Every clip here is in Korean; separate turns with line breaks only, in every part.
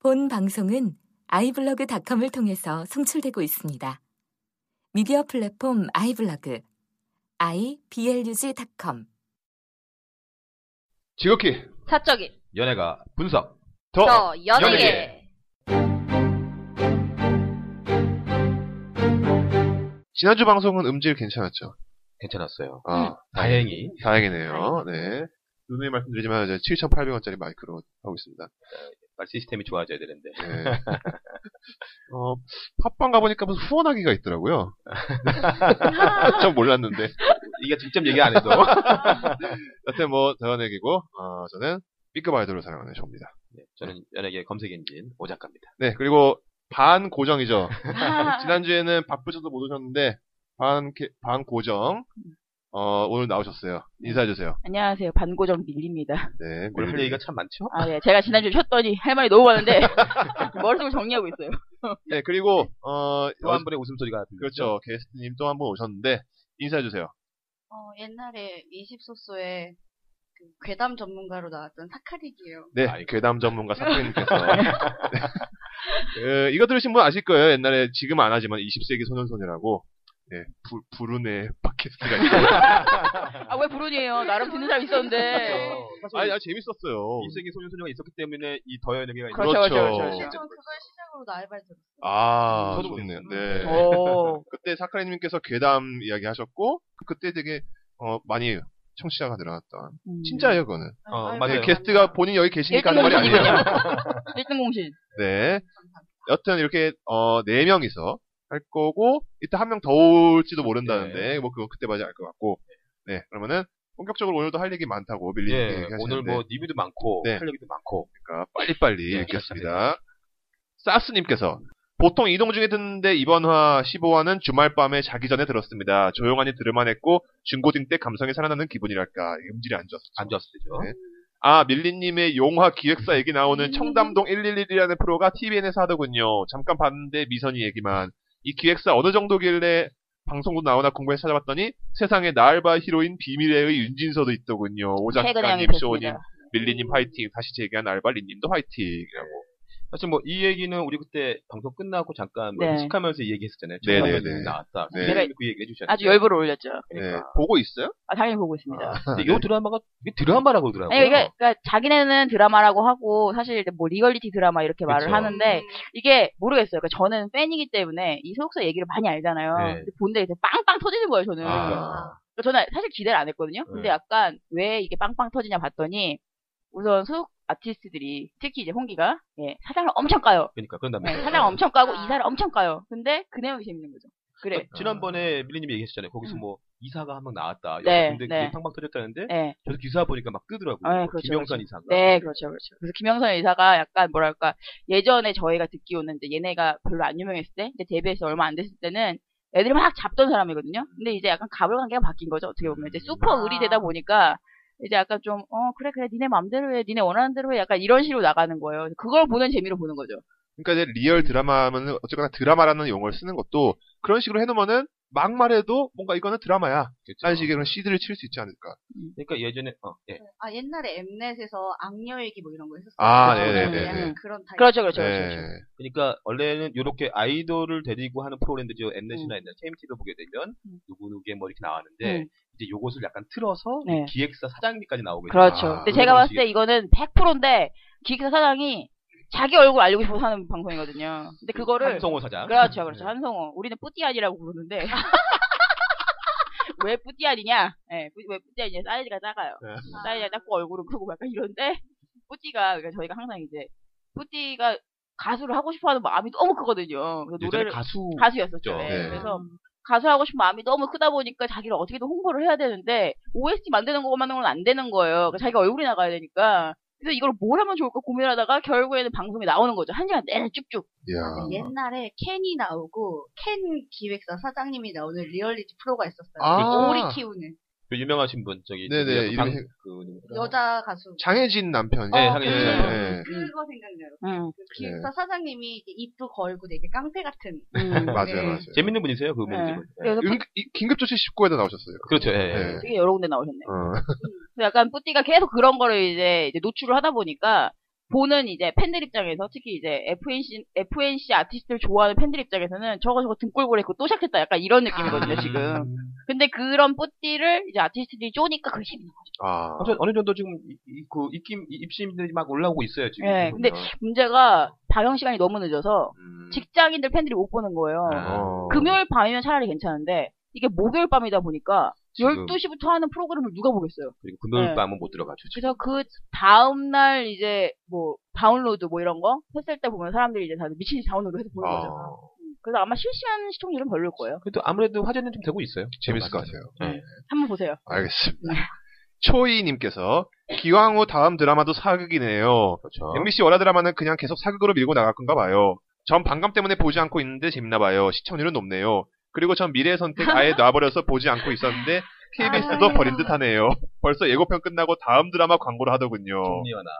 본 방송은 아이블로그닷컴을 통해서 송출되고 있습니다. 미디어 플랫폼 아이블로그 iblog.com
지극히
사적인
연예가 분석
어,
더 연예계
지난주 방송은 음질 괜찮았죠.
괜찮았어요.
아,
다행히
다행이네요. 네. 누누이 말씀드리지만 이제 7,800원짜리 마이크로 하고 있습니다.
말 시스템이 좋아져야 되는데
네. 어, 팟빵 가보니까 무슨 후원하기가 있더라고요. 전 몰랐는데.
이게 직접 얘기 안 해도
여튼 뭐, 대화내기고, 어, 저는 B급 아이돌을 사랑하는 쇼입니다.
네, 저는 연예계 검색 엔진 오 작가입니다.
네, 그리고 반 고정이죠.
아,
지난주에는 바쁘셔서 못 오셨는데, 반, 게- 반 고정, 어, 오늘 나오셨어요. 인사해주세요.
안녕하세요. 반고정 밀리입니다.
네.
오늘 할
밀리.
얘기가 참 많죠?
아, 예. 제가 지난주에 쉬었더니 할 말이 너무 많은데 머릿속을 정리하고 있어요.
네, 그리고, 어,
또 한 분의 웃음소리가 들리죠?
그렇죠. 게스트님 또 한 번 오셨는데, 인사해주세요.
어, 옛날에 20소스에 그 괴담 전문가로 나왔던 사카릭이에요.
네,
아이고.
괴담 전문가 사표님께서. 네. 어, 이거 들으신 분 아실 거예요. 옛날에 지금 안 하지만 20세기 소년소녀라고. 네, 부, 부르네 팟캐스트가 있어요.
아, 왜 불운이에요? 나름 듣는 사람 있었는데.
아니,
사실
아, 재밌었어요.
1세기 소년소녀가 있었기 때문에 이 더 연예계가
그렇죠,
있는 거죠.
그렇죠, 그렇죠,
아.
근데 저는 그걸 시작으로 나알바를 들었어요.
아,
저도
좋네요.
그랬어요.
네.
오.
그때 사카리님께서 괴담 이야기 하셨고, 그때 되게, 어, 많이 청취자가 늘어났던.
음.
진짜예요, 예, 그거는.
어,
알바를
맞아요.
만약에
들었어요.
게스트가 본인 여기 계시니까 하는 말이 아니에요.
1등 공신.
네. 여튼 이렇게 어, 네 명이서 할 거고 이따 한 명 더 올지도 모른다는데
네.
뭐 그거 그때까지 알 것 같고 네 그러면은 본격적으로 오늘도 할 얘기 많다고 밀리
예,
얘기하시는데
오늘 뭐 리뷰도 많고
네.
할 얘기도 많고
그러니까 빨리빨리
예,
읽겠습니다. 사스님께서 보통 이동 중에 듣는데 이번 화 15화는 주말 밤에 자기 전에 들었습니다. 조용하니 들을만 했고 중고딩 때 감성이 살아나는 기분이랄까 음질이 안 좋았어요.
안 좋았었죠.
네. 아, 밀리님의 용화 기획사 얘기
음.
나오는 청담동 111이라는 프로가 TVN에서 하더군요. 잠깐 봤는데 미선이 얘기만. 이 기획사 어느 정도길래 방송도 나오나 궁금해서 찾아봤더니 세상에 나알바 히로인 비밀의 윤진서도 있더군요.
최근에
오작가님, 쇼님,
뵙습니다. 음.
밀리님 화이팅. 다시 제기한 알바 리님도 화이팅이라고.
사실 뭐 이 얘기는 우리 그때 방송 끝나고 잠깐 뭐
네.
회식하면서 이 얘기했었잖아요.
네,
청담동
네, 네.
나왔다.
네.
내가 그 얘기 해주셨는데
아주 열보를 올렸죠.
네.
그러니까.
보고 있어요?
아, 당연히 보고 있습니다.
근데 이 드라마가 이게 드라마라고 그러더라고요.
아니, 그러니까, 그러니까 자기네는 드라마라고 하고 사실 이제 뭐 리얼리티 드라마 이렇게 말을
그쵸.
하는데
음,
이게 모르겠어요. 그러니까 저는 팬이기 때문에 이 소속사 얘기를 많이 알잖아요.
네.
근데 본데 이제 빵빵 터지는 거예요, 저는.
아.
그러니까 저는 사실 기대를 안 했거든요. 근데
네.
약간 왜 이게 빵빵 터지냐 봤더니 우선 소속 아티스트들이 특히 이제 홍기가 예, 사장을 엄청 까요.
그러니까 그런
예,
다음에
사장을 엄청 까고 이사를 엄청 까요. 근데 그 내용이 재밌는 거죠. 그래.
그러니까 지난번에 밀리님이 얘기했잖아요. 거기서
네. 음.
뭐 이사가 한 명 나왔다.
네,
근데
네.
그게 팡팡 터졌다는데
예.
저도 기사 보니까 막 뜨더라고요.
아, 그렇죠,
김영선
그렇죠.
이사가.
네, 그렇죠, 그렇죠. 그래서 김영선 의사가 약간 뭐랄까 예전에 저희가 듣기로는 이제 얘네가 별로 안 유명했을 때, 이제 데뷔해서 얼마 안 됐을 때는 애들이 막 잡던 사람이거든요. 근데 이제 약간 가불 관계가 바뀐 거죠. 어떻게 보면 이제 슈퍼
아.
의리 되다 보니까 이제 약간 좀 어 그래 그래 니네 마음대로 해, 니네 원하는 대로 해, 약간 이런 식으로 나가는 거예요. 그걸 보는 재미로 보는 거죠.
그러니까 이제 리얼 드라마 하면은 어쨌거나 드라마라는 용어를 쓰는 것도 그런 식으로 해놓으면은 막말해도 뭔가 이거는 드라마야.
그렇죠.
라는 식의 그런 시드를 칠 수 있지 않을까.
그러니까 예전에 어,
네.
예.
아, 옛날에 엠넷에서 악녀 얘기 뭐 이런 거 했었어요.
아,
네네네네.
약간 그런 타입.
그렇죠, 그렇죠, 그렇죠.
네.
그렇죠.
그러니까 원래는 이렇게 아이돌을 데리고 하는 프로그램들이죠. 엠넷이나 옛날 KMT도 보게 되면
음.
누구누구의 뭐 이렇게 나왔는데
음.
이제 요것을 약간 틀어서
네.
기획사 사장님까지 나오게
그렇죠.
아,
근데 제가 봤을 때 이거는 100%인데 기획사 사장이 자기 얼굴 알리고 싶어서 하는 방송이거든요. 근데 그거를
한성호 사장.
그렇죠, 그렇죠.
네.
한성호. 우리는 뿌띠안이라고 부르는데. 왜 뿌띠안이냐? 예, 뿌- 왜 뿌띠안이냐? 사이즈가 작아요.
네.
사이즈가 작고 얼굴은 크고 약간 이런데, 뿌띠가, 그러니까 저희가 항상 이제, 뿌띠가 가수를 하고 싶어 하는 마음이 너무 크거든요. 그래서
예전에
노래를,
가수
가수였었죠. 예.
네.
그래서
음,
가수하고 싶은 마음이 너무 크다 보니까 자기를 어떻게든 홍보를 해야 되는데, OST 만드는 것만으로는 안 되는 거예요. 그러니까 자기가 얼굴이 나가야 되니까. 그래서 이걸 뭘 하면 좋을까 고민하다가 결국에는 방송에 나오는 거죠. 한 시간 내내 쭉쭉.
근데
이야.
옛날에 켄이 나오고 켄 기획사 사장님이 나오는 리얼리티 프로가 있었어요.
아.
오리 키우는
그 유명하신 분 저기
네네,
저기 방-
이름이-
그
여자 가수.
장혜진 남편.
네,
어,
장혜진
그-
씨.
네.
그거 생각나요.
응.
그 기획사 사장님이 이제 입도 걸고 되게 깡패 같은.
음.
맞아요,
네.
맞아요.
재밌는 분이세요 그분.
네.
예.
그래서
응, 이- 긴급조치 19에도 나오셨어요.
그렇죠. 예, 예.
네.
되게 여러 군데 나오셨네요.
어.
그래서 약간 뿌띠가 계속 그런 거를 이제, 이제 노출을 하다 보니까 보는 이제 팬들 입장에서 특히 이제 FNC FNC 아티스트를 좋아하는 팬들 입장에서는 저거 저거 등골보래 있고 또 시작했다 약간 이런 느낌이거든요
아.
지금. 근데 그런 뿌띠를 이제 아티스트들이 쪼니까 그게 재밌는 거죠.
아.
어쨌든 어느 정도 지금 이- 이- 그 입김 이- 입심들이 막 올라오고 있어요 지금.
예,
보면.
근데- 문제가 방영 시간이 너무 늦어서
음.
직장인들 팬들이 못 보는 거예요.
아.
어.
금요일 밤이면 차라리 괜찮은데 이게 목요일 밤이다 보니까
지금
12시부터 하는 프로그램을 누가 보겠어요.
그리고 금요일
네.
밤은 못 들어가죠. 지금.
그래서 그 다음 날 이제 뭐 다운로드 뭐 이런 거 했을 때 보면 사람들이 이제 다들 미친 듯이 다운로드 해서 보는 거죠.
아.
그래서 아마 실시간 시청률은 별로일 거예요.
그래도 아무래도 화제는 좀 되고 있어요. 네,
재밌을 것 같아요.
한번 보세요.
알겠습니다.
네.
초이님께서 기왕후 다음 드라마도 사극이네요.
그렇죠.
MBC 월화 드라마는 그냥 계속 사극으로 밀고 나갈 건가 봐요. 전 반감 때문에 보지 않고 있는데 재밌나 봐요. 시청률은 높네요. 그리고 전 미래의 선택 아예 놔버려서 보지 않고 있었는데 KBS도
아유.
버린 듯하네요. 벌써 예고편 끝나고 다음 드라마 광고를 하더군요.
정리하나.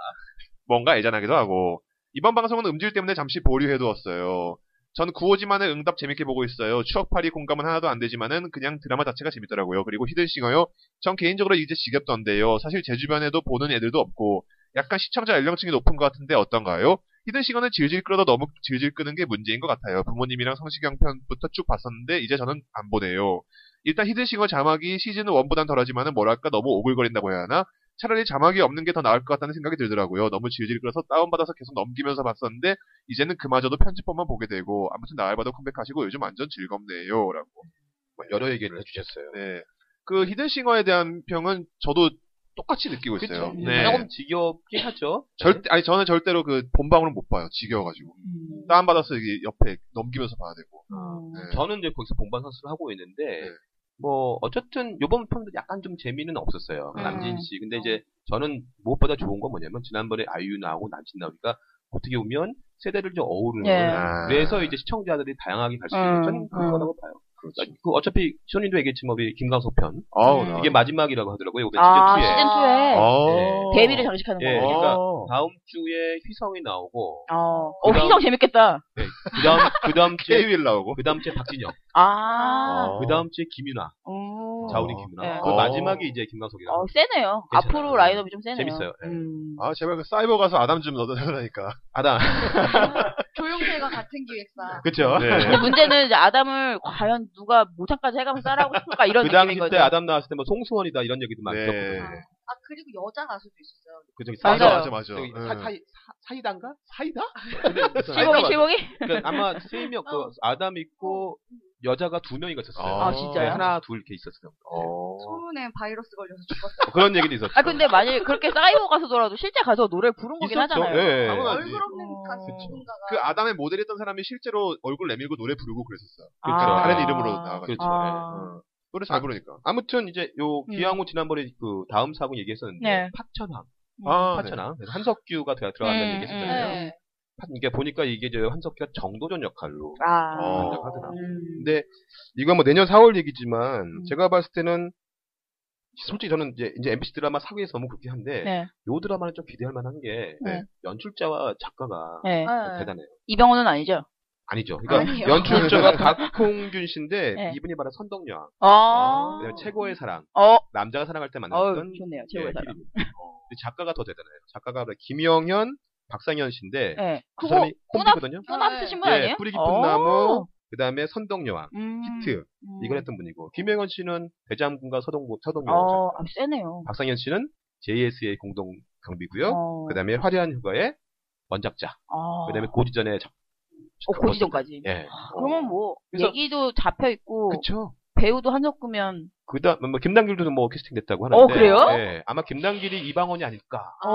뭔가 애잔하기도 하고 이번 방송은 음질 때문에 잠시 보류해두었어요. 전 구호지만의 응답 재밌게 보고 있어요. 추억팔이 공감은 하나도 안 되지만은 그냥 드라마 자체가 재밌더라고요. 그리고 히든싱어요. 전 개인적으로 이제 지겹던데요. 사실 제 주변에도 보는 애들도 없고 약간 시청자 연령층이 높은 것 같은데 어떤가요? 히든싱어는 질질 끌어도 너무 질질 끄는 게 문제인 것 같아요. 부모님이랑 성시경 편부터 쭉 봤었는데 이제 저는 안 보네요. 일단 히든싱어 자막이 시즌 1보단 덜하지만은 뭐랄까 너무 오글거린다고 해야 하나? 차라리 자막이 없는 게 더 나을 것 같다는 생각이 들더라고요. 너무 질질 끌어서 다운받아서 계속 넘기면서 봤었는데, 이제는 그마저도 편집본만 보게 되고, 아무튼 나알바도 컴백하시고 요즘 완전 즐겁네요. 라고.
뭐 여러 얘기를 해주셨어요.
네. 그 히든싱어에 대한 평은 저도 똑같이 느끼고 있어요.
그렇죠.
네.
조금 지겹긴 하죠.
절, 아니, 저는 절대로 그 본방을 못 봐요. 지겨워가지고.
음.
다운받아서 이게 옆에 넘기면서 봐야 되고.
아.
네.
저는 이제 거기서 본반 선수를 하고 있는데
네.
뭐 어쨌든 요번 편도 약간 좀 재미는 없었어요.
음.
남진 씨. 근데 이제 저는 무엇보다 좋은 건 뭐냐면 지난번에 아이유 나오고 남진 나오니까 어떻게 보면 세대를 좀 어우르는
예.
아.
네. 그래서 이제 시청자들이 다양하게 갈 수 있는
음,
저는
음.
그거라고 봐요.
그렇죠.
그 어차피 시원님도 얘기했지만 뭐 우리 김광석 편
아우,
음.
나.
이게 마지막이라고 하더라고요. 이번
아,
시즌 2에
시즌2에
아.
데뷔를 장식하는
예,
거예요.
그러니까 다음 주에 휘성이 나오고
어, 어,
그다음-
희성 재밌겠다.
그다음 그다음 주에
데뷔를 나오고.
그다음 주에 박진영
아,
어.
그다음 주에 김윤아
음.
자우리 김윤아
네.
그
어.
마지막에 이제 김광석이 나오고
어, 세네요.
괜찮아요.
앞으로 라인업이 좀 세네요.
재밌어요. 예.
음.
아, 제발 그 사이버 가서 아담 좀 넣어달라니까.
아담
조용필과 같은 기획사. 아,
그쵸?
네.
근데 문제는 이제 아담을 과연 누가 모창까지 해가면서 따라하고 싶을까 이런
그 당시
느낌인 거죠.
때 아담 나왔을 때 뭐 송수원이다 이런 얘기도 많이
네.
들었거든요.
아 그리고 여자 가수도 있었어요.
그 저기
맞아요.
사이다.
맞아, 네. 맞아.
저기
응.
사, 사이, 사, 이단가 사이다? 근데 무슨
실봉이
사이다가-
실봉이?
그러니까 아마 세명
어.
그 아담 있고 여자가 두 명이 있었어요.
아, 진짜요?
네, 하나 둘 이렇게 있었어요.
소문에 바이러스 걸려서 죽었어요.
어, 그런 얘기도 있었죠.
아 근데 만약에 그렇게 사이버 가수더라도 실제 가서 노래 부른 거긴
있었죠.
하잖아요.
예.
아무나- 맞아.
얼굴 없는
어.
가수
그쵸.
누군가가
그 아담의 모델했던 사람이 실제로 얼굴 내밀고 노래 부르고 그랬었어요.
그렇죠.
아.
그러니까 다른 이름으로 나와가지고.
그렇죠.
아.
응. 노래 잘 부르니까.
아무튼 이제 요 기왕호 지난번에 그 다음 사고 얘기했었는데
음. 네.
파천왕,
아,
파천왕 그래서 한석규가 들어- 들어간다는
음,
얘기했었잖아요.
네.
파- 이게 보니까 이게 이제 한석규가 정도전 역할로
아.
어.
하더라고요.
음.
근데 이건 뭐 내년 4월 얘기지만 제가 봤을 때는 솔직히 저는 이제, 이제 MBC 드라마 사기에서 너무 그렇긴
예.
한데
네.
요 드라마는 좀 기대할 만한 게
네.
연출자와 작가가
네.
어, 대단해요.
이병헌은 아니죠.
아니죠. 그러니까
아니에요.
연출자가
박홍균 씨인데
네.
이분이 말한 선덕여왕,
아.
그다음에 최고의 사랑,
어.
남자가 사랑할 때 만났던
어우,
예,
좋네요. 최고의 사람.
필입니다. 근데 작가가 더 대단해요. 작가가 바로 김영현, 박상현 씨인데
네.
그
그거
사람이
꾸나-
콤비거든요.
꾸나 쓰신 분
예,
아니에요?
뿌리 깊은
어.
나무, 그다음에 선덕여왕,
음.
히트
음.
이걸 했던 분이고 김영현 씨는 대장군과 서동국 서동요
어, 아, 세네요.
박상현 씨는 JSA 공동 경비고요.
어.
그다음에 화려한 휴가의 원작자.
아.
그다음에 고지전의 작-
어, 고지전까지.
예.
그러면 뭐
그래서-
얘기도 잡혀 있고
그쵸.
배우도 한석구면
그다음 뭐 김남길도 뭐 캐스팅 됐다고 하는데.
어, 그래요?
예. 아마 김남길이 이방원이 아닐까.
오,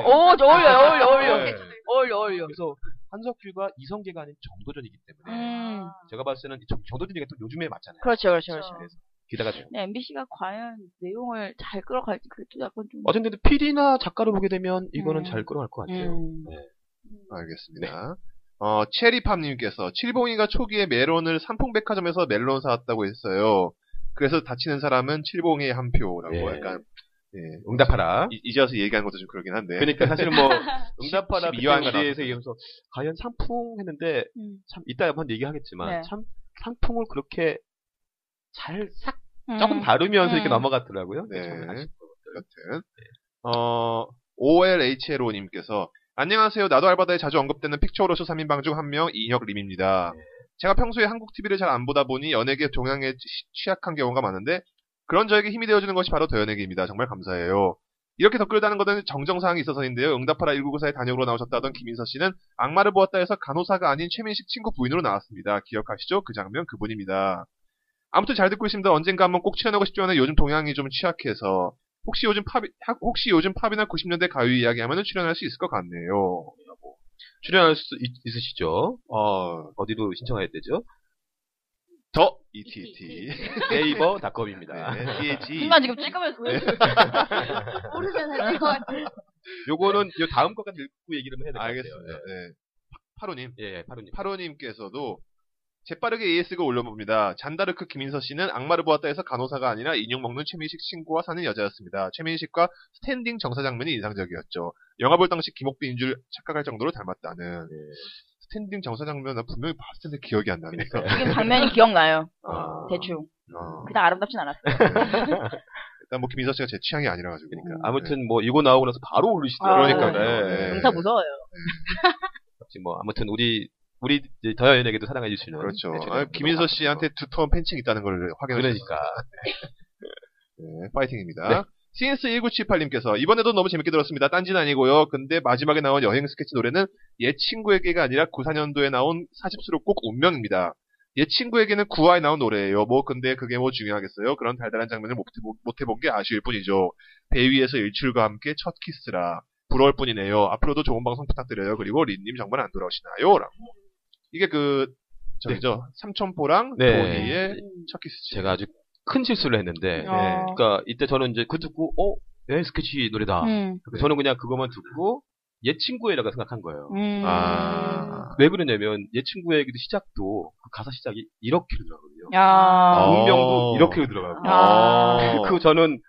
네.
오, 어울려, 어울려, 어울려,
네.
어울려, 어울려.
그래서 한석규가 이성계가 아닌 정도전이기 때문에
음,
제가 봤을 때는 이 정- 정도전 얘기가 또 요즘에 맞잖아요.
그렇죠, 그렇죠, 그렇죠.
기대가 돼요.
근데 MBC가 네, 과연 내용을 잘 끌어갈지 그것도 약간 좀.
어쨌든 PD나 작가를 보게 되면 이거는
음.
잘 끌어갈 것 같아요.
음.
알겠습니다. 어, 체리팜님께서 칠봉이가 초기에 멜론을 삼풍백화점에서 멜론 사왔다고 했어요. 그래서 다치는 사람은 칠봉이의 한 표라고
예.
약간 예.
응답하라.
이- 이제 와서 얘기하는 것도 좀 그러긴 한데.
그러니까 사실은 뭐 응답하라
12 화인가
미디에서
나왔었어요.
얘기하면서 과연 상풍 했는데
음.
참 이따 한번 얘기하겠지만
네.
참 상풍을 그렇게 잘싹
음.
조금 다루면서 이렇게 네,
음.
넘어갔더라고요.
네.
저는 아쉽-
여튼 어 OLHLO님께서 안녕하세요. 나도 알바다에 자주 언급되는 픽처로서 3인방 중 한 명 이혁 림입니다. 제가 평소에 한국 TV를 잘 안 보다 보니 연예계 동향에 취- 취약한 경우가 많은데 그런 저에게 힘이 되어주는 것이 바로 더 연예계입니다. 정말 감사해요. 이렇게 댓글 다는 것은 정정사항이 있어서인데요. 응답하라 1994의 단역으로 나오셨다던 김인서 씨는 악마를 보았다 해서 간호사가 아닌 최민식 친구 부인으로 나왔습니다. 기억하시죠? 그 장면 그분입니다. 아무튼 잘 듣고 있습니다. 언젠가 한번 꼭 출연하고 싶지만 요즘 동향이 좀 취약해서 혹시 요즘 팝 혹시 요즘 팝이나 90년대 가요 이야기하면 출연할 수 있을 것 같네요.
출연할 수 있, 으시죠 어, 어디로 신청해야 되죠?
더
E
ETT
네이버닷컴입니다.
네, TH
순간 지금 찔끔해서 왜 이렇게
모르잖아요. 이거
요거는 요 다음 것까지 읽고 얘기를 해야 될 것 같아요.
알겠습니다. 네. 파- 파로님
예, 예, 파루님.
파로님께서도 재빠르게 AS가 올려봅니다. 잔다르크 김인서 씨는 악마를 보았다 해서 간호사가 아니라 인형 먹는 최민식 친구와 사는 여자였습니다. 최민식과 스탠딩 정사 장면이 인상적이었죠. 영화 볼 당시 김옥빈인 줄 착각할 정도로 닮았다는.
네.
스탠딩 정사 장면 나 분명히 봤을 텐데 기억이 안 나네요.
지금 장면이 기억나요.
아,
그러니까
대충.
아.
그냥 아름답진 않았어요.
일단 뭐 김인서 씨가 제 취향이 아니라 가지고.
그러니까 아무튼 뭐 이거 나오고 나서 바로
아,
올리시더라고요.
그러니까요.
네.
응사 무서워요.
혹시 뭐 아무튼 우리 우리 이제 더 연예계도 사랑해 주시는
그렇죠.
네,
아, 김인서 씨한테 두터운 팬층 있다는 걸 확인을
그러니까
네, 파이팅입니다. CS1978님께서 이번에도 너무 재밌게 들었습니다. 딴지는 아니고요. 근데 마지막에 나온 여행 스케치 노래는 옛 친구에게가 아니라 94년도에 나온 40수록 꼭 운명입니다. 옛 친구에게는 9화에 나온 노래예요. 뭐 근데 그게 뭐 중요하겠어요. 그런 달달한 장면을 못, 못- 못 해본 게 아쉬울 뿐이죠. 배 위에서 일출과 함께 첫 키스라. 부러울 뿐이네요. 앞으로도 좋은 방송 부탁드려요. 그리고 린님 정말 안 돌아오시나요? 라고. 이게 그 저기죠. 삼천포랑
네.
도니의 첫 키스.
제가 아주 큰 실수를 했는데
어.
그러니까 이때 저는 이제 그 듣고 어 여행 스케치 노래다.
음.
저는 그냥 그것만 듣고 옛 친구애라고 생각한 거예요.
음.
아.
왜 그러냐면 옛 친구애기도 시작도 그 가사 시작이 이렇게 들어가거든요.
야.
아.
운명도 이렇게 들어가고.
아.
그 저는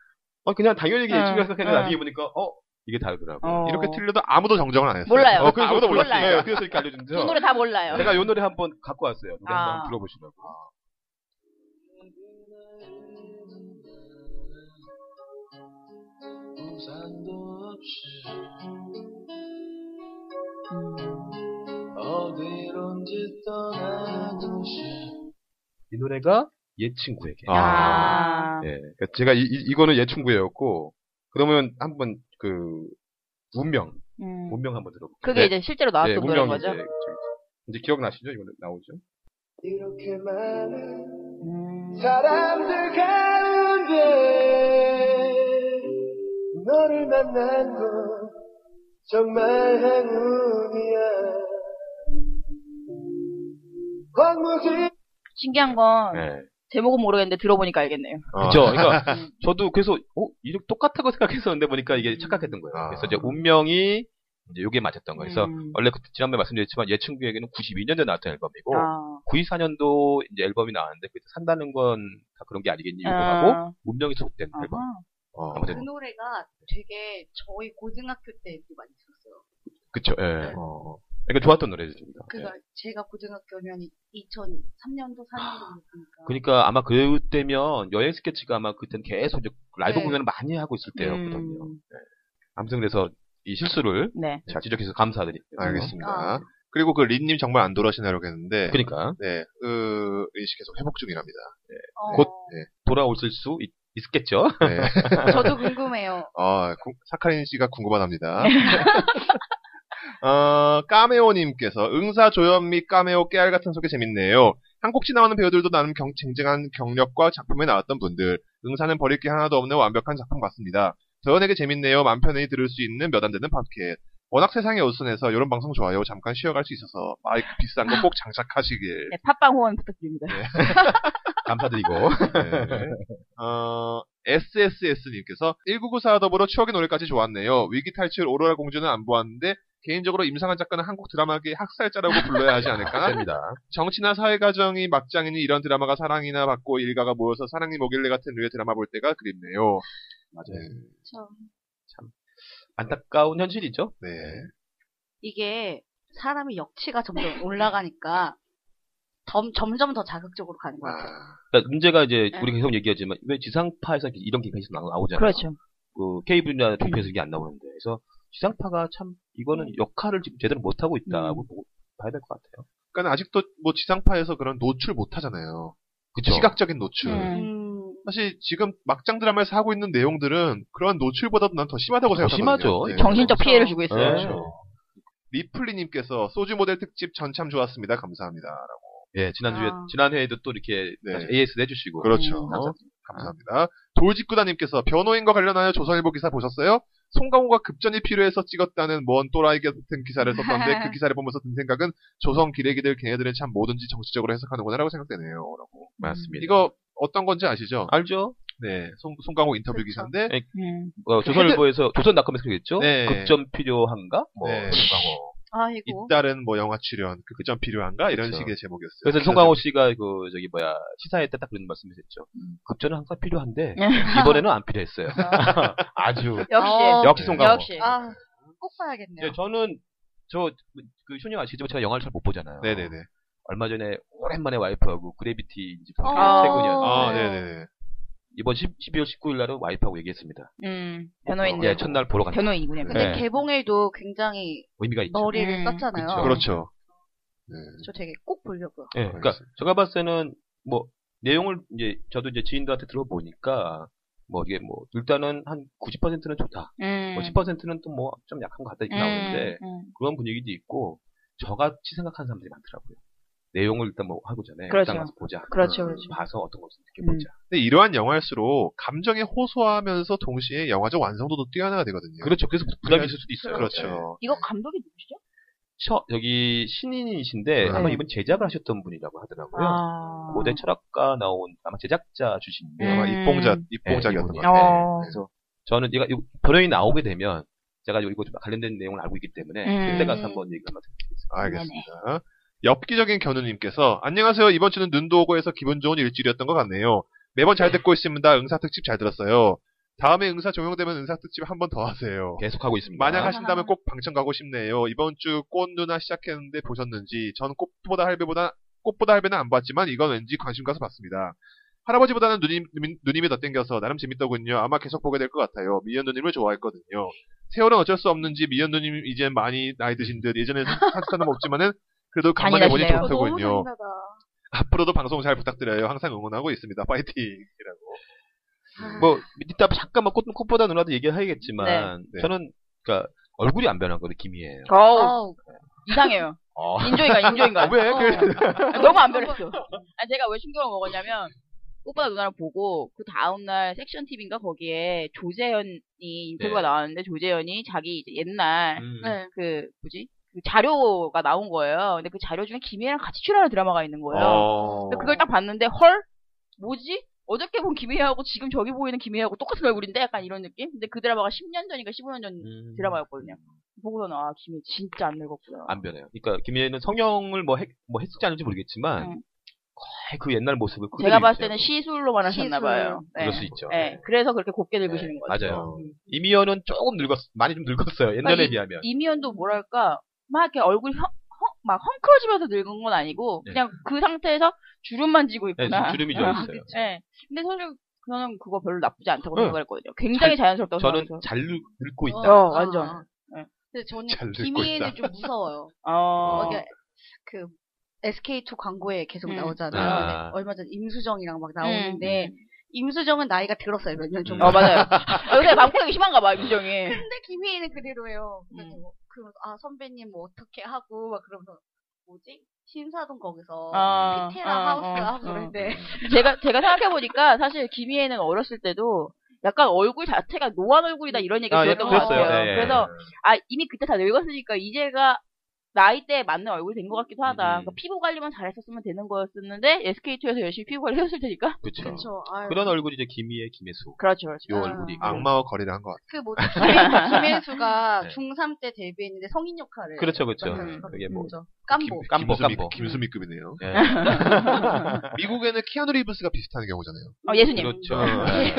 어, 그냥 당연히
응,
옛
아.
친구라 생각했는데
응.
나중에 보니까 어 이게 다르더라고. 요
어.
이렇게 틀려도 아무도 정정을 안 했어요.
몰라요.
어, 그래서 아무도 몰랐어요.
몰라요.
네, 그래서 이렇게 알려준
두
거죠.
노래 다 몰라요.
제가 요 노래 한번 갖고 왔어요. 노래
아.
한번 들어보시라고. 이 노래가 옛 친구에게.
아.
예.
그러니까 제가 이, 거는예 친구였고 그러면 한번 그 운명
음.
운명 한번 들어볼게요. 예,
그게 이제 실제로 나왔던
네,
노래인
운명이
거죠.
이제, 저기- 이제 기억나시죠? 이거 나오죠?
이렇게 많은
음.
사람들 가운데 너를 만난 건 정말 행운이야 황무지
신기한 건
네.
제목은 모르겠는데 들어보니까 알겠네요.
그죠. 그러니까
음.
저도 그래서 어 이렇게 똑같다고 생각했었는데 보니까 이게 착각했던 거예요.
아.
그래서 이제 운명이 이제 요게 맞았던 거예요. 그래서
음.
원래 그 지난번에 말씀드렸지만 얘 친구에게는 92년도에 나왔던 앨범이고
아.
94년도 이제 앨범이 나왔는데 그때 산다는 건 다 그런 게 아니겠니 이거 하고
아.
운명이 수록된
아하.
앨범.
어.
그
아무튼
노래가 되게 저희 고등학교 때 이렇게 많이 들었어요.
그쵸. 예.
어,
그러니까 좋았던 노래였습니다. 예.
그러니까 제가 고등학교면 2003년도 4년도 니까
그러니까 아마 그때면 여행 스케치가 아마 그때는 계속 이제 라이브
네.
공연을 많이 하고 있을 때였거든요.
음.
아무튼 그래서 이 실수를
네.
자, 지적해서 감사드립니다.
알겠습니다.
어.
아.
그리고 그 린님 정말 안 돌아오시나요? 했는데
그러니까
네, 그 린씨 계속 회복 중이랍니다.
곧- 돌아오실 수 있, 겠죠
네.
어. 저도 궁금해요.
어, 구- 사카린 씨가 궁금하답니다. 어, 까메오님께서 응사 조연 및 까메오 깨알 같은 소개 재밌네요. 한국지 나오는 배우들도 나름 경, 쟁쟁한 경력과 작품에 나왔던 분들. 응사는 버릴 게 하나도 없는 완벽한 작품 같습니다. 저연에게 재밌네요. 맘 편히 들을 수 있는 몇 안 되는 팟캐. 워낙 세상에 우선해서 이런 방송 좋아요. 잠깐 쉬어갈 수 있어서 마이크 비싼 거 꼭 장착하시길.
네, 팟빵 후원 부탁드립니다.
감사드리고
네. 어, SSS님께서 1994 더불어 추억의 노래까지 좋았네요. 위기 탈출 오로라 공주는 안 보았는데 개인적으로 임상한 작가는 한국 드라마계 학살자라고 불러야 하지 않을까?
감사합니다.
정치나 사회가정이 막장이니 이런 드라마가 사랑이나 받고 일가가 모여서 사랑니 모길래 같은 류의 드라마 볼 때가 그립네요. 맞아요.
참
안타까운 현실이죠.
네.
이게 사람이 역치가 점점 올라가니까 점, 점점 더 자극적으로 가는 것 같아요.
아,
그러니까 문제가 이제
네.
우리 계속 얘기하지만 왜 지상파에서 이렇게 이런 기간이 나오잖아요.
그렇죠.
그 케이블이나 종편에서 이게 안 나오는데 그래서 지상파가 참 이거는 역할을 지금 제대로 못 하고 있다고 보고 봐야 될 것 같아요.
그러니까 아직도 뭐 지상파에서 그런 노출 못 하잖아요.
그쵸.
시각적인 노출.
네.
음,
사실 지금 막장 드라마에서 하고 있는 내용들은 그런 노출보다도 난 더 심하다고
더
생각하거든요.
심하죠.
정신적 피해를 주고
네.
있어요.
리플리님께서 예. 소주 모델 특집 전 참 좋았습니다. 감사합니다. 라고.
예, 지난주에
아.
지난해에도 또 이렇게
네.
AS도 해주시고
그렇죠.
아.
감사합니다. 돌직구다님께서 변호인과 관련하여 조선일보 기사 보셨어요? 송강호가 급전이 필요해서 찍었다는 뭔 또라이 같은 기사를 썼던데 그 기사를 보면서 든 생각은 조선 기레기들 걔네들은 참 뭐든지 정치적으로 해석하는구나라고 생각되네요. 라고.
맞습니다.
이거 어떤 건지 아시죠?
알죠? 그렇죠.
네. 송, 강호 인터뷰
그쵸.
기사인데
음.
어, 조선일보에서 조선닷컴에서 그랬죠.
네.
급전 필요한가? 뭐
네.
송강호.
아이고.
잇따른 뭐 영화 출연 극점 필요한가 이런
그쵸.
식의 제목이었어요.
그렇죠. 그래서 송강호 씨가 그 저기 뭐야 시사회 때딱 그런 말씀이셨죠. 급전은 항상 필요한데 이번에는 안 필요했어요. 아주
역시.
어,
역시 송강호.
역시.
아, 꼭 봐야겠네요.
예, 저는 저그 쇼님 아시지만 제가 영화를 잘 못 보잖아요.
네네네.
얼마 전에 오랜만에 와이프하고 그래비티 이제 보고
어.
최근이요.
아
어, 네.
네네네.
이번 10, 12월 19일 날은 와이프하고 얘기했습니다.
음. 변호인들.
예, 첫날 보러 갔다. 네.
변호인이군요.
근데 개봉일도 굉장히
의미가 있죠.
머리를
음,
썼잖아요.
그쵸.
그렇죠. 네.
저 되게 꼭 보려고요.
예, 그러니까
알겠습니다.
제가 봤을 때는 뭐 내용을 이제 저도 이제 지인들한테 들어보니까 뭐 이게 뭐 일단은 한 90%는 좋다.
음.
뭐 10%는 또 뭐 좀 약한 것 같다 이렇게 나오는데
음.
그런 분위기도 있고 저같이 생각하는 사람들이 많더라고요. 내용을 일단 뭐 하고 전에
그렇죠.
일단 가서 보자. 음,
그렇죠, 그렇죠. 음.
봐서 어떤 건지 느껴보자.
근데 이러한 영화일수록 감정에 호소하면서 동시에 영화적 완성도도 뛰어나야 되거든요.
그렇죠. 그래서 부담이 있을 수도 있어요.
그렇죠.
이거 감독이 누구시죠?
처, 여기 신인이신데
네.
아마 이번 제작을 하셨던 분이라고 하더라고요.
아.
고대 철학과 나온 아마 제작자 출신인데
아마
음.
입봉작 입봉작이었던 것
네, 입봉작.
같아요.
어.
저는 얘가 이 변호인이 나오게 되면 제가 이거 좀 관련된 내용을 알고 있기 때문에
음.
그때 가서 한번 얘기를 한번 드리겠습니다.
알겠습니다. 엽기적인 견우님께서 안녕하세요. 이번 주는 눈도 오고 해서 기분 좋은 일주일이었던 것 같네요. 매번 잘 듣고 있습니다. 응사 특집 잘 들었어요. 다음에 응사 종영되면 응사 특집 한 번 더 하세요.
계속하고 있습니다.
만약 하신다면 꼭 방청 가고 싶네요. 이번 주 꽃누나 시작했는데 보셨는지 전 꽃보다 할배보다 꽃보다 할배는 안 봤지만 이건 왠지 관심 가서 봤습니다. 할아버지보다는 누님, 누님- 누님이 더 땡겨서 나름 재밌더군요. 아마 계속 보게 될 것 같아요. 미연 누님을 좋아했거든요. 세월은 어쩔 수 없는지 미연 누님 이젠 많이 나이 드신 듯 예전에 산뜻한은 없지만은 그래도 간만에 보니
잔인하시네요.
너무
좋더군요.
잔인하다.
앞으로도 방송 잘 부탁드려요. 항상 응원하고 있습니다. 파이팅이라고.
뭐 이따 잠깐만 꽃, 꽃보다 누나도 얘기해야겠지만
네.
저는 그러니까 얼굴이 안 변한 거는 김이에요.
어우,
아우,
이상해요.
어.
인조인가, 인조인가.
왜?
어.
그-
아니, 너무 안 변했어. 아니, 제가 왜 충격을 먹었냐면, 오빠 누나를 보고, 그 다음날 섹션 TV인가 거기에 조재현이 인터뷰가
네.
나왔는데, 조재현이 자기 이제 옛날,
음.
네.
그, 뭐지? 그 자료가 나온 거예요. 근데 그 자료 중에 김희애랑 같이 출연하는 드라마가 있는 거예요.
어.
근데 그걸 딱 봤는데, 헐? 뭐지? 어저께 본 김희애하고 지금 저기 보이는 김희애하고 똑같은 얼굴인데? 약간 이런 느낌? 근데 그 드라마가 10년 전인가 15년 전
음.
드라마였거든요. 보고서는, 아, 김희애 진짜 안 늙었구나.
안 변해요. 그러니까 김희애는 성형을 뭐, 했, 뭐 했을지 아닌지 모르겠지만
음.
거의 그 옛날 모습을 그대로
제가 봤을 때는
유지하고
시술로만 하셨나봐요.
시술.
네.
그럴 수 있죠.
네. 그래서 그렇게 곱게
네.
늙으시는 거죠. 음.
맞아요. 이미연은 조금 늙었 많이 좀 늙었어요. 옛날에
이-
비하면.
이미연도 뭐랄까, 막 이렇게 얼굴이 헝, 헝, 막 헝클어지면서 늙은 건 아니고,
네.
그냥 그 상태에서 주름만 지고
네,
있구나.
주름이 좀
어.
있어요.
네. 근데 사실 저는 그거 별로 나쁘지 않다고
네.
생각했거든요. 굉장히 자연스럽다고
저는
생각해서.
잘 늙- 늙고 있다.
어, 완전. 네.
아. 근데 저는
잘 듣고
김희애는
있다.
좀 무서워요.
어.
거기 그 SK2 광고에 계속
음.
나오잖아요.
아.
근데 얼마 전 임수정이랑 막 나오는데 네. 임수정은 나이가 들었어요 몇 년 정도.
어, 맞아요. 아, 요새 방구력이 심한가 봐, 이정이.
네.
근데 김희애는 그대로예요. 그래서
음.
뭐, 그러면서 아 선배님 뭐 어떻게 하고 막 그러면서 뭐지 신사동 거기서
아,
어, 그 피테라
아,
하우스
아,
하고
아.
그러는데
제가, 제가 생각해보니까 사실 김희애는 어렸을 때도 약간 얼굴 자체가 노안 얼굴이다 이런 얘기가
아, 예,
들었던 것
그랬어요.
같아요.
예, 예.
그렇죠. 그래서 아 이미 그때 다 늙었으니까 이제가 나이대에 맞는 얼굴이 된 것 같기도 하다.
음.
그러니까 피부 관리만 잘했었으면 되는 거였었는데 SK2에서 열심히 피부 관리 해줬을 테니까.
그렇죠.
그렇죠. 아유.
그런 얼굴이 이제 김희애, 김혜수.
그렇죠, 그렇죠.
요
아.
얼굴이 있고.
악마와 거리를 한 것 같아요.
그 뭐지 김혜수가
네.
중3 때 데뷔했는데 성인 역할을
그렇죠, 그렇죠.
맡았어요.
이게 뭐
그죠.
김-
깜보.
깜보, 깜보.
김수미급이네요.
예.
미국에는 키아누 리브스가 비슷한 경우잖아요.
어, 네. 예수님,
그렇죠.
음.
예.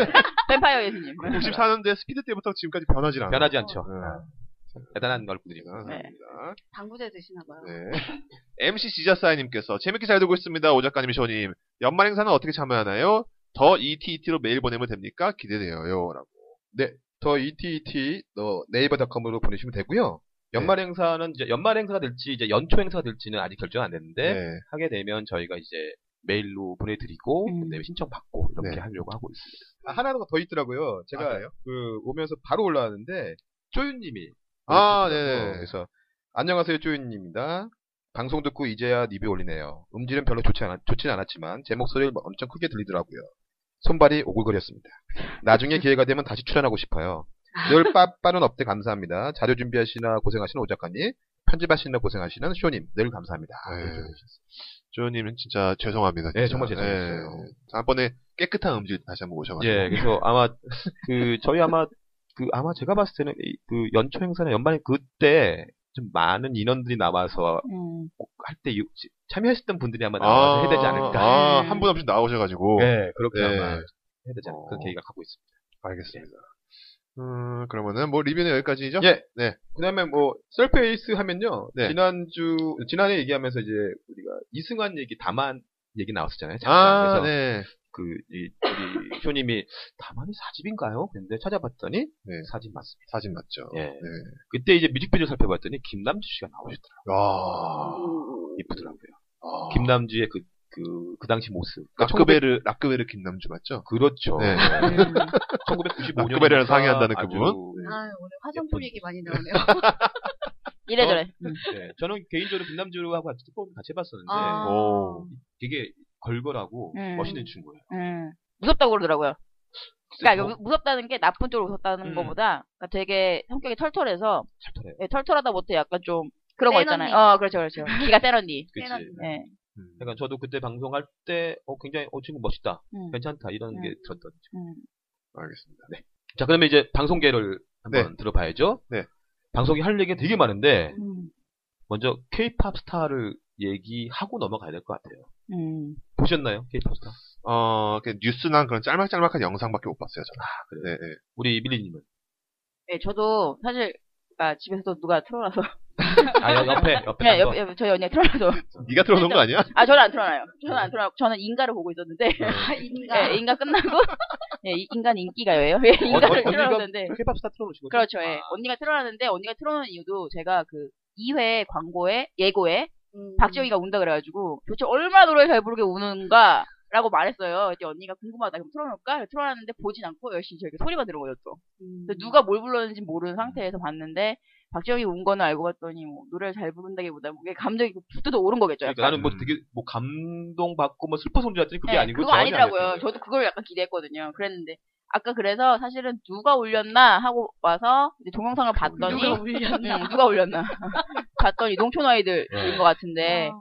뱀파이어 예수님.
94년대 스피드 때부터 지금까지 변하지 않아요.
변하지 않죠.
네.
대단한 얼굴들이고.
감사합니다.
당구대 드시나 봐요.
네. MC 지자사이님께서 재밌게 잘 듣고 있습니다. 오 작가님, 쇼님. 연말 E 행사는 어떻게 참여하나요? 더 ETET로 메일 보내면 됩니까? 기대돼요. 라고. 네.
더 ETET 너 네이버닷컴으로 보내시면 되고요.
네.
연말 행사는 이제 연말 행사가 될지 이제 연초 행사가 될지는 아직 결정 안 됐는데
네.
하게 되면 저희가 이제 메일로 보내드리고
음.
그다음에 신청 받고 이렇게
네.
하려고 하고 있습니다. 아,
아, 하나 더 있더라고요. 제가
그래요?
그 오면서 바로 올라왔는데 쪼윤님이
아,
보내주셨어요.
네네.
그래서 안녕하세요 쪼윤입니다. 방송 듣고 이제야 리뷰 올리네요. 음질은 별로 좋지 않, 좋진 않았지만 제 목소리를 뭐 엄청 크게 들리더라고요. 손발이 오글거렸습니다. 나중에 기회가 되면 다시 출연하고 싶어요. 늘 빠빠른 업데 감사합니다. 자료 준비하시나 고생하시는 오작가님, 편집하시나 고생하시는 쇼님, 늘 감사합니다.
아유, 조연님 진짜 죄송합니다.
네,
진짜.
정말 죄송했어요.
예. 다음번에 깨끗한 음질 다시 한번 오셔가지고.
예, 그래서 아마 그 저희 아마 그 아마 제가 봤을 때는 이- 그 연초 행사나 연말 그때 좀 많은 인원들이 남아서
음.
할 때 참여했었던 분들이 아마
아,
나와서 해야 되지 않을까.
아, 한 분 한 분 나오셔가지고.
네, 그렇게
예.
아마 해야 되지 않을까.
어.
그런 계기가 가고 있습니다.
알겠습니다. 음, 그러면은 뭐 리뷰는 여기까지죠?
예.
네.
그다음에 뭐 셀페이스 하면요.
네.
지난주 지난해 얘기하면서 이제 우리가 이승환 얘기 다만 얘기 나왔었잖아요. 잠깐.
아,
그래서
네.
그, 이, 우리 효님이 다만이 사집인가요? 근데 찾아봤더니
네.
사집 맞습니다.
사진 맞죠.
예.
네.
그때 이제 뮤직비디오 살펴봤더니 김남주 씨가 나오셨더라고요.
와.
이쁘더라고요.
아.
김남주의 그, 그, 그 당시 모습.
라크베르, 라크베르 김남주 맞죠?
그렇죠.
네.
1995년.
라크베리랑 상의한다는 그분?
아, 오늘 화장품
예쁜-
얘기 많이 나오네요.
어?
이래저래. 음.
네. 저는 개인적으로 김남주하고 같이 특보를 같이 해봤었는데
아.
오.
되게 걸걸하고
음.
멋있는 친구예요.
음. 무섭다고 그러더라고요. 그러니까 이거 무섭다는 게 나쁜 쪽으로 무섭다는
어? 음.
것보다 그러니까 되게 성격이 털털해서
잘털해요
예, 털털하다 못해 약간 좀 그런 거
센 언니.
있잖아요. 어, 그렇죠, 그렇죠. 기가 센 언니.
그치.
깨닫는다.
예.
음.
그러니까 저도 그때 방송할 때 어, 굉장히 어 친구 멋있다,
음.
괜찮다 이런 게
음.
들었던. 친구.
음.
알겠습니다. 네.
자 그러면 이제 방송계를 한번
네.
들어봐야죠.
네.
방송이 할 얘기 가 되게 많은데
음.
먼저 K-팝 스타를 얘기하고 넘어가야 될 것 같아요.
음.
보셨나요, K-팝 스타?
어, 그 뉴스나 그런 짤막짤막한 영상밖에 못 봤어요, 저는. 아, 그래요? 네, 네.
우리 밀리님은?
예, 저도 사실 아, 집에서도 누가 틀어놔서
아 여- 옆에 옆에
네,
네,
옆, 옆, 저희 언니가 틀어놔서
네가 틀어놓은 거 아니야?
아 저는 안 틀어놔요. 저는 안 틀어놓고 저는 인가를 보고 있었는데
네.
아, 인가.
예, 인가 끝나고 예, 이- 인간 인기가요예요. 예, 인가를
언니가-
틀어놨는데
K-팝 네. 스타 틀어놓으시고
그렇죠. 예. 언니가 틀어놨는데 언니가 틀어놓은 이유도 제가 그 2회 광고에 예고에
음.
박지영이가 운다 그래가지고 도대체 얼마나 노래 잘 부르게 우는가 라고 말했어요. 이제 언니가 궁금하다. 그럼 틀어놓을까? 그래서 틀어놨는데 보진 않고 열심히 저렇게 소리만 들은 거예요. 또.
음.
근데 그 누가 뭘 불렀는지 모르는 상태에서 봤는데 박지영이 운 거는 알고 봤더니 뭐 노래를 잘 부른다기보다 뭐 그게 감정이 붓듯도 오른 거겠죠.
그러니까
약간.
나는 뭐
음.
되게 뭐 감동 받고 뭐 슬퍼서 온줄 알았더니 그게
네,
아니고
그거
전혀
아니더라고요.
아니었어요.
저도 그걸 약간 기대했거든요. 그랬는데 아까 그래서 사실은 누가 올렸나 하고 와서 이제 동영상을 봤더니
누가 울렸나?
응, 누가 올렸나 봤더니 농촌 아이들인
네.
것 같은데
아,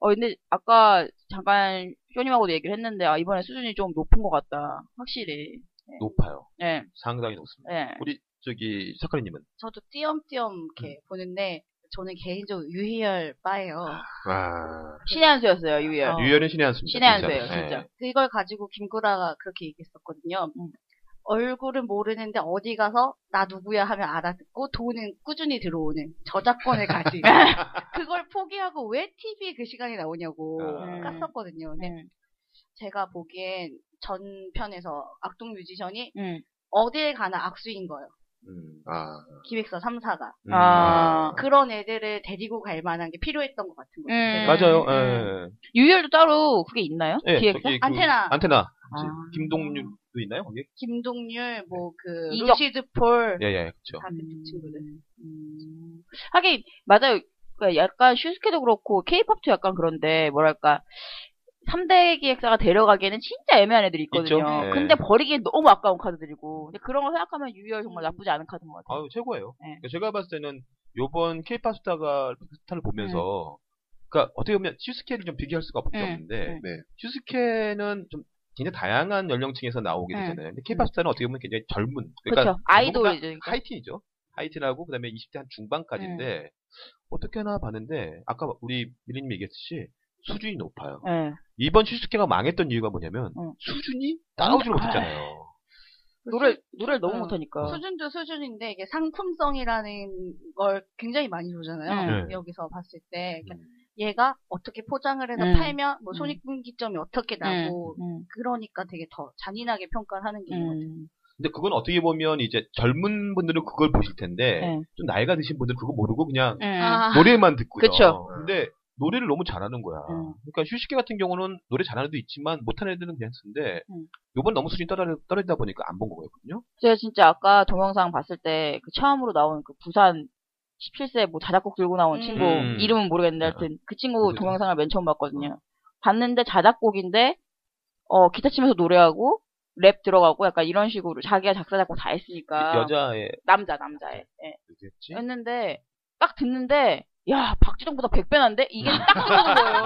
어 근데 아까 잠깐 쇼님하고도 얘기를 했는데 아 이번에 수준이 좀 높은 것 같다 확실히
높아요.
예
상당히 높습니다.
예.
우리 저기 사카리님은
저도 띄엄띄엄
음.
이렇게 보는데 저는 개인적으로 유희열 빠예요.
아,
신의 한 수였어요 유열
어.
유열은 신의 한 수입니다.
신의 한
진짜.
수예요 진짜
그걸 가지고 김구라가 그렇게 얘기했었거든요.
음.
얼굴은 모르는데 어디 가서 나 누구야 하면 알아듣고 돈은 꾸준히 들어오는 저작권을 가진 그걸 포기하고 왜 TV에 그 시간이 나오냐고
아.
깠었거든요. 근데
음.
제가 보기엔 전편에서 악동 뮤지션이
음.
어딜 가나 악수인 거예요.
음.
아.
기획사 3사가.
음.
아
그런 애들을 데리고 갈 만한 게 필요했던 것 같은 거예요.
음.
제가.
맞아요.
음.
예.
유열도 따로 그게 있나요
예,
기획사
저기 그
안테나.
안테나.
아.
김동률도 있나요? 거기?
김동률, 뭐, 그,
이적.
루시드 폴,
예, 예, 그렇죠.
다 그쪽 친구들.
음. 하긴 맞아요. 그러니까 약간 슈스케도 그렇고 케이팝도 약간 그런데 뭐랄까 3대 기획사가 데려가기에는 진짜 애매한 애들이 있거든요.
있죠. 네.
근데 버리기엔 너무 아까운 카드들이고 근데 그런 거 생각하면 유열
음.
정말 나쁘지 않은 카드인 것 같아요.
아유, 최고예요.
네.
그러니까 제가 봤을 때는 요번 케이팝 스타가 스타를 보면서
네.
그러니까 어떻게 보면 슈스케를 좀 비교할 수가 없-
음,
없는데
음.
네.
슈스케는 좀 굉장히 다양한 연령층에서 나오게
음.
되잖아요. 근데 케이팝 스타는 어떻게 보면 굉장히 젊은 그러니까 뭐
그렇죠. 아이돌이죠. 그러니까.
하이틴이죠. 하이틴하고 그다음에 20대 한 중반까지인데
네.
어떻게 하나 봤는데 아까 우리 미리님 얘기했듯이 수준이 높아요.
예.
이번 슈스케가 망했던 이유가 뭐냐면
응.
수준이 따라오질 못했잖아요.
노래 노래를 너무
어.
못하니까.
수준도 수준인데 이게 상품성이라는 걸 굉장히 많이 보잖아요.
음. 네.
여기서 봤을 때 그러니까
음.
얘가 어떻게 포장을 해서
음.
팔면 뭐
음.
손익분기점이 어떻게
음.
나고
음.
그러니까 되게 더 잔인하게 평가를 하는 게 있는 것 같아요.
음.
근데 그건 어떻게 보면 이제 젊은 분들은 그걸 보실 텐데
네.
좀 나이가 드신 분들은 그거 모르고 그냥
음.
아,
노래만 듣고요.
그쵸.
근데 노래를 너무 잘하는 거야.
음.
그러니까 휴식기 같은 경우는 노래 잘하는 애도 있지만 못하는 애들은 괜찮은데
음.
요번 너무 수준이 떨어, 떨어지다 보니까 안 본 거거든요.
제가 진짜 아까 동영상 봤을 때 그 처음으로 나온 그 부산 17세 뭐 자작곡 들고 나온
음.
친구
음.
이름은 모르겠는데 하여튼 그 친구
그거죠.
동영상을 맨 처음 봤거든요. 봤는데 자작곡인데 어 기타 치면서 노래하고 랩 들어가고 약간 이런 식으로 자기가 작사 작곡 다 했으니까
여자의 네.
남자 남자에 예.
그랬지?
했는데 딱 듣는데 야 박지성보다 100배 난데 이게
음.
딱 나오는 거예요.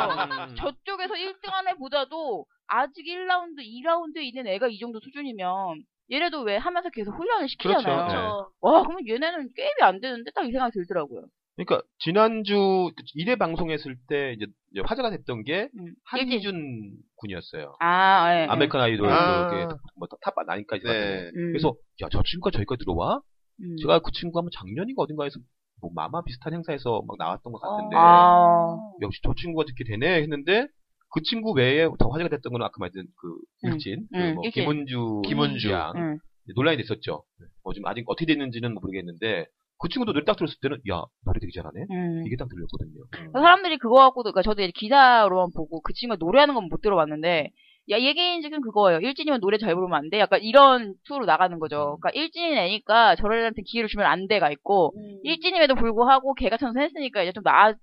아.
음. 저쪽에서 1등 한 애보다도 아직 1라운드, 2라운드에 있는 애가 이 정도 수준이면 얘네도 왜 하면서 계속 훈련을 시키잖아요.
그렇죠. 네.
와, 그러면 얘네는 게임이 안 되는데 딱 이 생각이 들더라고요.
그러니까 지난주 일회 방송했을 때 이제 이제 화제가 됐던 게
음.
한희준 군이었어요.
아, 예.
아메리칸 아이돌
아.
그게 뭐탑 나인까지
네.
음.
그래서 야 저 친구가 저기까지 들어와?
음.
제가 그 친구가 뭐 작년인가 어딘가에서 뭐 마마 비슷한 행사에서 막 나왔던 것 같은데
아,
역시 저 친구가 듣게 되네 했는데 그 친구 외에 더 화제가 됐던 건 아까 말했던 그
음.
일진,
음,
그 뭐
일진.
김은주,
김은주.
양
음.
논란이 됐었죠. 뭐 지금 아직 어떻게 됐는지는 뭐 모르겠는데 그 친구도 노래 딱 들었을 때는 야 노래 되게 잘하네
음.
이게 딱 들렸거든요.
사람들이 그거 갖고도, 그러니까 저도 이제 기사로만 보고 그 친구가 노래하는 건 못 들어봤는데, 야, 얘기인 지금 그거예요. 일진이면 노래 잘 부르면 안 돼. 약간 이런 투로 나가는
음.
거죠. 그러니까 일진인 애니까 저런 애한테 기회를 주면 안 돼가 있고,
음.
일진임에도 불구하고 걔가 전선했으니까 이제 좀 나,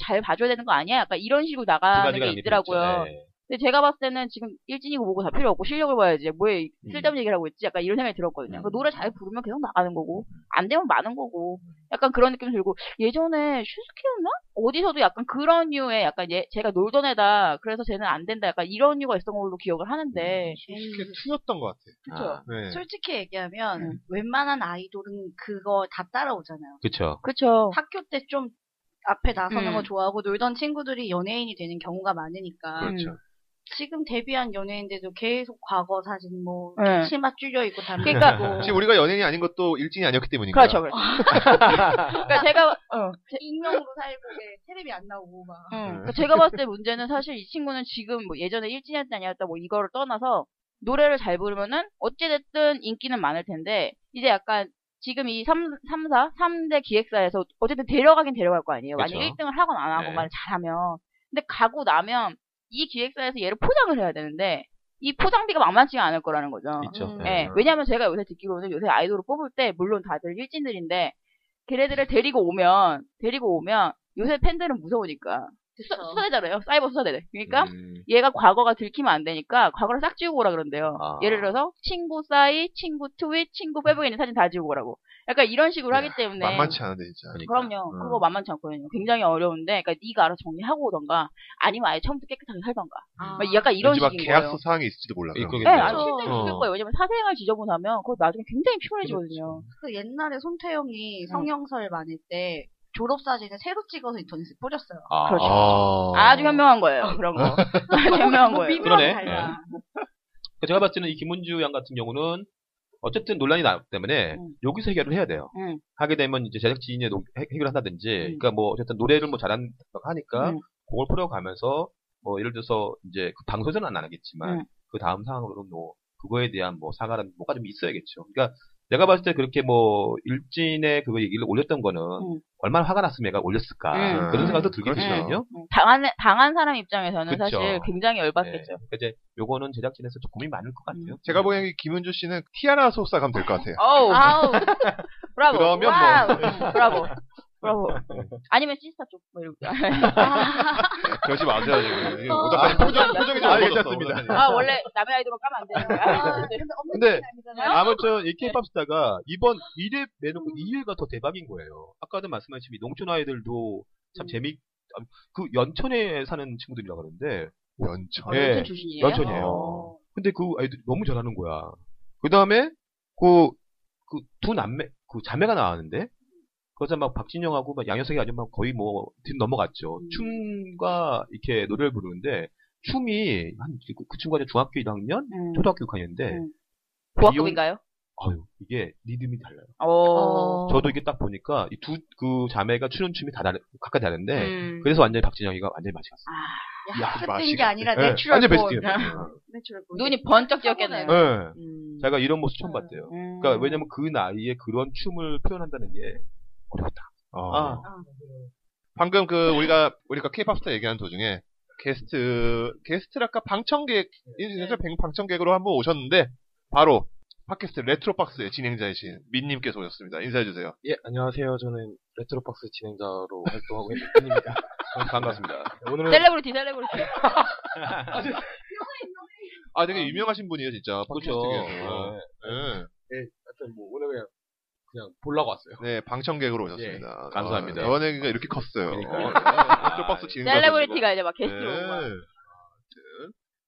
잘 봐줘야 되는 거 아니야? 약간 이런 식으로 나가는 게
의미가
있더라고요.
있죠. 네.
근데 제가 봤을 때는 지금 일진이고 뭐고 다 필요 없고 실력을 봐야지. 뭐에 이-
음.
쓸데없는 얘기를 하고 있지? 약간 이런 생각이 들었거든요. 그 노래 잘 부르면 계속 나가는 거고, 안 되면 많은 거고, 약간 그런 느낌 들고, 예전에 슈스케였나? 어디서도 약간 그런 류의 약간 얘, 제가 놀던 애다. 그래서 쟤는 안 된다. 약간 이런 류가 있었던 걸로 기억을 하는데,
음. 이게 투였던 것 같아요.
아,
네.
솔직히 얘기하면
음.
웬만한 아이돌은 그거 다 따라오잖아요.
그쵸.
그쵸.
학교 때 좀 앞에 나서는
음.
거 좋아하고 놀던 친구들이 연예인이 되는 경우가 많으니까
그렇죠.
지금 데뷔한 연예인들도 계속 과거 사진 뭐
네.
치마 줄여 입고 담배
그러니까
피고
지금 우리가 연예인이 아닌 것도 일진이 아니었기 때문인가.
그렇죠, 그렇죠. 그러니까 제가, 어,
익명으로 살고 예, 테레비 안 나오고 막
아,
응. 그러니까 제가 봤을 때 문제는 사실 이 친구는 지금 뭐 예전에 일진이었다 아니었다 뭐 이거를 떠나서 노래를 잘 부르면은 어찌됐든 인기는 많을 텐데 이제 약간 지금 이 3, 삼사 3대 기획사에서 어쨌든 데려가긴 데려갈 거 아니에요.
그쵸.
만약 1등을 하건 안 하건
네.
만 잘하면. 근데 가고 나면 이 기획사에서 얘를 포장을 해야 되는데 이 포장비가 만만치가 않을 거라는 거죠.
있죠. 네.
음.
예, 왜냐면 제가 요새 듣기로는 요새 아이돌을 뽑을 때, 물론 다들 일진들인데, 걔네들을 데리고 오면, 데리고 오면, 요새 팬들은 무서우니까. 수-
그쵸.
수사대잖아요. 사이버 수사대들. 그러니까,
음.
얘가 과거가 들키면 안 되니까, 과거를 싹 지우고 오라 그런대요.
아.
예를 들어서, 친구 싸이, 친구 트윗, 친구 페북에 있는 사진 다 지우고 오라고. 약간 이런 식으로
야,
하기 때문에.
만만치 않은데 진짜.
그러니까.
그럼요.
음.
그거 만만치 않거든요. 굉장히 어려운데, 그러니까 네가 알아서 정리하고 오던가, 아니면 아예 처음부터 깨끗하게 살던가.
아,
막 약간 이런
왠지 막
식인 거예요.
계약서 사항이 있을지도 몰라.
예,
네,
그러겠네요.
아니,
그렇죠.
실제로 죽일
어.
거예요. 왜냐면 사생활 지저분하면 그거 나중에 굉장히 피곤해지거든요.
그 옛날에 손태영이 성형설 많을 때 졸업 사진을 새로 찍어서 인터넷에 뿌렸어요.
아,
그렇죠.
아.
아주 현명한 거예요. 그런 거. 아주 현명한 거예요. 음,
비밀하고
그러네.
달라.
그러니까 제가 봤을 때는 이 김은주 양 같은 경우는 어쨌든 논란이 나기 때문에
음.
여기서 해결을 해야 돼요.
음.
하게 되면 이제 제작진이 노- 해- 해결한다든지,
네.
음.
그러니까 뭐 어쨌든 노래를 뭐 잘한다고 하니까
음.
그걸 풀어가면서 뭐 예를 들어서 이제 그 방송에서는 안 하겠지만
네.
음.
그 다음 상황으로 뭐 그거에 대한 뭐 사과는 뭐가 좀 있어야겠죠. 그러니까 내가 봤을 때 그렇게 뭐 일진의 그거 얘기를 올렸던 거는
네.
음.
얼마나 화가 났으면 얘가 올렸을까
음.
그런 생각도 들긴
그렇죠.
했거든요.
음. 당한, 당한 사람 입장에서는
그쵸.
사실 굉장히
네.
열받겠죠.
그러니까 이제 요거는 제작진에서 좀 고민이 많을 것 같아요.
제가 보기엔 김은주 씨는 티아라 소속사 가면 될 것 같아요.
어우. 아우. 브라보.
그러면 뭐.
와우. 음, 브라보. 브라보. 아니면 시스타 쪽. 뭐 이러고.
그러지 마세요. 지금. 이게
어.
오답하니 포장, 포장이 좀
아,
어려웠어,
괜찮습니다.
오답하니.
아, 원래 남의 아이돌은 까면 안 되는 거야.
근데 없는
근데
게 아니잖아요.
네.
아무튼 이 케이팝 스타가 이번 1회 내놓고
음.
2회가 더 대박인 거예요. 아까도 말씀하신 이 농촌 아이들도
음.
참 재미 그 연천에 사는 친구들이라 그러는데
연천.
예.
연천 출신이에요.
연천이에요.
어.
근데 그 아이들 이 너무 잘하는 거야. 그 다음에 그그 두 남매 그 자매가 나왔는데 그래서 막 박진영하고 막 양현석이 아주 막 거의 뭐 뒤로 넘어갔죠.
음.
춤과 이렇게 노래를 부르는데 춤이 한 그 친구가 이제 중학교 1학년,
음.
초등학교 6학년인데
음. 고학급인가요?
아유 이게 리듬이 달라요.
어.
저도 이게 딱 보니까 이 두 그 자매가 추는 춤이 다 다른 각각 다른데
음.
그래서 완전히 박진영이가 완전히 맞이 갔어요. 야,
야,
하지
핫된
마시게.
게 아니라
예.
네,
내추럴
완전
본.
베스팅.
내추럴 본.
눈이 번쩍 띄었겠네요.
예.
음.
자기가 이런 모습 처음 봤대요.
음.
그러니까 왜냐면 그 나이에 그런 춤을 표현한다는 게 어렵다. 아,
방금 그 우리가 우리가 케이팝 스타 얘기하는 도중에 게스트 게스트랄까 방청객 인생에서 방청객으로 한 분 오셨는데 바로 팟캐스트 레트로박스의 진행자이신 민님께서 오셨습니다. 인사해 주세요.
예, 안녕하세요. 저는 레트로박스 진행자로 활동하고 있는 민입니다.
아,
네,
반갑습니다.
오늘은
셀레브리티, 셀레브리티.
아 되게 유명하신 분이에요 진짜
그렇죠.
팟캐스트에서. 예.
하여튼 뭐 오늘 그냥 그냥 보려고 왔어요.
네 방청객으로 오셨습니다.
예, 감사합니다.
아, 연예계가 이렇게 컸어요.
그러니까요.
어, 레트로박스
네.
진행자.
셀레브리티가 이제 막 게스트로
네.
오고 막.
아무튼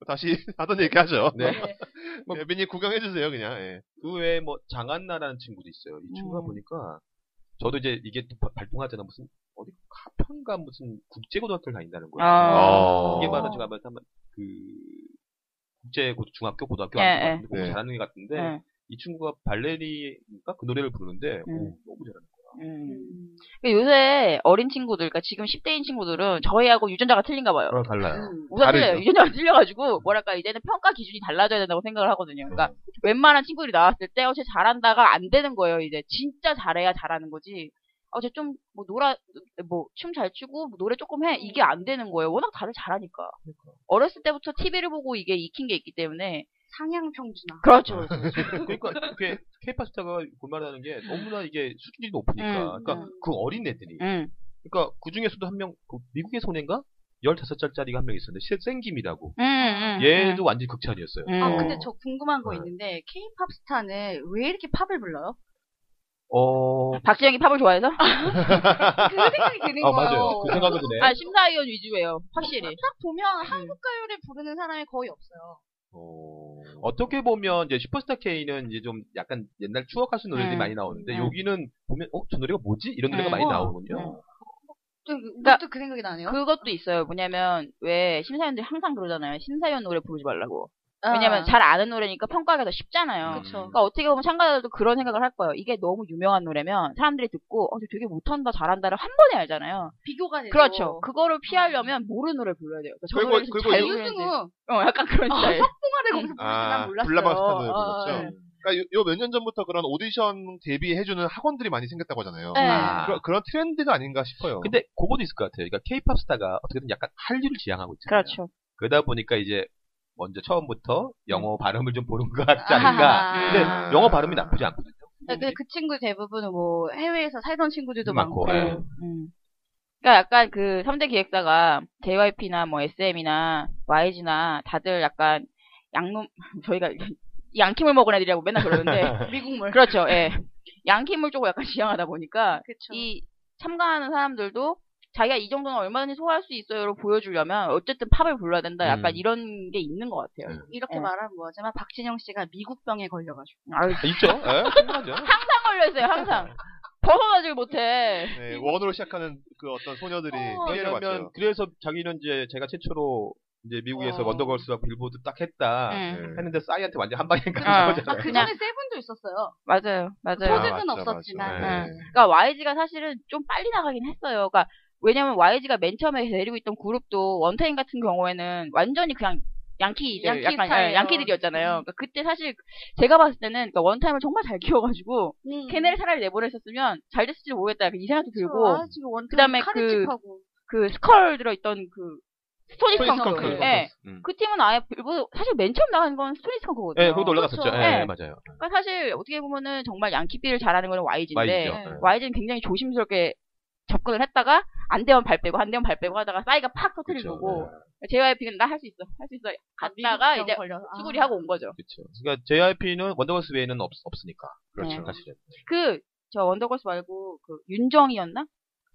다시 하던 얘기 하죠.
네.
예, 민님 구경해 주세요 그냥. 예.
그 외에 뭐 장한나라는 친구도 있어요. 이 친구가
음.
보니까 저도 이제 이게 또 바- 발동하잖아 무슨 어디 가평가 무슨 국제고등학교를 다닌다는 거예요.
아.
이게 바로 제가 말한 그 국제 고- 중학교 고등학교
예,
아닌 것 같은데
예.
공부
네.
잘하는 애 같은데
네.
이 친구가 발레리니까 그 노래를 부르는데
음.
오, 너무 잘하는 거야.
음. 그러니까 요새 어린 친구들, 그러니까 지금 10대인 친구들은 저희하고 유전자가 틀린가 봐요.
그럼 달라요.
음.
우선
다르죠.
틀려요. 유전자가 틀려가지고 뭐랄까 이제는 평가 기준이 달라져야 된다고 생각을 하거든요.
음.
그러니까 웬만한 친구들이 나왔을 때 어쟤 잘한다가 안 되는 거예요. 이제 진짜 잘해야 잘하는 거지. 어쟤좀뭐 놀아 뭐 춤 잘 추고 뭐 노래 조금 해 이게 안 되는 거예요. 워낙 다들 잘하니까.
그러니까.
어렸을 때부터 TV를 보고 이게 익힌 게 있기 때문에
상향 평준화.
그렇죠.
그러니까 이게 케이팝 스타가 골마다는 게 너무나 이게 수준이 높으니까
음,
그러니까
음.
그 어린 애들이
음.
그러니까 그 중에서도 한명 미국의 소녀인가 15살짜리가 한 명 있었는데 실- 생김이라고
음, 음,
얘도 완전 히 극찬이었어요.
음.
아
음.
근데 저 궁금한 거
네.
있는데 K-팝 스타는 왜 이렇게 팝을 불러요?
어,
박진영이 팝을 좋아해서?
네.
그 생각이 드는 거예요.
아,
어.
맞아요. 그 생각은 드네.
아 심사위원 위주예요. 확실히.
딱 보면 한국 가요를 부르는 사람이 거의 없어요.
어... 떻게 보면 이제 슈퍼스타 K는 이제 좀 약간 옛날 추억 가수 노래들이
음.
많이 나오는데
음.
여기는 보면 어, 저 노래가 뭐지? 이런 노래가
음.
많이
어.
나오군요.
또,
그러니까-
또그 생각이 나네요.
그것도 있어요. 뭐냐면 왜 심사위원들이 항상 그러잖아요. 심사위원 노래 부르지 말라고.
아,
왜냐면 잘 아는 노래니까 평가하기가 더 쉽잖아요.
음. 그쵸.
그러니까 어떻게 보면 참가자들도 그런 생각을 할 거예요. 이게 너무 유명한 노래면 사람들이 듣고 어, 저 되게 못한다, 잘한다를 한 번에 알잖아요.
비교가 되죠.
그렇죠. 그거를 피하려면 모르는 노래 불러야 돼요. 그러니까 저
그리고-
노래 지금
그리고
잘 부르는지.
유승우
어, 약간 그런 스타일.
홍아를 거기서 부르는 난 몰랐어요.
블라방 스타드
아,
불렀죠.
네.
그러니까 요 몇 년 전부터 그런 오디션 데뷔해주는 학원들이 많이 생겼다고 하잖아요.
네.
아.
그런, 그런 트렌드가 아닌가 싶어요.
근데 그것도 있을 것 같아요. 그러니까 케이팝 스타가 어떻게든 약간 한류를 지향하고 있잖아요.
그렇죠.
러다 보니까 이제 먼저 처음부터 영어 발음을 좀 보는 것 같지 않을까.
아하.
근데 영어 발음이 나쁘지 않거든요.
그러니까 근데 그 친구 대부분은 뭐 해외에서 살던 친구들도
많고.
많고.
예.
음. 그러니까 약간 그 3대 기획사가 JYP나 뭐 SM이나 YG나 다들 약간 양놈 저희가 양킴을 먹은 애들이라고 맨날 그러는데
네. 미국물.
그렇죠. 예. 양킴을 조금 약간 지향하다 보니까
그렇죠.
이 참가하는 사람들도 자기가 이 정도는 얼마든지 소화할 수 있어요로 보여주려면 어쨌든 팝을 불러야 된다. 약간
음.
이런 게 있는 것 같아요.
이렇게
예.
말하면 뭐하지만 박진영 씨가 미국병에 걸려가지고
아유,
아, 있죠? 예, 충분하죠.
항상 걸려있어요. 항상 벗어나질 못해.
네, 원으로 시작하는 그 어떤 소녀들이 피해를
왜냐면
받죠.
그래서 자기는 이제 제가 최초로 이제 미국에서
와.
원더걸스와 빌보드 딱 했다
응.
네.
했는데 싸이한테 완전 한 방에 간
아.
거잖아요.
아, 그 전에 세븐도 있었어요.
맞아요, 맞아요.
퍼즐은
맞죠,
없었지만.
맞죠.
네. 그러니까 YG가 사실은 좀 빨리 나가긴 했어요. 그러니까 왜냐면 YG가 맨 처음에 데리고 있던 그룹도 원태인 같은 경우에는 완전히 그냥 양키들,
양키
약간
스타예요.
예, 양키들이었잖아요. 그러니까 그때 사실 제가 봤을 때는 그러니까 원타임을 정말 잘 키워가지고
음.
걔네를 차라리 내보냈었으면 잘 됐을지 모르겠다. 약간 이 생각도 들고
아, 지금 원투
그다음에
카드
그-
칩하고.
그 스컬 들어있던 그 스토니스컹크,
스토니스컹크.
예,
음.
그 팀은 아예 일부 사실 맨 처음 나간 건 스토니스컹크거든요.
예, 그것도 올라갔었죠.
그렇죠.
예,
네.
맞아요.
그러니까 사실 어떻게 보면은 정말 양키비를 잘하는 거는 YG인데
맞죠.
네.
YG는 굉장히 조심스럽게 접근을 했다가 안 되면 발 빼고 안 되면 발 빼고 하다가 싸이가 팍 터트린
그쵸. 예.
거고 JYP는 나 할 수 있어 할 수 있어 갔다가
아, 미국병
이제
걸려. 아.
수구리 하고 온 거죠.
그렇죠. 그러니까 JYP는 원더걸스 외에는 없, 없으니까. 네.
그렇죠.
사실은.
그 저 원더걸스 말고 그 윤정이었나?
네.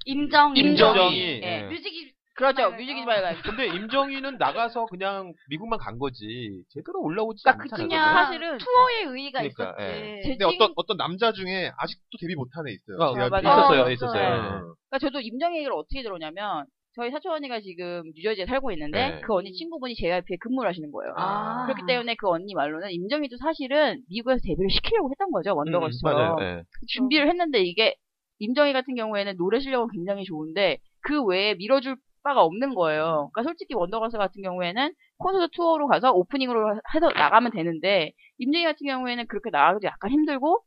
임정.
임정이.
예.
뮤직이
그렇죠.
맞아요.
뮤직이지 말고.
근데 임정희는 나가서 그냥 미국만 간 거지. 제대로 올라오지
그러니까
않잖아요.
그냥
그거는.
사실은
투어의 의의가
그러니까,
있었지.
예.
근데 어떤, 어떤 남자 중에 아직도 데뷔 못한 애 있어요. 네.
어,
아, 맞아요.
있었어요,
어,
있었어요. 음,
그러니까 저도 임정희 얘기를 어떻게 들었냐면 저희 사촌 언니가 지금 뉴저지에 살고 있는데
네.
그 언니 친구분이 JYP에 근무를 하시는 거예요.
아.
그렇기 때문에 그 언니 말로는 임정희도 사실은 미국에서 데뷔를 시키려고 했던 거죠 원더걸스처럼.
음, 맞아요. 예.
준비를 했는데 이게 임정희 같은 경우에는 노래 실력은 굉장히 좋은데 그 외에 밀어줄 바가 없는 거예요. 그러니까 솔직히 원더걸스 같은 경우에는 콘서트 투어로 가서 오프닝으로 해서 나가면 되는데 임정희 같은 경우에는 그렇게 나가기도 약간 힘들고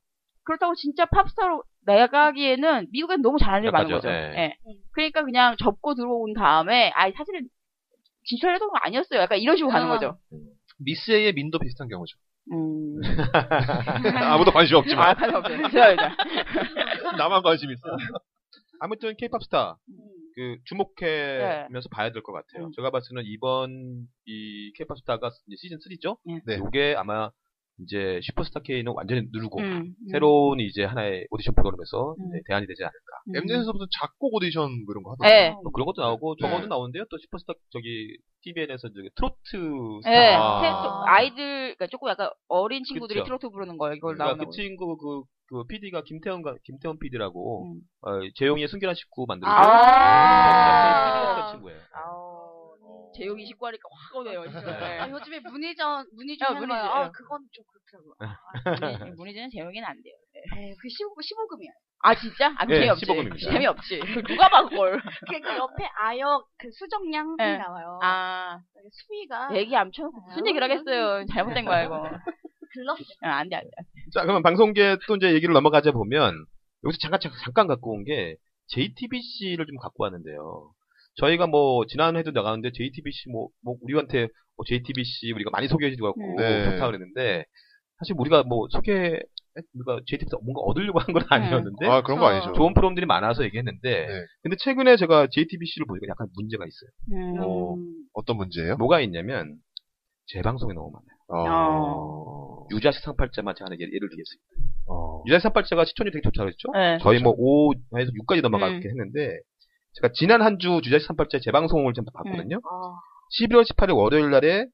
그렇다고 진짜 팝스타로 나가기에는 미국에는 너무 잘하는 일 많은
약하죠,
거죠.
네.
예. 그러니까 그냥 접고 들어온 다음에 아 사실은 진출해도 아니었어요. 약간 이런 식으로 가는
아.
거죠.
미스의 민도 비슷한 경우죠.
음.
아무도 관심
아,
없지만
관심 없어요. 죄송합니다.
나만 관심 있어.
아무튼 케이팝 스타 그 주목하면서 봐야 될 것 같아요.
음.
제가 봤을 때는 이번 이 케이팝 스타가 이제 시즌 3죠?
예.
네. 요게 아마 이제 슈퍼스타 K는 완전히 누르고
음,
새로운 이제 하나의 오디션 프로그램에서
음.
이제 대안이 되지 않을까.
음.
MN에서 무슨 작곡 오디션 그런 거 하던데.
네.
뭐 그런 것도 나오고 저거도
네.
나오는데요. 또 슈퍼스타 저기 TVN에서 저기 트로트 스타
네,
아.
아. 아이들, 그러니까 조금 약간 어린 친구들이
그쵸.
트로트 부르는 거예요, 이걸
그러니까
나오는
그 친구 그, 그 PD가 김태원과 김태원 PD라고 어,
음.
재용이의 승기란 식구 만들고
아.
친구예요.
재용이 식구 하니까 확 오네요,
아,
진짜.
요즘에 문희전, 문희준
야,
하는 거예요.
문희준,
아,
예.
그건 좀 그렇더라고요.
예.
네. 문희재는 재용이는 안 돼요. 네.
에이, 그 15, 15금이야.
아, 진짜? 안
네,
재미없지.
15금 입니다.
재미없지. 누가 봐, 그걸.
그 옆에 아역, 그 수정량이
예.
나와요.
아,
수위가
얘기 안 쳐놓고 무슨 얘기를 하겠어요. 잘못된 거야, 이거.
글렀어.
아, 안 돼, 안 돼.
자, 그러면 방송계 또 이제 얘기를 넘어가자 보면, 여기서 잠깐, 잠깐, 잠깐 갖고 온 게, JTBC를 좀 갖고 왔는데요. 저희가 뭐, 지난해도 나가는데, JTBC 뭐, 뭐, 우리한테, 뭐 JTBC 우리가 많이 소개해주고,
음.
네.
좋다 그랬는데, 사실 우리가 뭐, 소개, 우리가 JTBC 뭔가 얻으려고 한 건
네.
아니었는데,
아 그런 거 아니죠.
좋은 프로그램들이 많아서 얘기했는데,
네.
근데 최근에 제가 JTBC를 보니까 약간 문제가 있어요.
음.
어, 어떤 문제예요?
뭐가 있냐면, 재방송이 너무 많아요.
어.
유자식 상팔자만 제가 하나 예- 예를 들겠습니다.
어.
유자식 상팔자가 시청률이 되게 좋다고 그랬죠?
네.
저희 뭐 5에서 6까지 넘어가게 했는데 제가 지난 한 주 주자식 38제 재방송을 좀 봤거든요.
아,
11월 18일 월요일 날에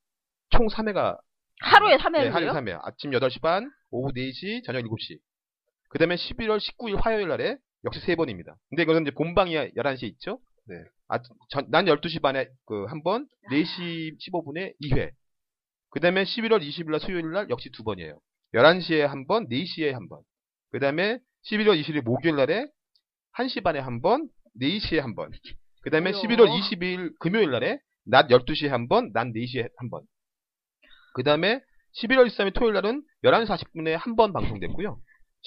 총 3회가
하루에
네, 하루
3회예요?
3회. 아침 8시 반, 오후 4시, 저녁 7시. 그다음에 11월 19일 화요일 날에 역시 3번입니다. 근데 이거는 이제 본방이 11시에 있죠?
네.
아, 전- 난 12시 반에 그 한 번, 4시 15분에 2회. 그다음에 11월 20일 날 수요일 날 역시 두 번이에요. 11시에 한 번, 4시에 한 번. 그다음에 11월 20일 목요일 날에 1시 반에 한 번, 4시에 한 번. 그다음에
어려워.
11월 22일 금요일 날에 낮 12시에 한 번, 낮 4시에 한 번. 그다음에 11월 23일 토요일 날은 11시 40분에 한 번 방송됐고요.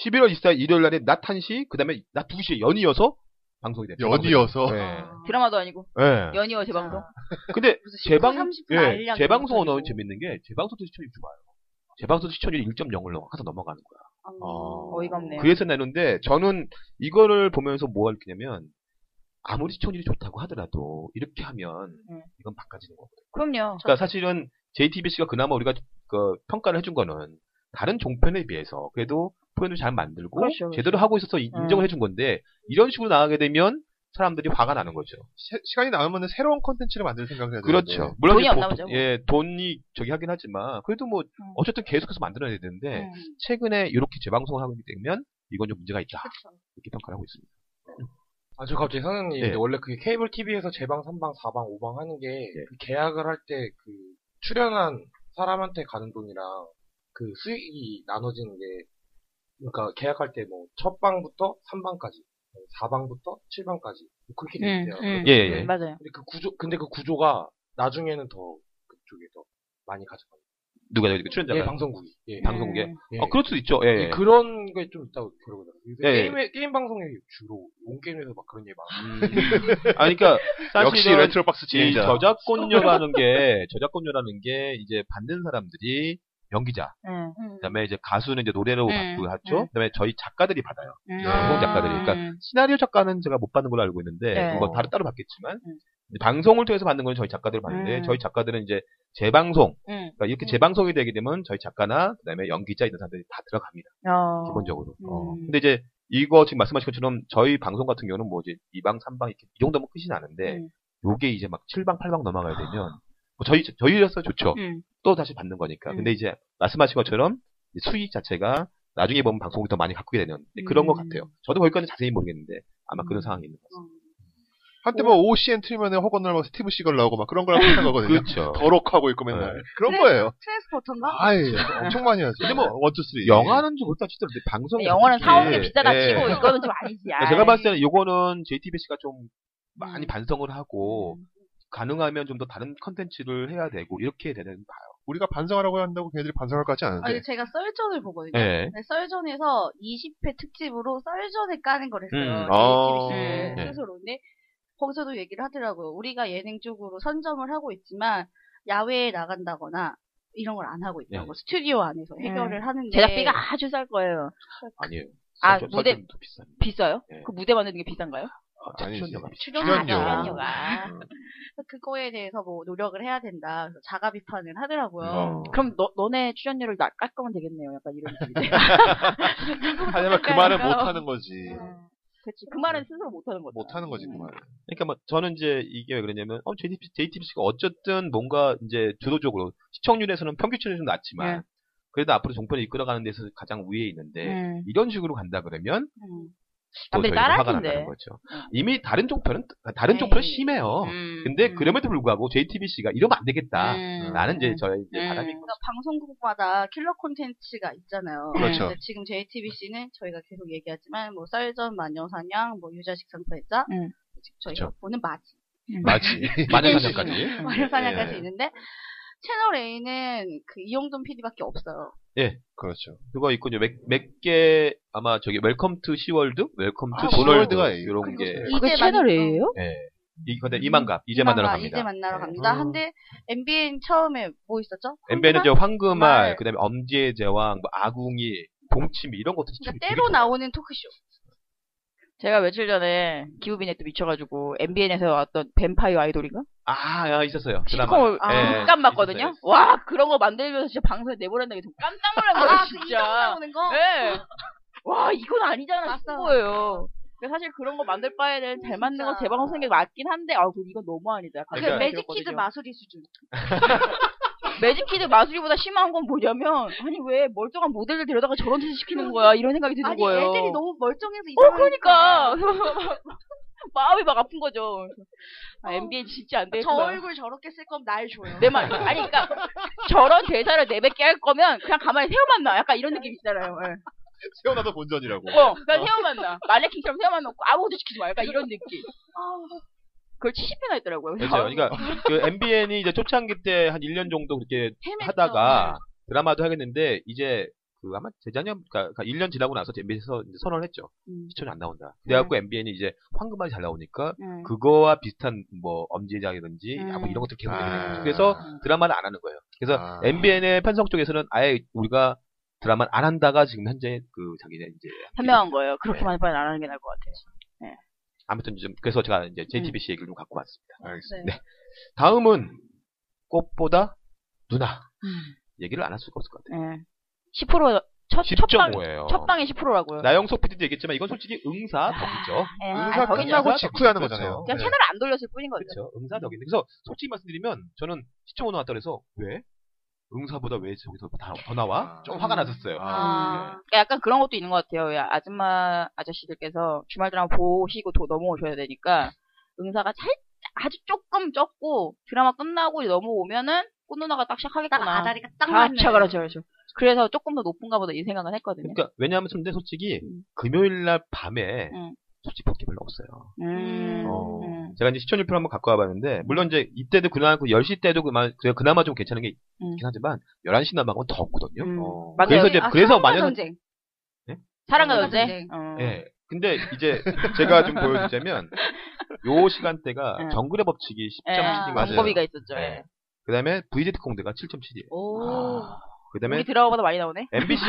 11월 24일 일요일 날에 낮 1시, 그다음에 낮 2시에 연이어서 방송이 됐죠.
연이어서.
네.
드라마도 아니고.
예.
연이어 재방송.
근데
무슨
재방
30분
예,
알량
재방송은
정도
너무 재밌는 게 재방송도 시청률이 좋아요. 재방송 시청률이 1.0을 항상 넘어가는 거야.
어.
아, 어이가 없네요.
그래서 내는데 저는 이거를 보면서 뭐 했냐면 아무리 시청률이 좋다고 하더라도 이렇게 하면
음.
이건 바꿔지는 거거든요.
그럼요.
그러니까 사실은 JTBC가 그나마 우리가 그 평가를 해준 거는 다른 종편에 비해서 그래도 프로그램을 잘 만들고
그렇죠, 그렇죠.
제대로 하고 있어서 이- 인정을 해준 건데 이런 식으로 나가게 되면 사람들이 화가 나는 거죠.
시- 시간이 남으면 새로운 컨텐츠를 만들 생각을 해야 되는데.
그렇죠. 물론
돈이
이제
안
돈-
나오죠, 뭐.
예, 돈이 저기 하긴 하지만 그래도 뭐 어쨌든 계속해서 만들어야 되는데
음.
최근에 이렇게 재방송을 하게 되면 이건 좀 문제가 있다
그쵸.
이렇게 평가를 하고 있습니다.
아, 저 갑자기 생각난 얘기인데,
네.
원래 그게 케이블 TV에서 재방, 3방, 4방, 5방 하는 게, 그 계약을 할 때, 그, 출연한 사람한테 가는 돈이랑, 그 수익이 나눠지는 게, 그러니까 계약할 때 뭐, 첫 방부터 3방까지, 뭐 4방부터 7방까지, 뭐 그렇게 돼 있대요.
음.
예, 예.
음, 맞아요.
근데 그 구조, 근데 그 구조가, 나중에는 더, 그쪽에 더 많이 가져가요.
누가 여기 출연자가
예, 방송국이. 예.
방송국에?
음.
예.
어, 네, 그럴 수도 있죠. 예, 예.
예, 그런 게 좀 있다고 그러거든요. 요새
예, 예.
게임에, 게임 방송이 주로, 온 게임에서 막 그런 얘기 많아요.
아, 그러니까
역시
사실은
레트로박스
이
진행자.
저작권료라는 게 저작권료라는 게 이제 받는 사람들이 연기자,
음.
그다음에 이제 가수는 이제 노래로
음,
받고 하죠.
음.
그다음에 저희 작가들이 받아요.
음.
방송 작가들이. 그러니까 시나리오 작가는 제가 못 받는 걸로 알고 있는데
네.
그거 따로 따로 받겠지만
음.
이제 방송을 통해서 받는 건 저희 작가들이 받는데
음.
저희 작가들은 이제 재방송,
음.
그러니까 이렇게 재방송이 되게 되면 저희 작가나 그다음에 연기자 이런 사람들이 다 들어갑니다.
어.
기본적으로. 어.
음.
근데 이제 이거 지금 말씀하신 것처럼 저희 방송 같은 경우는 뭐 이제 2방, 3방 이렇게 이 정도면 끝이 나는데
음.
요게 이제 막 7방, 8방 넘어가야
아.
되면 뭐 저희 저희라서 좋죠.
음.
또 다시 받는 거니까.
음.
근데 이제 말씀하신 것처럼 이 수익 자체가 나중에 보면 방송이 더 많이 갖게 되는 이제 그런 것
음.
같아요. 저도 거기까지 자세히 모르겠는데 아마 그런
음.
상황이 있는 것 같아요.
한때 뭐 OCN 틀면 허건 날막 뭐 스티브 시걸 나오고 막 그런 거랑 비슷한 거거든요.
그렇죠.
더럭하고 있고 맨날. 그런 거예요.
트랜스포터인가?
아이, 엄청 많이 하죠. 근데 뭐, 원투 쓰리.
영화는 좀 그렇다 치더라도 방송
영어는 네, 사오는 게 비싸다
예.
치고 이거는 음. 좀 아니지.
제가 봤을 때는 요거는 JTBC가 좀 많이 반성을 하고
음.
가능하면 좀 더 다른 컨텐츠를 해야 되고 이렇게 되는 봐요.
우리가 반성하라고 한다고 걔들이 반성할 것 같지 않은데.
네.
아니 제가 썰전을 보거든요.
네.
예.
근데 썰전에서 20회 특집으로 썰전을 까는 걸 했어요.
음,
어.
JTBC
네.
스스로. 근데 거기서도 얘기를 하더라고요. 우리가 예능 쪽으로 선점을 하고 있지만 야외에 나간다거나 이런 걸 안 하고 있다고
네.
스튜디오 안에서 해결을 하는 게
음. 제작비가 아주 쌀 거예요.
아니에요. 쌀
아,
좀-
무대-
쌀좀더 비싸요.
비싸요?
네.
그 무대 만드는 게 비싼가요?
아,
아니지. 네.
출연료가
출연료.
비싸요.
출연료가.
그거에 대해서 뭐 노력을 해야 된다. 그래서 자가 비판을 하더라고요.
어.
그럼 너, 너네 출연료를 나 깎으면 되겠네요. 약간 이런 느낌인데.
하지만 그 말을 못 하는
네.
거지.
그치. 그 말은 스스로 못 하는 거죠.
못 하는 거지, 그 말.
그러니까 뭐 저는 이제 이게 왜 그러냐면 어, JTBC, JTBC가 어쨌든 뭔가 이제 주도적으로 시청률에서는 평균치는 좀 낮지만
네.
그래도 앞으로 종편을 이끌어가는 데서 가장 위에 있는데
음.
이런 식으로 간다 그러면
음.
또
남들이
저희가 화가
따라하던데. 예.
난다는 거죠. 이미 다른 종편은 다른 종편은 심해요.
음.
근데 그럼에도 불구하고 JTBC가 이러면 안 되겠다.
음.
나는 이제 저의 이제
음.
바람이
그러니까 방송국마다 킬러 콘텐츠가 있잖아요.
그렇죠.
근데 지금 JTBC는 저희가 계속 얘기하지만 뭐 썰전, 마녀사냥, 뭐 유자식 상팔자,
음.
지금 저희가
그렇죠.
보는 마지,
마치 많은 사냥까지
음.
마녀사냥까지
예.
있는데 채널 A는 그 이용돈 PD밖에 없어요.
그렇죠.
그거 있군요. 몇 개 아마 저기 웰컴 투 시월드, 웰컴 투
아,
도널드
시월드가
이런
그리고
게
그
그게 채널 A예요?
예. 이 근데 이만갑 이제 만나러
이만가,
갑니다. 예.
이제 만나러 갑니다.
음.
한데 MBN 처음에 뭐 있었죠?
엠베는 이제
말.
황금알, 그다음에 엄지의 제왕, 뭐 아궁이, 봉침 이런 것도 시청률이
그러니까
되게
때로
좋아요.
나오는 토크쇼.
제가 며칠 전에 기후빈에 또 미쳐가지고 MBN에서 왔던 뱀파이어 아이돌인가?
아, 야, 있었어요. 드라마.
시커멀
아,
예,
잠깐 봤거든요.
있었어요.
와 그런 거 만들면서 진짜 방송에 내보낸다는 게 깜짝 놀란 거예요
아, 그 이동
진짜.
나오는
네.
거?
예. 와 이건 아니잖아 싶은
맞아.
거예요. 근데 사실 그런 거 만들 바에는 잘 맞는 거
진짜.
재방송하는 게 맞긴 한데 아 이건 너무 아니다.
그
그러니까
매직키드 마술이 수준. 그러니까.
매직키드 마술이보다 심한 건 뭐냐면 아니 왜 멀쩡한 모델을 데려다가 저런 짓을 시키는 거야 이런 생각이 드는
아니
거예요.
애들이 너무 멀쩡해서
어,
이상하니까.
그러니까. 마음이 막 아픈 거죠. 아, NBA 진짜 안
네, 저
되겠구나.
얼굴 저렇게 쓸 거면 날 줘요.
내 말. 아니, 그니까, 저런 대사를 내뱉게 할 거면, 그냥 가만히 세워만 나. 약간 이런 느낌 있잖아요. 예.
세워놔도 본전이라고.
어, 그냥 세워만 나. 말레킹처럼 세워만 놓고 아무것도 시키지 마. 약간 이런 느낌. 그걸 70회나 했더라고요.
그렇죠. 그러니까 그 MBN이 이제 초창기 때 한 1년 정도 그렇게
헤맸죠.
하다가
네.
드라마도 하겠는데 이제 그 아마 재작년 그러니까 1년 지나고 나서 MBN에서 선언을 했죠.
음.
시청이 안 나온다.
네.
그래갖고 MBN이 이제 황금알이 잘 나오니까
음.
그거와 비슷한 뭐 엄지장이든지
음.
아무 이런 것들 계속 내게 되는
아.
거죠. 그래서 드라마를 안 하는 거예요. 그래서
아.
MBN의 편성 쪽에서는 아예 우리가 드라마를 안 한다가 지금 현재 그 자기네 이제
현명한 거예요. 그렇게
네.
많이 빨리 안 하는 게 나을 것 같아요.
아무튼 좀 그래서 제가
음.
이제 JTBC 얘기를 좀 갖고 왔습니다. 네.
알겠습니다.
네.
다음은 꽃보다 누나
음.
얘기를 안 할 수가 없을 것 같아요.
예. 10% 첫, 네. 첫 방,
10.5예요.
첫 방에 10%라고요.
나영석 PD도 얘기했지만 이건 솔직히 응사덕이죠.
예, 아,
의사
거기죠.
끝나고 직후에 하는
그렇죠.
거잖아요.
그냥
네.
채널을 안 돌렸을 뿐인 거죠.
그렇죠. 응사덕인데 그래서 솔직히 말씀드리면 저는 시청 오너 왔다 그래서 왜 응사보다 왜 저기서 다- 더 나와?
아.
좀 화가 났었어요.
아.
그러니까 약간 그런 것도 있는 것 같아요. 야, 아줌마 아저씨들께서 주말 드라마 보시고 도 넘어오셔야 되니까 응사가 살짝 아주 조금 적고 드라마 끝나고 이제 넘어오면은 꽃누나가 딱
딱
시작하겠구나.
아다리가 딱
아,
맞네.
그렇죠, 그렇죠, 그렇죠. 그래서 조금 더 높은가 보다 이 생각은 했거든요.
그러니까 왜냐하면 근데 솔직히
음.
금요일 날 밤에
음.
솔직히 볼 게 별로 없어요.
음,
어.
음,
제가 이제 시청률표를 한번 갖고 와봤는데 물론 이제 이때도 그나마 그 10시 때도 그나마, 제가 그나마 좀 괜찮은 게
음.
있긴 하지만 11시 남아가면 더 없거든요.
음.
어.
맞아요.
그래서 이제
아,
그래서
사랑과
만약
전쟁.
사랑과
사랑과
전쟁.
전쟁.
어.
예. 근데 이제 제가 좀 보여주자면 요 시간대가
음.
정글의 법칙이
예,
10.7인 거예요.
광고비가 있었죠. 예.
예. 아. 그다음에 VZ 공대가 7.7이에요.
오.
그다음에
우리 드라마보다 아. 많이 나오네.
MBC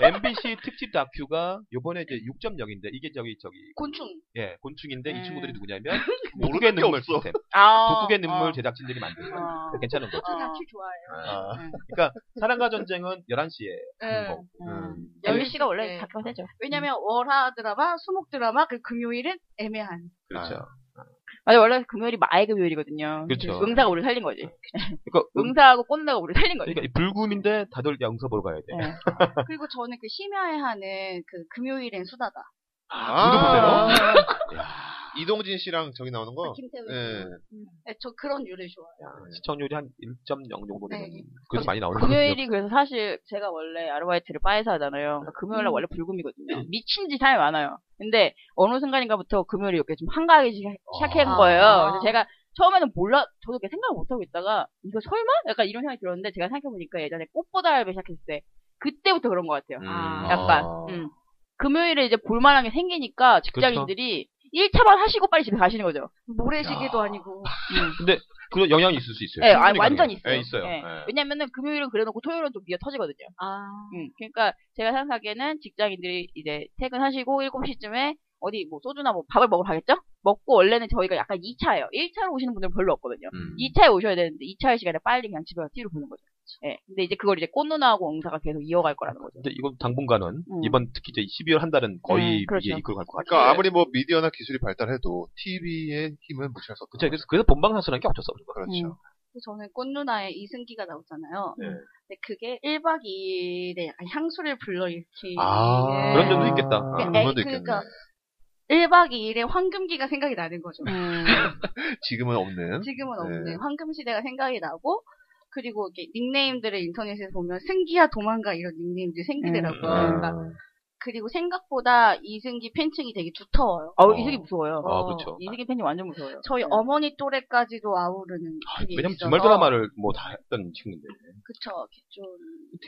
MBC 특집 다큐가 요번에 이제 6.0인데 이게 저기 저기
곤충.
예, 곤충인데
음.
이 친구들이 누구냐면
모르는
북극의
게
눈물
없어.
시스템.
아,
북극의 눈물
어.
제작진들이 만든 거예요.
어.
괜찮은 거죠.
어. 예.
다큐 좋아해요.
아.
그러니까 사랑과 전쟁은 11시에 하는 거고.
음.
음.
10시가 원래
네.
작가 되죠.
왜냐면 월화 드라마, 수목 드라마, 그 금요일은 애매한.
그렇죠.
아니 원래 금요일이 마의 금요일이거든요.
그렇죠.
응사가 우리 살린 거지.
그러니까 음,
응사하고 꽃내가 우리 살린 거지.
그러니까 이 불금인데 다들 양서 보러 가야 돼.
예.
그리고 저는
아,
그 심야에 하는 그 금요일엔 수다다.
아,
보세요.
이동진 씨랑 저기 나오는 거.
그 김태우.
예.
네, 저 그런 유를 좋아해요.
시청률이 한 1.0 정도 되는
네.
그래도 많이 나오는 거예요.
금요일이 그래서 사실 제가 원래 아르바이트를 바에서 하잖아요. 그러니까
음.
금요일날 원래 불금이거든요. 미친 짓 하면 많아요. 근데 어느 순간인가부터 금요일이 이렇게 좀 한가하기 시작- 시작한
아.
거예요. 그래서 제가 처음에는 몰라, 저도 이렇게 생각을 못하고 있다가 이거 설마? 약간 이런 생각이 들었는데 제가 생각해보니까 예전에 꽃보다 알바 시작했을 때 그때부터 그런 것 같아요.
아.
약간 음. 금요일에 이제 볼만한 게 생기니까 직장인들이 1차만 하시고 빨리 집에 가시는 거죠.
모래시계도 아니고.
그 영향이 있을 수 있어요.
예,
충분히
아니, 완전
가능해요.
있어요.
예, 있어요.
예.
예.
왜냐면은 금요일은 그래놓고 토요일은 좀 미어 터지거든요.
아.
음, 그러니까 제가 생각하기에는 직장인들이 이제 퇴근하시고 7시쯤에 어디 뭐 소주나 뭐 밥을 먹으러 가겠죠? 먹고 원래는 저희가 약간 2차예요. 1차로 오시는 분들은 별로 없거든요.
음.
2차에 오셔야 되는데 2차의 시간에 빨리 그냥 집에 가서 TV를 보는 거죠. 음, 예. 근데 이제 그걸 이제 꽃누나하고 엉사가 계속 이어갈 거라는 거죠.
근데 이건 당분간은
음.
이번 특히 이제 12월 한 달은 거의
음, 그렇죠.
이게 이끌고 갈 것 같아요. 네.
그러니까 아무리 뭐 미디어나 기술이 발달해도 TV의 힘은 무시할 수 없죠.
그쵸, 그래서 그래서 본방사수라는 게 없었어.
그렇죠.
음.
저는 꽃누나의 이승기가 나오잖아요.
네.
근데 그게 1박 2일에 약간 향수를 불러일으키는.
아,
네.
예.
그런 점도 있겠다.
아,
그러니까
그런
애-
것도 있겠네.
그러니까 1박 2일에 황금기가 생각이 나는 거죠.
음.
음.
지금은 없는.
지금은 없는
네.
황금시대가 생각이 나고, 그리고 이렇게 닉네임들을 인터넷에서 보면 승기야 도망가 이런 닉네임들이 생기더라고요.
음.
그러니까 그리고 생각보다 이승기 팬층이 되게 두터워요.
아우,
어.
이승기 무서워요.
아, 그렇죠.
이승기 팬이 완전 무서워요.
저희
예.
어머니 또래까지도 아우르는 게
왜냐면
네.
있어서
주말 드라마를 뭐 다 했던 친구인데
그쵸 이렇게 좀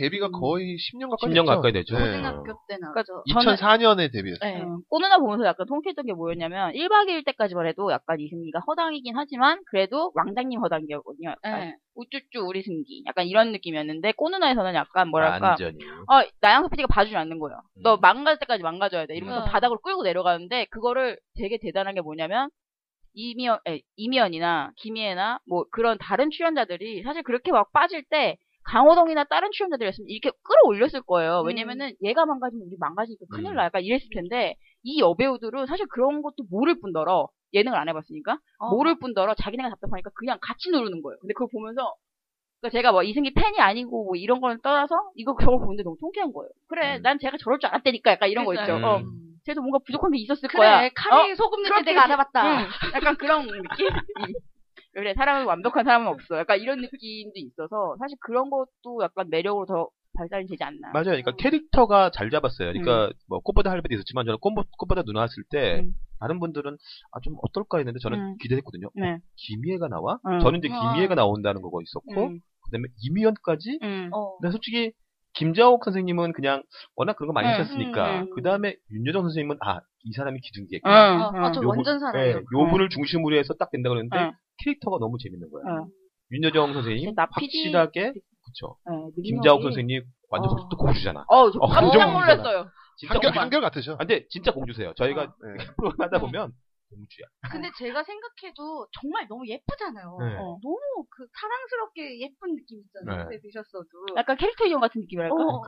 데뷔가 거의 10년 가까이
10년
됐죠?
가까이 되죠.
네.
고등학교 때
그러니까
나왔죠.
저는-
2004년에 데뷔했어요.
네.
어, 꼬누나 보면서 약간 통쾌했던 게 뭐였냐면 1박 2일 때까지만 해도 약간 이승기가 허당이긴 하지만 그래도 왕장님 허당이었거든요. 약간
네.
우쭈쭈 우리 승기 약간 이런 느낌이었는데 꼬누나에서는 약간 뭐랄까
완전히.
어, 나양석 PD가 봐주지 않는 거예요. 너
음.
망가질 때까지 망가져야 돼. 이러면서
음.
바닥으로 끌고 내려가는데 그거를 되게 대단한 게 뭐냐면 이미연, 에, 이미연이나 김희애나 뭐 그런 다른 출연자들이 사실 그렇게 막 빠질 때 강호동이나 다른 출연자들이었으면 이렇게 끌어올렸을 거예요.
음.
왜냐면은 얘가 망가지면 우리 망가지니까 큰일
음.
나. 약간 이랬을 텐데 이 여배우들은 사실 그런 것도 모를 뿐더러 예능을 안 해봤으니까
어.
모를 뿐더러 자기네가 답답하니까 그냥 같이 누르는 거예요. 근데 그걸 보면서 그러니까 제가 뭐 이승기 팬이 아니고 뭐 이런 거는 떠나서 이거 저걸 보는데 너무 통쾌한 거예요. 그래,
음.
난 제가 저럴 줄 알았다니까 약간 이런 거
그러니까요.
있죠.
음.
어, 쟤도 뭔가 부족한 게 있었을
그래
거야. 어?
카레에 소금
그렇게
넣을 때 내가
해서-
알아봤다.
음, 약간 그런 느낌. 음. 그래, 사람은 완벽한 사람은 없어. 약간 이런 느낌도 있어서 사실 그런 것도 약간 매력으로 더 발달이 되지 않나.
맞아요. 그러니까 캐릭터가 잘 잡았어요. 그러니까 뭐 꽃보다 할배도 있었지만 저는 꽃보, 꽃보다 누나 했을 때
음.
다른 분들은 아, 좀 어떨까 했는데 저는
음.
기대했거든요. 어,
네.
김희애가 나와?
음.
저는 이제
우와.
김희애가 나온다는 거가 있었고
음,
그다음에 이미연까지.
음.
어.
근데 솔직히 김자옥 선생님은 그냥 워낙 그런 거 많이
음,
음,
하셨으니까
음.
그다음에 윤여정 선생님은 아 이 사람이
어,
기둥기겠구나.
아,
어.
아, 저
요거-
완전
예,
음.
사랑해요.
요 분을 중심으로 해서 딱 된다 그랬는데
어.
캐릭터가 너무 재밌는 거야.
어.
윤여정 선생님
나 PD
확실하게 그쵸.
네, 능력이-
김자옥 선생님 완전
어.
또 공주잖아.
어우, 저
어,
깜짝
완전
놀랐어요.
진짜
한결,
공주.
한결 같으셔.
아, 근데 진짜 공주세요.
어.
저희가
네.
프로그램 하다 보면 공주야.
근데 제가 생각해도 정말 너무 예쁘잖아요.
네.
어, 너무 그 사랑스럽게 예쁜 느낌 있잖아요.
네.
그때 드셨어도.
약간 캐릭터 이용 같은 느낌이랄까.
어,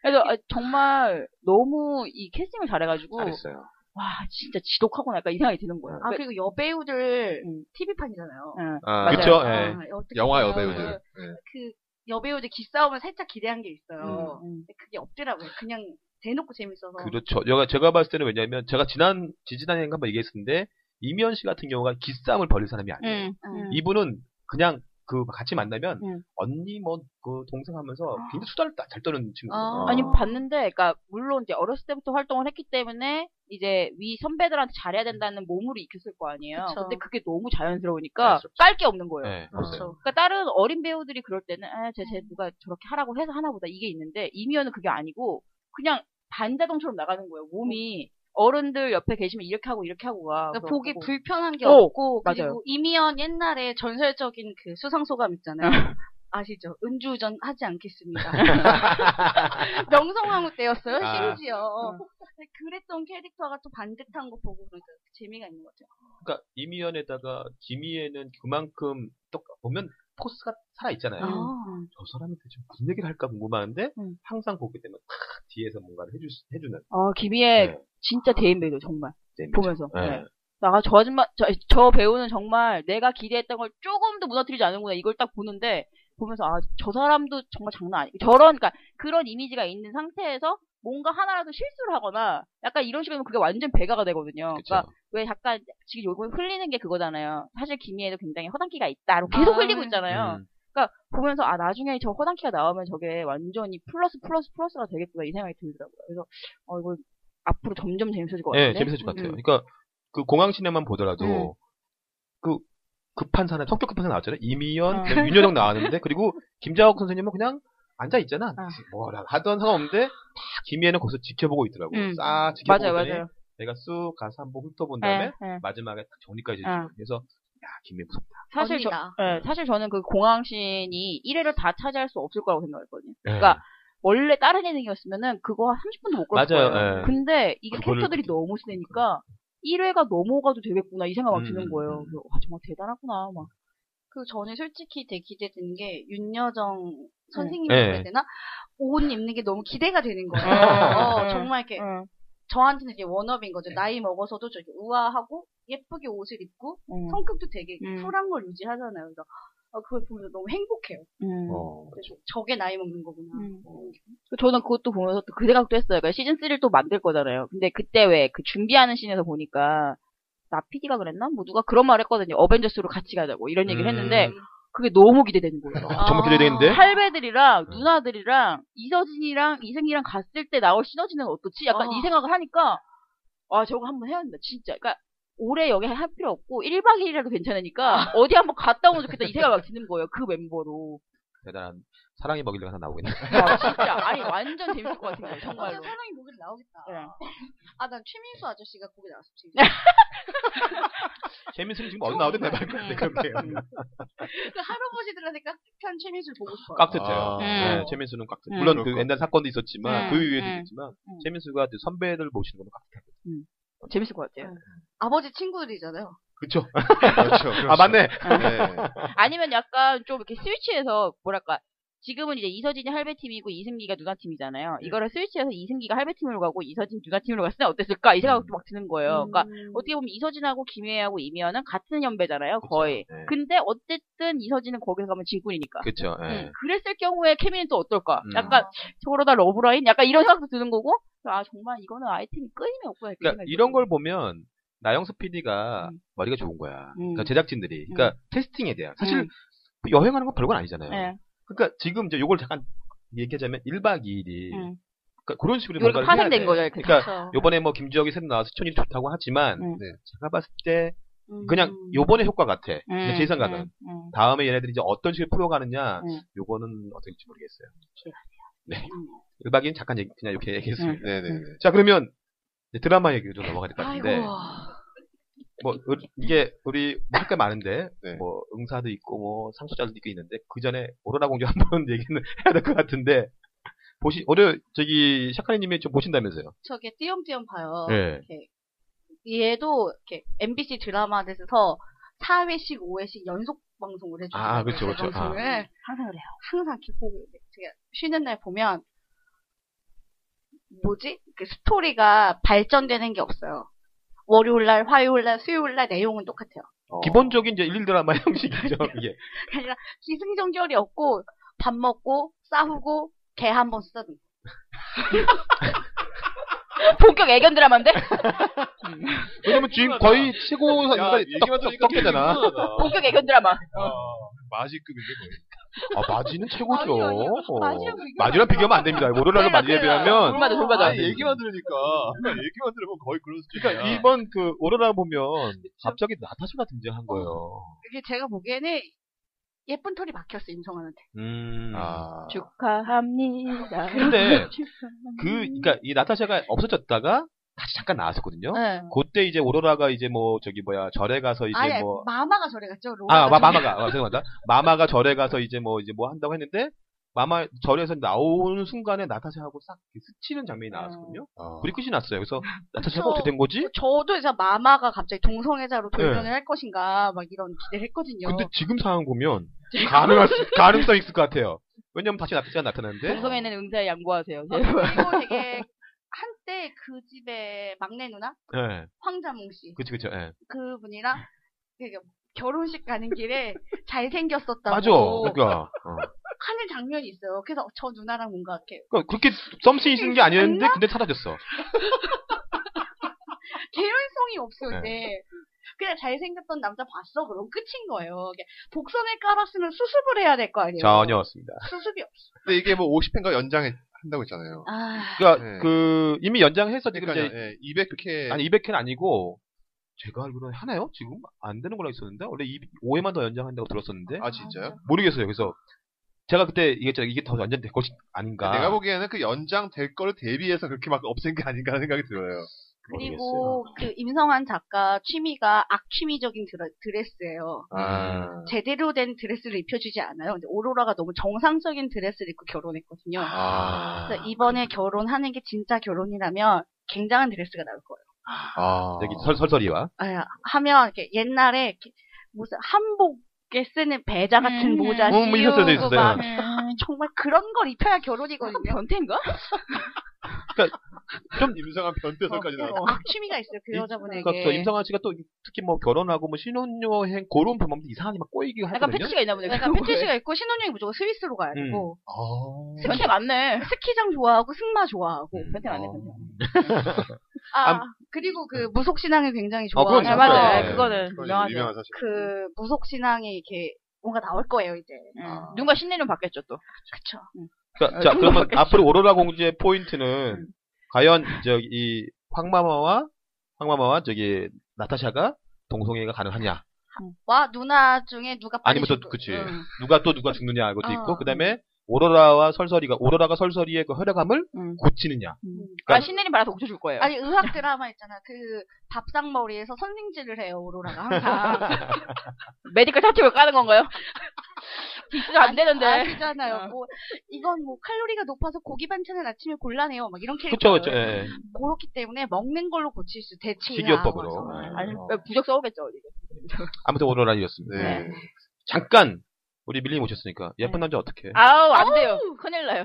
그래서 아, 정말 너무 이 캐스팅을 잘해가지고
잘했어요.
와 진짜 지독하구나 약간 이 생각이 드는 거예요.
아 그리고 여배우들
음.
TV판이잖아요.
응.
아,
맞아요.
그쵸? 예.
아, 어떻게
영화
보면
여배우들.
그 여배우들 기싸움을 살짝 기대한 게 있어요.
음.
근데 그게 없더라고요. 그냥 대놓고 재밌어서.
그렇죠. 제가, 제가 봤을 때는 왜냐면 제가 지난, 지지난해인가 한번 얘기했었는데 이미연 씨 같은 경우가 기싸움을 벌일 사람이 아니에요.
응. 응.
예.
이분은 그냥 그 같이 만나면
음. 아.
언니 뭐 그 동생 하면서 굉장히 수다를 따- 잘 떠는 친구예요. 어.
아.
아니 봤는데, 그러니까 물론 이제 어렸을 때부터 활동을 했기 때문에 이제 위 선배들한테 잘해야 된다는 몸으로 익혔을 거 아니에요.
그쵸.
근데 그게 너무 자연스러우니까 깔 게 없는 거예요.
네, 그렇죠.
그렇죠.
그러니까 다른 어린 배우들이 그럴 때는 아, 쟤,
음.
쟤 누가 저렇게 하라고 해서 하나보다 이게 있는데 이미연은 그게 아니고 그냥 반자동처럼 나가는 거예요. 몸이 어른들 옆에 계시면 이렇게 하고 이렇게 하고 가.
그러니까
아, 그래서
보기
하고.
불편한 게
어,
없고
맞아요.
그리고 이미연 옛날에 전설적인 그 수상 소감 있잖아요. 아시죠? 음주운전 하지 않겠습니다. 명성황후 때였어요,
아.
심지어.
음.
근데 그랬던 캐릭터가 또 반듯한 거 보고 그러니까 재미가 있는 거죠.
그러니까 이미연에다가 김희애는 그만큼 또 보면 포스가 살아 있잖아요.
아.
저 사람이 대체 무슨 얘기를 할까 궁금하는데
음.
항상 보게 되면 탁 뒤에서 뭔가를 해주, 해주는
아, 김희애
네.
진짜 대인 배우 정말
셈이죠.
보면서.
예.
네. 나가 저 아줌마 저, 저 배우는 정말 내가 기대했던 걸 조금도 무너뜨리지 않는구나 이걸 딱 보는데 보면서 아 저 사람도 정말 장난 아니 저런 그러니까 그런 이미지가 있는 상태에서 뭔가 하나라도 실수를 하거나 약간 이런 식으로 하면 그게 완전 배가가 되거든요. 그러니까왜 약간 지금 요거 흘리는 게 그거잖아요. 사실 김희애도 굉장히 허당기가 있다. 이렇게 계속
아.
흘리고
음.
있잖아요. 그러니까 보면서 아 나중에 저 허당키가 나오면 저게 완전히 플러스 플러스 플러스가 되겠구나 이 생각이 들더라고요. 그래서 어 이거 앞으로 점점 재밌어질 것
예,
같은데.
재밌을 것 같아요.
음.
그러니까 그 공항 시내만 보더라도
음.
그 급한 사람, 성격 급한 사람 나왔잖아요. 이미연,
어.
그다음에 윤여정 나왔는데 그리고 김자옥 선생님은 그냥 앉아 있잖아.
아.
뭐라 하던 상관없는데 다 김희애는 거기서 지켜보고 있더라고.
음.
싹
맞아요,
지켜보더니
맞아요.
내가 쑥 가서 한번 훑어본
예,
다음에
예.
마지막에 딱 정리까지 해주고
아.
그래서 야 김희애 무섭다.
사실 저
언니다.
예, 사실 저는 그 공항신이 1회를 다 차지할 수 없을 거라고 생각했거든요.
그러니까
원래 다른 예능이었으면은 그거 한 30분도 못 걸었어요.
맞아요, 예.
근데 이게
그거를
캐릭터들이
그렇게-
너무 세니까 1회가 넘어가도 되겠구나 이 생각 막
음,
드는 거예요.
음.
그래서 와 정말 대단하구나 막.
그 저는 솔직히 되게 기대되는 게 윤여정 선생님이라고
네.
해야 되나? 옷 입는 게 너무 기대가 되는 거예요.
아.
어, 정말 이렇게 저한테는 이게 원업인 거죠. 나이 먹어서도 저기 우아하고 예쁘게 옷을 입고
음.
성격도 되게
음.
쿨한 걸 유지하잖아요. 그래서 어, 그걸 보면서 너무 행복해요.
음.
어.
그래서 저게 나이 먹는 거구나. 뭐.
음. 저는 그것도 보면서 또 그 생각도 했어요. 그러니까 시즌 3를 또 만들 거잖아요. 근데 그때 왜 그 준비하는 씬에서 보니까 나 PD가 그랬나? 뭐 누가 그런 말 했거든요. 어벤져스로 같이 가자고 이런
음.
얘기를 했는데 그게 너무 기대되는 거예요.
아.
정말 기대되는데
네. 할배들이랑
음.
누나들이랑 이서진이랑 이승이랑 갔을 때 나올 시너지는 어떻지? 약간
아.
이 생각을 하니까 아 저거 한번 해야 된다 진짜. 그러니까 올해 여기 할 필요 없고 1박 2일이라도
아.
괜찮으니까 어디 한번 갔다 오면 좋겠다 이 생각 막 드는 거예요. 그 멤버로.
대단한 사랑이 먹일래가 하나 나오겠네.
와, 진짜 아니 완전 재밌을 것 같은 거예요. 정말로.
아, 사랑이 목요일 나오겠다.
네.
아, 난 최민수 아저씨가 거기 나왔어. 지금.
재민승 지금 어디 나오든 내말 건데 그렇게
음.
그 할아버지들한테 깍듯한 최민수를 보고 싶어요.
깍듯해요.
아.
네,
음.
재민수는 깍듯.
음.
물론 그
그렇구나.
옛날 사건도 있었지만
음,
그 위에도
음.
있지만
음.
재민수가 이제 선배들 모시는 거는 깍듯해.
재밌을 것 같아요.
아버지 친구들이잖아요.
그쵸?
그렇죠.
아 맞네.
네.
아니면 약간 좀 이렇게 스위치해서 뭐랄까 지금은 이제 이서진이 할배 팀이고 이승기가 누나 팀이잖아요.
네.
이거를 스위치해서 이승기가 할배 팀으로 가고 이서진 누나 팀으로 갔으면 어땠을까 이
음.
생각도 막 드는 거예요. 그러니까 어떻게 보면 이서진하고 김혜하고 이미연은 같은 연배잖아요, 거의. 그
네.
근데 어쨌든 이서진은 거기서 가면 진꾼이니까.
그쵸. 예.
음, 그랬을 경우에 케미는 또 어떨까?
음.
약간 저러다 러브라인? 약간 이런 생각도 드는 거고. 아 정말 이거는 아이템이 끊임이 없구나. 이렇게
그러니까
생각이
이런
들어요.
걸 보면 나영수 PD가
음.
머리가 좋은 거야.
음.
그러니까 제작진들이. 그러니까 테스팅에 대한. 사실 뭐
음.
여행하는 건 별건 아니잖아요.
네.
그러니까 지금 이제 요걸 잠깐 얘기하자면 1박 2일이
음.
그러니까 그런 식으로
이걸
뭔가를 해야
파생된
돼.
거죠. 이렇게.
그러니까 요번에 뭐 김지혁이 새로 나와서 시청률이 좋다고 하지만
음.
네. 제가 봤을 때 그냥 요번에 효과 같아. 근데 제 생각은
음, 음.
다음에 얘네들이 이제 어떤 식으로 풀어가느냐
음.
요거는 어떨지 모르겠어요. 네. 1박 2일 잠깐 얘기- 그냥 이렇게 얘기했습니다.
네네네.
자 그러면 이제 드라마 얘기로 좀 넘어가야 될 것 같은데 뭐 을- 이게 우리 뭐 할게 많은데
네.
뭐 응사도 있고 뭐 상속자도 있고 있는데 그 전에 오로라 공주 한번 얘기는 해야 될 것 같은데 보시 오늘 저기 샤카리님이 좀 보신다면서요?
저게 띄엄띄엄 봐요.
네.
얘도 이렇게 MBC 드라마에서 4회씩, 5회씩 연속 방송을 해주는
아, 그렇죠, 그렇죠.
방송을
항상 그래요.
항상 이렇게 보고 있는데 제가 쉬는 날 보면 뭐지? 그 스토리가 발전되는 게 없어요. 월요일 날, 화요일 날, 수요일 날 내용은 똑같아요.
어. 기본적인 이제 일일 드라마 형식이죠 이게.
그게 아니라 기승전결이 없고 밥 먹고 싸우고 개 한 번 쓰다듬.
본격 애견 드라마인데?
왜냐면 지금 거의 최고 인간이
얘기만 들으니까 되게
떡떡대잖아.
흥분하다.
본격 애견 드라마.
어, 마지급인데 거의.
아 마지는 최고죠.
아니요, 아니요.
어.
마지랑 비교하면 안 돼요.
마지랑 비교하면 안 됩니다. 오로라를
큰일 나,
마지에
큰일 나요.
비하면
네, 돌맞아, 돌맞아.
아니, 네. 얘기만 들으니까. 그러니까 얘기만 들으면 거의 그런 수준이야.
그러니까 이번 그 오로라 보면 갑자기 나타샤가 등장한 거예요.
이게 제가 보기에는 예쁜 털이 막혔어 임성환한테.
음.
아.
축하합니다.
근데
그렇죠.
그 그러니까 이 나타샤가 없어졌다가 다시 잠깐 나왔었거든요.
네.
그때 이제 오로라가 이제 뭐 저기 뭐야 절에 가서 이제
아니 아니,
뭐
마마가 저래 갔죠. 로라가
아, 마,
저래
마마가 아, 죄송합니다. 마마가 절에 가서 이제 뭐 이제 뭐 한다고 했는데 마마 절에서 나오는 순간에 나타샤하고 싹 이렇게 스치는 장면이 나왔거든요.
아.
불이 끝이 났어요. 그래서 나타샤가
그쵸.
어떻게 된 거지?
저도 진짜 마마가 갑자기 동성애자로 돌변을
네.
할 것인가 막 이런 기대를 했거든요.
근데 지금 상황 보면 가능할 수- 가능성이 있을 것 같아요. 왜냐면 다시 나타샤가 나타나는데
방송에는 응사에 양보하세요.
예.
아, 그리고 되게 한때 그 집의 막내 누나
예.
황자몽 씨
그치 그치. 예.
그분이랑 되게 결혼식 가는 길에 잘생겼었다고
맞아. 그러니까 어.
하는 장면이 있어요. 그래서 저 누나랑 뭔가 이렇게
그러니까 그렇게 썸씽 있는 게 아니었는데 근데 사라졌어.
개연성이
네.
없어요. 이제 그냥 잘생겼던 남자 봤어 그럼 끝인 거예요. 이게 복선을 깔았으면 수습을 해야 될 거 아니에요.
전혀 없습니다.
수습이 없어.
근데 이게 뭐 50회인가 연장한다고 했잖아요.
아
그러니까
네.
그 이미 연장해서 지금
그러니까
이제
예, 200회
아니 200회는 아니고 제가 알기로는 하나요? 지금 안 되는 걸로 알고 있었는데 원래 5회만 더 연장한다고 들었었는데
아 진짜요?
모르겠어요. 그래서 제가 그때 얘기했잖아요. 이게 더 연장될 것이 아닌가.
내가 보기에는 그 연장될 거를 대비해서 그렇게 막 없앤 게 아닌가 하는 생각이 들어요.
그리고 그 임성환 작가 취미가 악취미적인 드레- 드레스예요.
아.
음.
제대로 된 드레스를 입혀주지 않아요. 근데 오로라가 너무 정상적인 드레스를 입고 결혼했거든요.
아.
그래서 이번에 결혼하는 게 진짜 결혼이라면 굉장한 드레스가 나올 거예요.
아.
여기 설설설이와
아, 하면 이렇게 옛날에 이렇게 무슨 한복에 쓰는 배자 같은
음.
모자
음, 뭐 있었어요,
씌우고
있었어요.
막 정말 그런 걸 입혀야 결혼이거든요.
변태인가?
좀 임상한 변태설까지 나왔어.
악취미가 있어요 그 여자분에게.
그러니까 저 임성환 씨가 또 특히 뭐 결혼하고 뭐 신혼여행 그런 범험도 이상하게 막 꼬이기
약간
하거든요. 음.
패티가 있나 보네.
그러니까 패티시가 있고 신혼여행이 무조건 스위스로 가야 되고
아.
변태 맞네.
스키장 좋아하고 승마 좋아하고
음.
변태 맞네.
아
암-
그리고 그 무속 신앙을 굉장히
어, 그건
좋아하는
잘
맞아요.
음, 맞아요.
네.
그거는
그건
유명하죠.
유명한 사실.
그 무속 신앙이 이렇게 뭔가 나올 거예요 이제.
음.
아.
누군가 신내림 받겠죠 또.
그쵸.
그러니까 자 그러면 앞으로 오로라 공주의
음.
포인트는 과연 저기 이 황마마와 황마마와 저기 나타샤가 동성애가 가능하냐
와 누나 중에 누가 빨리
아니면 또
죽을-
그치.
응.
누가 또 누가 죽느냐 이것도
아.
어.
있고 그다음에 오로라와 설설이가 오로라가 설설이의 그 혈액함을
음.
고치느냐 그러니까
아 신내림 받아서 고쳐줄 거예요.
아니 의학 드라마 있잖아 그 밥상 머리에서 선생질을 해요 오로라가
아,
항상
메디컬 사티를 까는 건가요? 디스 안 되는데.
아시잖아요
어.
뭐 이건 뭐 칼로리가 높아서 고기 반찬은 아침에 곤란해요 막 이런
그쵸
캐릭터
그쵸 예.
그렇기 때문에 먹는 걸로 고칠 수 대체
식이요법으로 네.
아니
어.
부적 써오겠죠 어디.
아무튼 오로라였습니다
네.
잠깐 우리 밀리 모셨으니까 예쁜
네.
남자 어떻게
아우 안 돼요. 큰일 나요.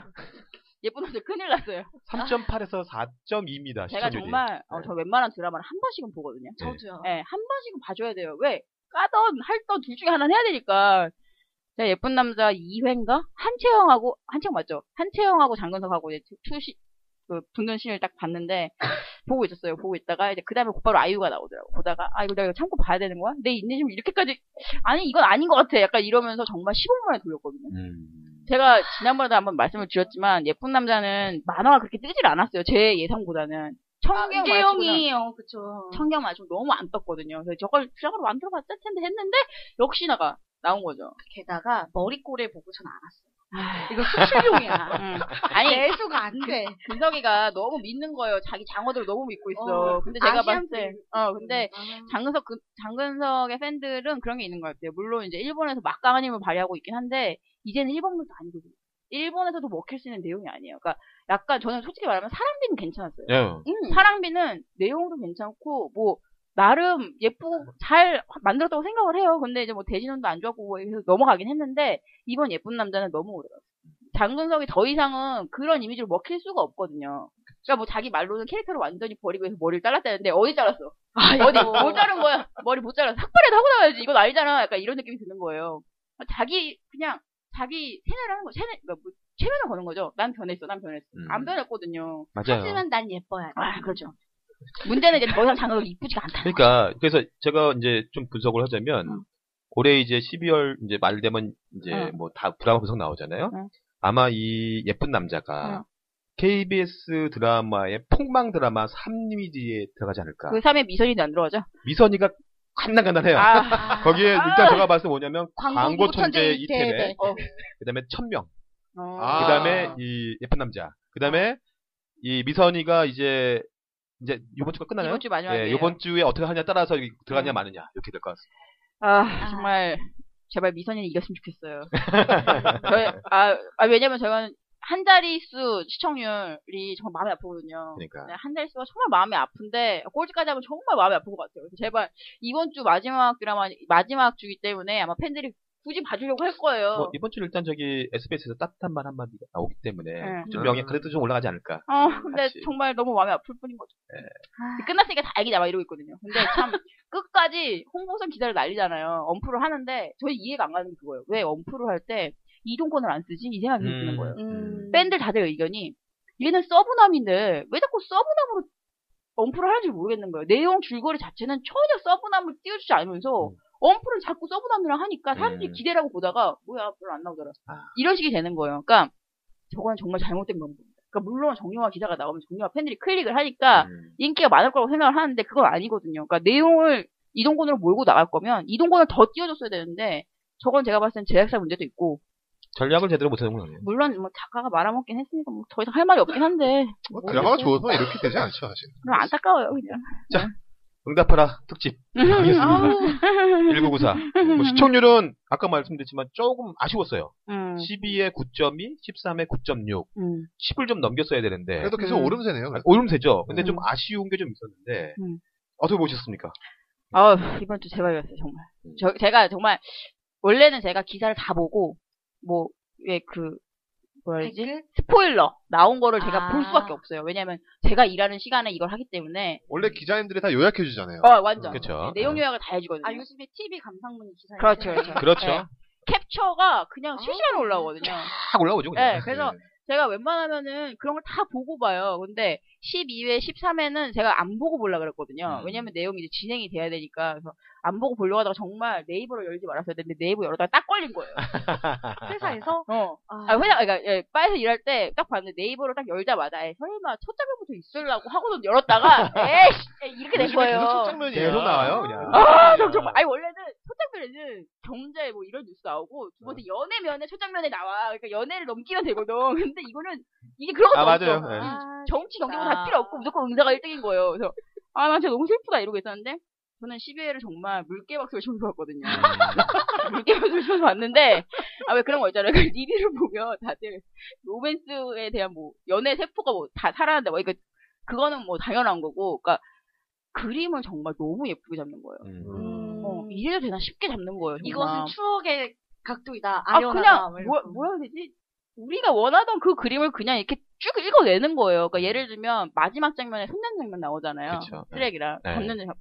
예쁜 남자 큰일 났어요.
3.8에서 4.2입니다
제가
시청률이
정말 어, 저 웬만한 드라마는 한 번씩은 보거든요.
저도요
네.
예, 한 번씩은 봐줘야 돼요. 왜? 까던 할던 둘 중에 하나는 해야 되니까. 제가 예쁜 남자 2회인가? 한채영하고 한채영 맞죠? 한채영하고 장근석하고 이제 투시 그 붙는 신을 딱 봤는데 보고 있었어요. 보고 있다가 이제 그다음에 곧바로 아이유가 나오더라고. 보다가 아 이거 내가 이거 참고 봐야 되는 거야? 내 인내심 이렇게까지 아니 이건 아닌 것 같아. 약간 이러면서 정말 15분 만에 돌렸거든요.
음.
제가 지난번에도 한번 말씀을 드렸지만 예쁜 남자는 만화가 그렇게 뜨질 않았어요. 제 예상보다는 청경 말고는
이재용이에요 어, 그쵸
청경 아주 너무 안 떴거든요. 그래서 저걸 주작으로 만들어봤을 텐데 했는데 역시나가 나온 거죠.
게다가 머리꼬레 보고 전 알았어요
아,
이거 수출용이야 네.
아니
배수가
그,
안돼
근석이가 너무 믿는 거예요. 자기 장어들 너무 믿고 있어. 근데 제가 봤을 때, 어 근데
음.
장근석 그- 장근석의 팬들은 그런 게 있는 것 같아요. 물론 이제 일본에서 막강한 힘을 발휘하고 있긴 한데 이제는 일본물도 아니거든요. 일본에서도 먹힐 수 있는 내용이 아니에요. 그러니까 약간 저는 솔직히 말하면 사랑비는 괜찮았어요.
예.
음.
음. 사랑비는 내용도 괜찮고 뭐 나름 예쁘고 잘 만들었다고 생각을 해요. 근데 이제 뭐 대진원도 안 좋았고 뭐 이래서 넘어가긴 했는데 이번 예쁜 남자는 너무 오래갔어요. 장근석이 더 이상은 그런 이미지로 먹힐 수가 없거든요. 그러니까 뭐 자기 말로는 캐릭터를 완전히 버리고 해서 머리를 잘랐다는데 어디 잘랐어? 어디 뭐 뭘 자른 거야? 머리 못 잘랐어. 삭발이라도 하고 나와야지. 이건 아니잖아. 약간 이런 느낌이 드는 거예요. 자기 그냥 자기 세뇌를 하는 거, 세뇌, 그러니까 뭐 최면을 거는 거죠. 난 변했어, 난 변했어. 안
음.
변했거든요.
맞아요
하지만 난 예뻐야
아, 그렇죠. 문제는 이제 더 이상 장르가 이쁘지가 않다.
그러니까 그래서 제가 이제 좀 분석을 하자면
음.
올해 이제 12월 이제 말 되면 이제
어.
뭐 다 드라마 분석 나오잖아요.
어.
아마 이 예쁜 남자가
어.
KBS 드라마의 폭망 드라마 3위에 들어가지 않을까.
그 3에 미선이도 안 들어가죠?
미선이가 간당간당해요.
아,
아,
네. 거기에 일단 제가 봤을 때 뭐냐면
광고
광고 천재
천재
이태배,
이태배.
어.
그다음에 천명,
어.
아.
그다음에 이 예쁜 남자, 그다음에 이 미선이가 이제 이제 이번 주가 끝나나요?
이번 주 마지막에.
예, 이번 주에 어떻게 하냐 따라서 여기 들어가냐
음.
마느냐 이렇게 될 것 같습니다.
아, 정말 제발 미선이는 이겼으면 좋겠어요. 저희- 아, 아, 왜냐면 제가 한 자릿수 시청률이 정말 마음이 아프거든요.
그러니까.
네, 한 자릿수가 정말 마음이 아픈데 꼴찌까지 하면 정말 마음이 아픈 것 같아요. 그래서 제발 이번 주 마지막 드라마 마지막 주기 때문에 아마 팬들이 굳이 봐주려고 할 거예요.
뭐 이번 주는 일단 저기 SBS에서 따뜻한 말 한마디가 나오기 때문에
네.
좀 명예 그래도 좀 올라가지 않을까.
어, 근데
같이.
정말 너무 마음이 아플 뿐인 거죠.
아.
끝났으니까 다행이다, 막 이러고 있거든요. 근데 참, 끝까지 홍보선 기사를 날리잖아요. 언프를 하는데, 저희 이해가 안 가는 게 그거예요. 왜 언프를 할 때, 이동권을 안 쓰지? 이 생각이
음.
드는 거예요.
음.
밴들 다들 의견이 얘는 서브남인데 왜 자꾸 서브남으로 언프를 하는지 모르겠는 거예요. 내용 줄거리 자체는 전혀 서브남을 띄워주지 않으면서
음.
언프를 자꾸 서브남이랑 하니까 사람들이
음.
기대라고 보다가 뭐야 별로 안 나오더라. 이런 식이 되는 거예요. 그러니까 저건 정말 잘못된 방법입니다. 그러니까 물론 정영화 기사가 나오면 정영화 팬들이 클릭을 하니까
음.
인기가 많을 거라고 생각을 하는데 그건 아니거든요. 그러니까 내용을 이동권으로 몰고 나갈 거면 이동권을 더 띄워줬어야 되는데 저건 제가 봤을 땐 제작사 문제도 있고
전략을 제대로 못하는 거네요.
물론 뭐 작가가 말아먹긴 했으니까 뭐 더 이상 할 말이 없긴 한데
어,
뭐 드라마가 좋아서 이렇게 되지 않죠 사실.
그럼 안타까워요 그냥.
응답하라 특집. 알겠습니다.
아우.
1994. 뭐 시청률은 아까 말씀드렸지만 조금 아쉬웠어요.
음,
12에 9.2, 13에 9.6,
음.
10을 좀 넘겼어야 되는데
그래도 계속
음.
오름세네요.
아, 오름세죠. 근데
음.
좀 아쉬운 게 좀 있었는데
음.
어떻게 보셨습니까?
아 이번 주 제발이었어요 정말. 저, 제가 정말 원래는 제가 기사를 다 보고 뭐 왜 그 뭐라 지
댓글?
스포일러 나온 거를 제가
아.
볼 수밖에 없어요. 왜냐면 제가 일하는 시간에 이걸 하기 때문에
원래 기자님들이 다 요약해 주잖아요.
어 완전
그렇죠.
내용 요약을 다 해주거든요.
아 요즘에 TV 감상문 기사.
네. 그렇죠, 그렇죠.
그렇죠.
네. capture가 그냥
아.
실시간에 올라오거든요.
탁 올라오죠. 그냥.
네, 그래서 제가 웬만하면은 그런 걸 다 보고 봐요. 근데 12회, 13회는 제가 안 보고 보려 그랬거든요.
음.
왜냐면 내용이 이제 진행이 돼야 되니까. 그래서 안 보고 보려고 하다가 정말 네이버를 열지 말았어야 되는데 네이버 열었다가 딱 걸린 거예요.
회사에서
어.
아,
아, 회장, 그러니까, 예, 바에서 일할 때 딱 봤는데 네이버를 딱 열자마자, 에, 설마 첫 장면부터 있으려고 하고선 열었다가, 에이씨! 이렇게 된 거예요.
계속 첫 장면이
계속 나와요, 그냥.
아, 정- 정말. 아니, 원래는 첫 장면에는 경제 뭐 이런 뉴스 나오고, 두
어.
번째 연애면에 첫 장면에 나와. 그러니까 연애를 넘기면 되거든. 근데 이거는, 이게 그런 것도
아
없어.
맞아요. 네.
아,
정치 경쟁은
아.
다 필요 없고 무조건 응자가 1등인 거예요. 그래서 아, 나 진짜 너무 슬프다 이러고 있었는데 저는 12회를 정말 물개박수를 쳐서 봤거든요. 물개박수를 쳐서 봤는데 아 왜 그런 거 있잖아요. 그 리뷰를 보면 다들 로맨스에 대한 뭐 연애 세포가 뭐 다 살아난다 뭐 이거 그거는 뭐 당연한 거고 그러니까 그림을 정말 너무 예쁘게 잡는 거예요.
음.
음.
어, 이래도 되나 싶게 잡는 거예요. 정말.
이것은 추억의 각도이다.
아,
아련하다.
그냥, 뭐, 뭐라 해야 되지? 우리가 원하던 그 그림을 그냥 이렇게 쭉 읽어내는 거예요.
음.
그러니까 예를 들면, 마지막 장면에 손댄 장면 나오잖아요.
그쵸.
쓰레기랑
네.
잡는 장 잡는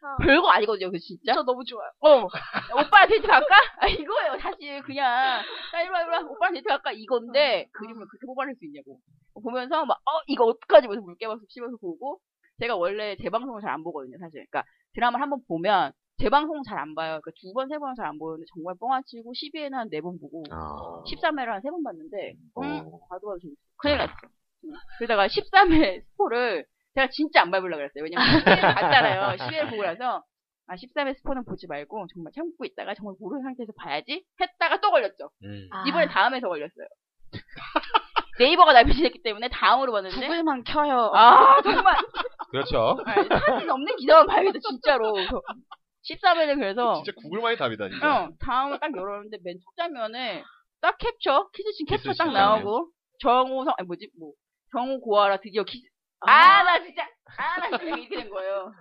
아.
별거 아니거든요, 그 진짜. 저 너무 좋아요. 어. 오빠랑 데이트 갈까? 아, 이거예요, 사실. 그냥. 나 일로와, 일로와. 오빠랑 데이트 갈까? 이건데, 그림을 그렇게 뽑아낼 수 있냐고. 보면서 막, 어, 이거 어떡하지? 면서 물개박수 씹어서 보고, 제가 원래 재방송을 잘 안 보거든요, 사실. 그러니까 드라마를 한번 보면, 재방송 잘 안 봐요. 그러니까 두 번, 세 번은 잘 안 보는데, 정말 뻥아치고, 12회는 한 네 번 보고,
아.
13회를 한 세 번 봤는데, 음, 봐도 봐도 재밌어. 큰일 났어. 음. 그러다가 13회 스포를 제가 진짜 안 밟으려고 그랬어요. 왜냐면 10회를 봤잖아요. 10회를 보고 나서, 아, 13회 스포는 보지 말고, 정말 참고 있다가, 정말 모르는 상태에서 봐야지? 했다가 또 걸렸죠.
음.
아.
이번에 다음에서 걸렸어요. 네이버가 날 배신했기 때문에 다음으로 봤는데,
구글만 켜요.
아, 정말.
그렇죠.
사진 없는 기사만 봐야겠다, 진짜로. 13회는 그래서,
어.
진짜 구글만이 답이다 진짜.
어, 다음을 딱 열었는데 맨 첫 장면에 딱 캡처, 키스씬 캡처
키스씬
딱 나오고 정우성 아니 뭐지 뭐 정우 고아라 드디어 키스 아 나 진짜 아 나 진짜 이렇게 된 거예요.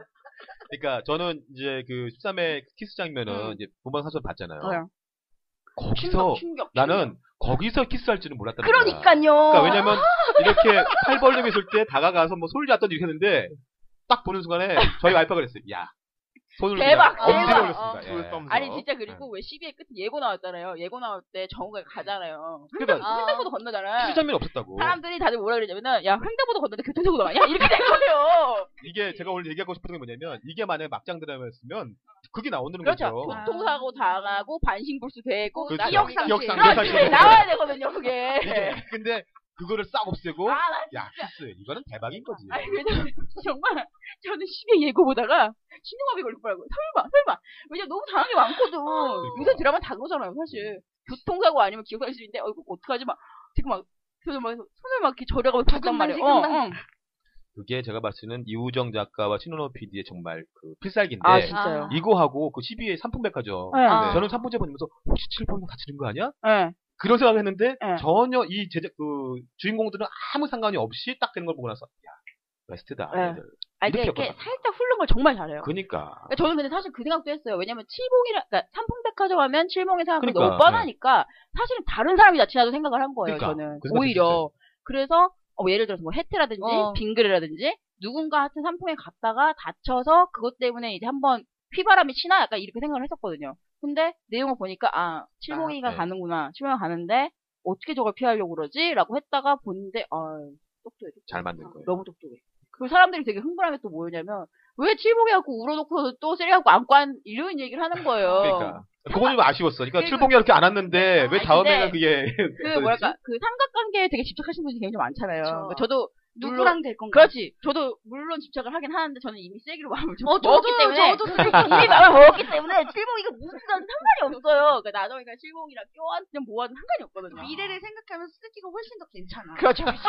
그러니까 저는 이제 그 13회 키스 장면은
음.
이제 보만 사전 봤잖아요.
어.
거기서
충격 충격.
나는 거기서 키스할 줄은 몰랐다는 거야.
그러니까요.
그러니까 왜냐면 이렇게 팔 벌리고 있을 때 다가가서 뭐 손을 잡던 이렇게 했는데 딱 보는 순간에 저희 와이프가 그랬어요. 야 손을
대박,
그냥 엄지로
대박.
올렸습니다.
어,
예.
썸.
아니 진짜 그리고 왜 12회 끝에 예고 나왔잖아요. 예고 나올 때 정우가 가잖아요.
그러니까
아.
횡단보도 건너잖아.
키스 장면 없었다고.
어. 사람들이 다들 뭐라 그러냐면은 야 횡단보도 건너는데 교통사고 나냐 이렇게 된 거예요.
이게 제가 오늘 얘기하고 싶은 게 뭐냐면 이게 만약에 막장 드라마였으면 그게 나오는
그렇죠.
거죠.
교통사고 당하고 반신불수 되고
그렇죠.
나-
기억상실.
기억상실.
그렇지 나와야 되거든요 그게.
이게 근데 그거를 싹 없애고
아, 나
야 키스 이거는 대박인 거지.
아니, 왜냐면, 정말, 저는 심해 예고 보다가, 신용합이 걸릴 거라고. 설마, 설마. 왜냐면 너무 당한 게
아,
많거든. 요새 드라마 다 그러잖아요, 사실. 교통사고 아니면 기억상실인데, 어, 이거 어떡하지? 막, 지금 막, 저도 막, 손을 막 이렇게 저려가고 봤단 말이에요. 어,
시큰당.
어.
그게 제가 봤을 때는 이우정 작가와 신원호 PD의 정말 그 필살기인데
아, 진짜요?
이거하고 그 12의 삼풍백화점
네.
아.
저는 삼풍제 보면서 혹시 7번이랑 같이 는거 아니야?
예.
그런 생각을 했는데
네.
전혀 이 제작 그 주인공들은 아무 상관이 없이 딱 되는 걸 보고 나서 야 베스트다.
네.
얘들.
아니, 근데
이렇게
이렇게
했구나.
살짝 훑는 걸 정말 잘해요.
그러니까
그러니까 저는 근데 사실 그 생각도 했어요. 왜냐면 칠봉이라, 그러니까 삼풍백화점 하면 칠봉의 사람이
그러니까,
너무 뻔하니까 사실은 다른 사람이 나치나도 생각을 한 거예요.
그러니까,
저는
그 생각도
오히려
했어요.
그래서 어, 예를 들어서 뭐 해태라든지
어.
빙그레라든지 누군가 하여튼 삼풍에 갔다가 다쳐서 그것 때문에 이제 한번 휘바람이 치나 약간 이렇게 생각을 했었거든요. 근데 내용을 보니까 아 702가
네.
가는구나 702가 가는데 어떻게 저걸 피하려고 그러지라고 했다가 보는데 아 똑똑해 똑똑해.
잘 만든
아,
거예요.
너무 똑똑해 그리고 사람들이 되게 흥분하면 또 뭐였냐면 왜 702 갖고 울어놓고 또 세리 갖고 안고 한 이런 얘기를 하는 거예요
그러니까. 그건 좀 아쉬웠어. 그러니까
어. 그러니까-
출봉이 이렇게 안 왔는데 왜
네. 아니,
다음에는
근데
그게
그 뭐랄까 그 삼각관계에 되게 집착하시는 분이 굉장히 많잖아요.
그쵸.
그러니까 저도 물론-
누구랑 될 건가?
그렇지. 저도 물론 집착을 하긴 하는데 저는 이미 세기로 마음을 좀
어, 저도,
먹었기 때문에
저도
이미 마음을 먹었기 때문에 칠봉이가 무슨 상관이 없어요. 그러니까 나도 그러니까 칠봉이랑 껴안든 뭐하든 상관이 없거든요.
미래를 생각하면 쓰기가 훨씬 더 괜찮아.
그렇죠. 그렇죠.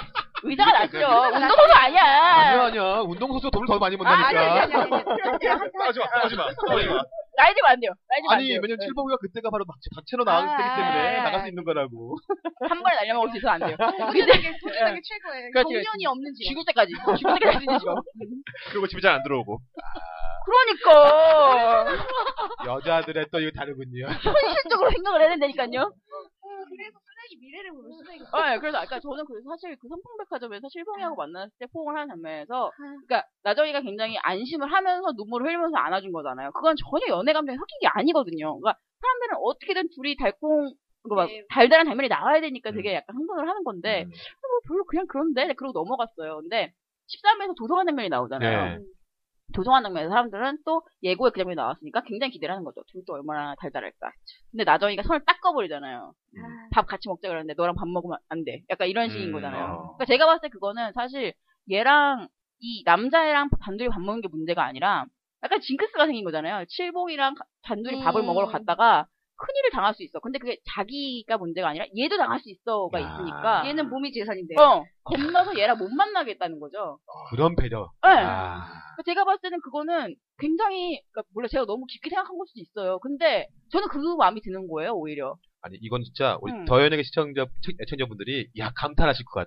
의사가 낫죠. 운동선수 그러니까. 아니야.
아니야 아니야 운동선수 돈을 더 많이
아, 아니, 아니,
번다니까.
아니, 아니, 아니.
싸우지마, 싸우지마, 어, 싸우지마.
나이 되면 안 돼요. 나이 되면
아니
안 돼요.
왜냐면 칠봉이가 그때가 바로 박- 박채로 나왔기
아,
때문에
네. 아,
나갈
아.
수 있는 거라고.
한 번에 날려먹을 수 있어서 안 돼요.
도전하게 도전하게 최고예요.
그렇지,
경련이 없는 네. 지
죽을 때까지. 죽을 때까지 쓰죠.
그리고 집에 잘 안 들어오고.
그러니까.
여자들의 또 이거 다르군요.
현실적으로 생각을 해야 된다니까요.
그래서 쓰레기 미래를 보는 쓰레기.
네, 그래서 아까 저는 그래서 사실 그 삼풍백화점에서
음.
실봉이하고 만났을 때 포옹을 하는 장면에서 그러니까 나정이가 굉장히 안심을 하면서 눈물을 흘리면서 안아준 거잖아요. 그건 전혀 연애 감정이 섞인 게 아니거든요. 그러니까 사람들은 어떻게든 둘이 달콩 그막
네.
달달한 장면이 나와야 되니까
음.
되게 약간 흥분을 하는 건데
음.
뭐 별로 그냥 그런데 그러고 넘어갔어요. 근데 13회에서 도서관 장면이 나오잖아요.
네.
도서관 장면에서 사람들은 또 예고의 그 장면이 나왔으니까 굉장히 기대를 하는 거죠. 둘이 또 얼마나 달달할까. 근데 나정이가 손을 딱 꺼버리잖아요. 밥 같이 먹자 그러는데 너랑 밥 먹으면 안 돼. 약간 이런 식인
음,
거잖아요.
어.
그러니까 제가 봤을 때 그거는 사실 얘랑 이 남자애랑 단둘이 밥 먹는 게 문제가 아니라 약간 징크스가 생긴 거잖아요. 칠봉이랑 가- 단둘이 밥을
음.
먹으러 갔다가 큰일을 당할 수 있어. 근데 그게 자기가 문제가 아니라 얘도 당할 수 있어가
야.
있으니까
얘는 몸이 재산인데.
어 겁나서 얘랑 못 만나겠다는 거죠.
어. 그런 배려.
네.
아.
그러니까 제가 봤을 때는 그거는 굉장히 그러니까 물론 제가 너무 깊게 생각한 걸 수도 있어요. 근데 저는 그 마음이 드는 거예요 오히려.
아니 이건 진짜 우리
음.
더연에게 시청자 청- 애청자분들이 야 감탄하실 것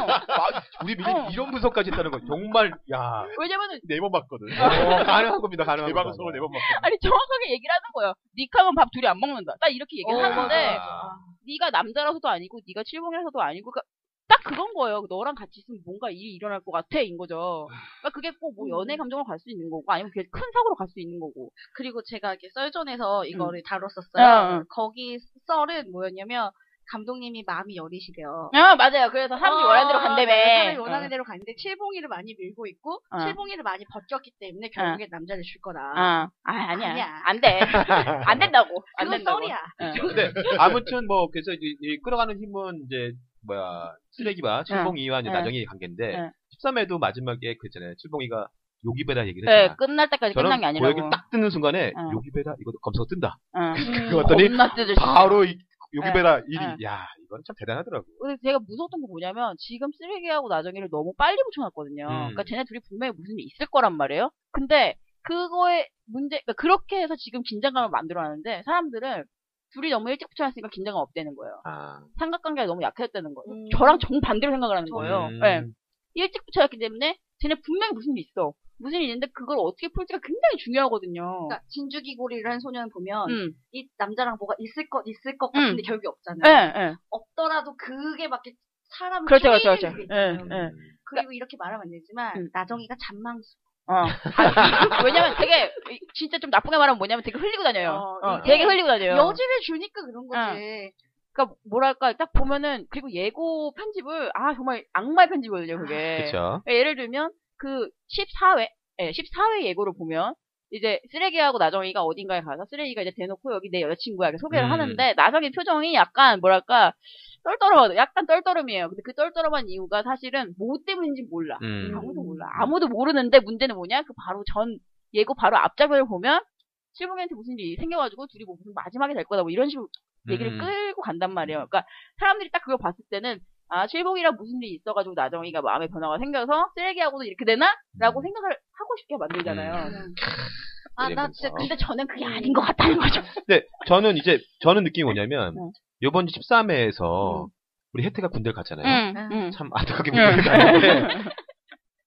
같아요. 아, 우리 미리
어.
이런 분석까지 했다는 건 정말 야
왜냐면은
네번 봤거든.
어, 가능한 겁니다. 가능한
제 방송을
겁니다.
네번 봤거든.
아니 정확하게 얘기를 하는 거예요. 니카면 밥 둘이 안 먹는다. 딱 이렇게 얘기를
어,
하는데
아.
네가 남자라서도 아니고 네가 칠봉이라서도 아니고 그러니까 딱 그건 거예요. 너랑 같이 있으면 뭔가 일이 일어날 것 같아인 거죠. 그러니까 그게 꼭 뭐
음.
연애 감정으로 갈 수 있는 거고 아니면 그게 큰 사고로 갈 수 있는 거고.
그리고 제가 이렇게 썰전에서 이거를
어,
다뤘었어요.
어.
거기 썰은 뭐였냐면 감독님이 마음이 여리시대요.
아 맞아요. 그래서 사람들이 원하는 대로 어. 간다며.
어. 사람이 원하는 대로 갔는데 칠봉이를 많이 밀고 있고
어.
칠봉이를 많이 버텼기 때문에 결국엔 남자를 줄 거다.
아, 아 아니야.
아니야.
안 돼. 안 된다고. 안
그건
된다고.
썰이야.
근데 아무튼 뭐 그래서 이제 이 끌어가는 힘은 이제 뭐야 쓰레기와 칠봉이와 이제
네.
나정이 관계인데
네.
13회도 마지막에 그잖아요 있칠봉이가 요기베라 얘기를
네,
했잖아.
끝날 때까지
저는
끝난 게
그 얘기를
아니라고.
딱 듣는 순간에
어.
요기베라 이거 검색어 뜬다.
응. 음,
그거 봤더니
겁나 뜨듯이.
바로 이- 요기베라 일이
네.
야 이건 참 대단하더라고.
근데 제가 무서웠던 게 뭐냐면 지금 쓰레기하고 나정이를 너무 빨리 붙여놨거든요.
음.
그러니까 쟤네 둘이 분명히 무슨 일이 있을 거란 말이에요. 근데 그거에 문제, 그렇게 해서 지금 긴장감을 만들어놨는데 사람들은 둘이 너무 일찍 붙여놨으니까 긴장감 없대는 거예요.
아.
삼각관계가 너무 약해졌다는 거예요.
음.
저랑 정반대로 생각을 하는 거예요.
음.
네. 일찍 붙여놨기 때문에 쟤네 분명히 무슨 일이 있어. 무슨 일이 있는데 그걸 어떻게 풀지가 굉장히 중요하거든요.
그러니까 진주기고리라는 소년을 보면
음.
이 남자랑 뭐가 있을 것 있을 것
음.
같은데 결국에 없잖아요.
예, 예.
없더라도 그게 막 이렇게 사람을
그렇죠,
쪼개는
그렇죠, 그렇죠.
게
예,
있잖아요.
음.
예.
그리고 이렇게 말하면 안 되지만
음.
나정이가 잔망수.
어. 아, 왜냐면 되게 진짜 좀 나쁘게 말하면 뭐냐면 되게 흘리고 다녀요.
어,
어,
이게
되게 흘리고 다녀요.
여지를 주니까 그런 거지.
그러니까 뭐랄까 딱 보면은 그리고 예고 편집을 아 정말 악마의 편집이거든요 그게.
그렇죠.
그러니까 예를 들면 그 14회 예, 14회 예고를 보면 이제 쓰레기하고 나정이가 어딘가에 가서 쓰레기가 이제 대놓고 여기 내 여자친구야 이렇게 소개를
음.
하는데 나정이 표정이 약간 뭐랄까 떨떠름 약간 떨떠름이에요. 근데 그 떨떠름한 이유가 사실은 뭐 때문인지 몰라.
음.
아무도 몰라. 아무도 모르는데 문제는 뭐냐? 그 바로 전 예고 바로 앞장면을 보면 실버맨한테 무슨 일이 생겨가지고 둘이 뭐 무슨 마지막이 될 거다 뭐 이런 식으로 얘기를
음.
끌고 간단 말이에요. 그러니까 사람들이 딱 그걸 봤을 때는 아 실봉이랑 무슨 일이 있어가지고 나정이가 마음의 변화가 생겨서 쓰레기하고도 이렇게 되나라고
음.
생각을 하고 싶게 만들잖아요.
아 나 진짜
그러면서.
근데
근데 저는 그게 아닌 것 같다는 거죠.
근데 저는 이제 저는 느낌이 뭐냐면
응.
요번
음.
13회에서 우리 혜태가 군대를 갔잖아요.
응.
참 안타깝게 군대를 갔는데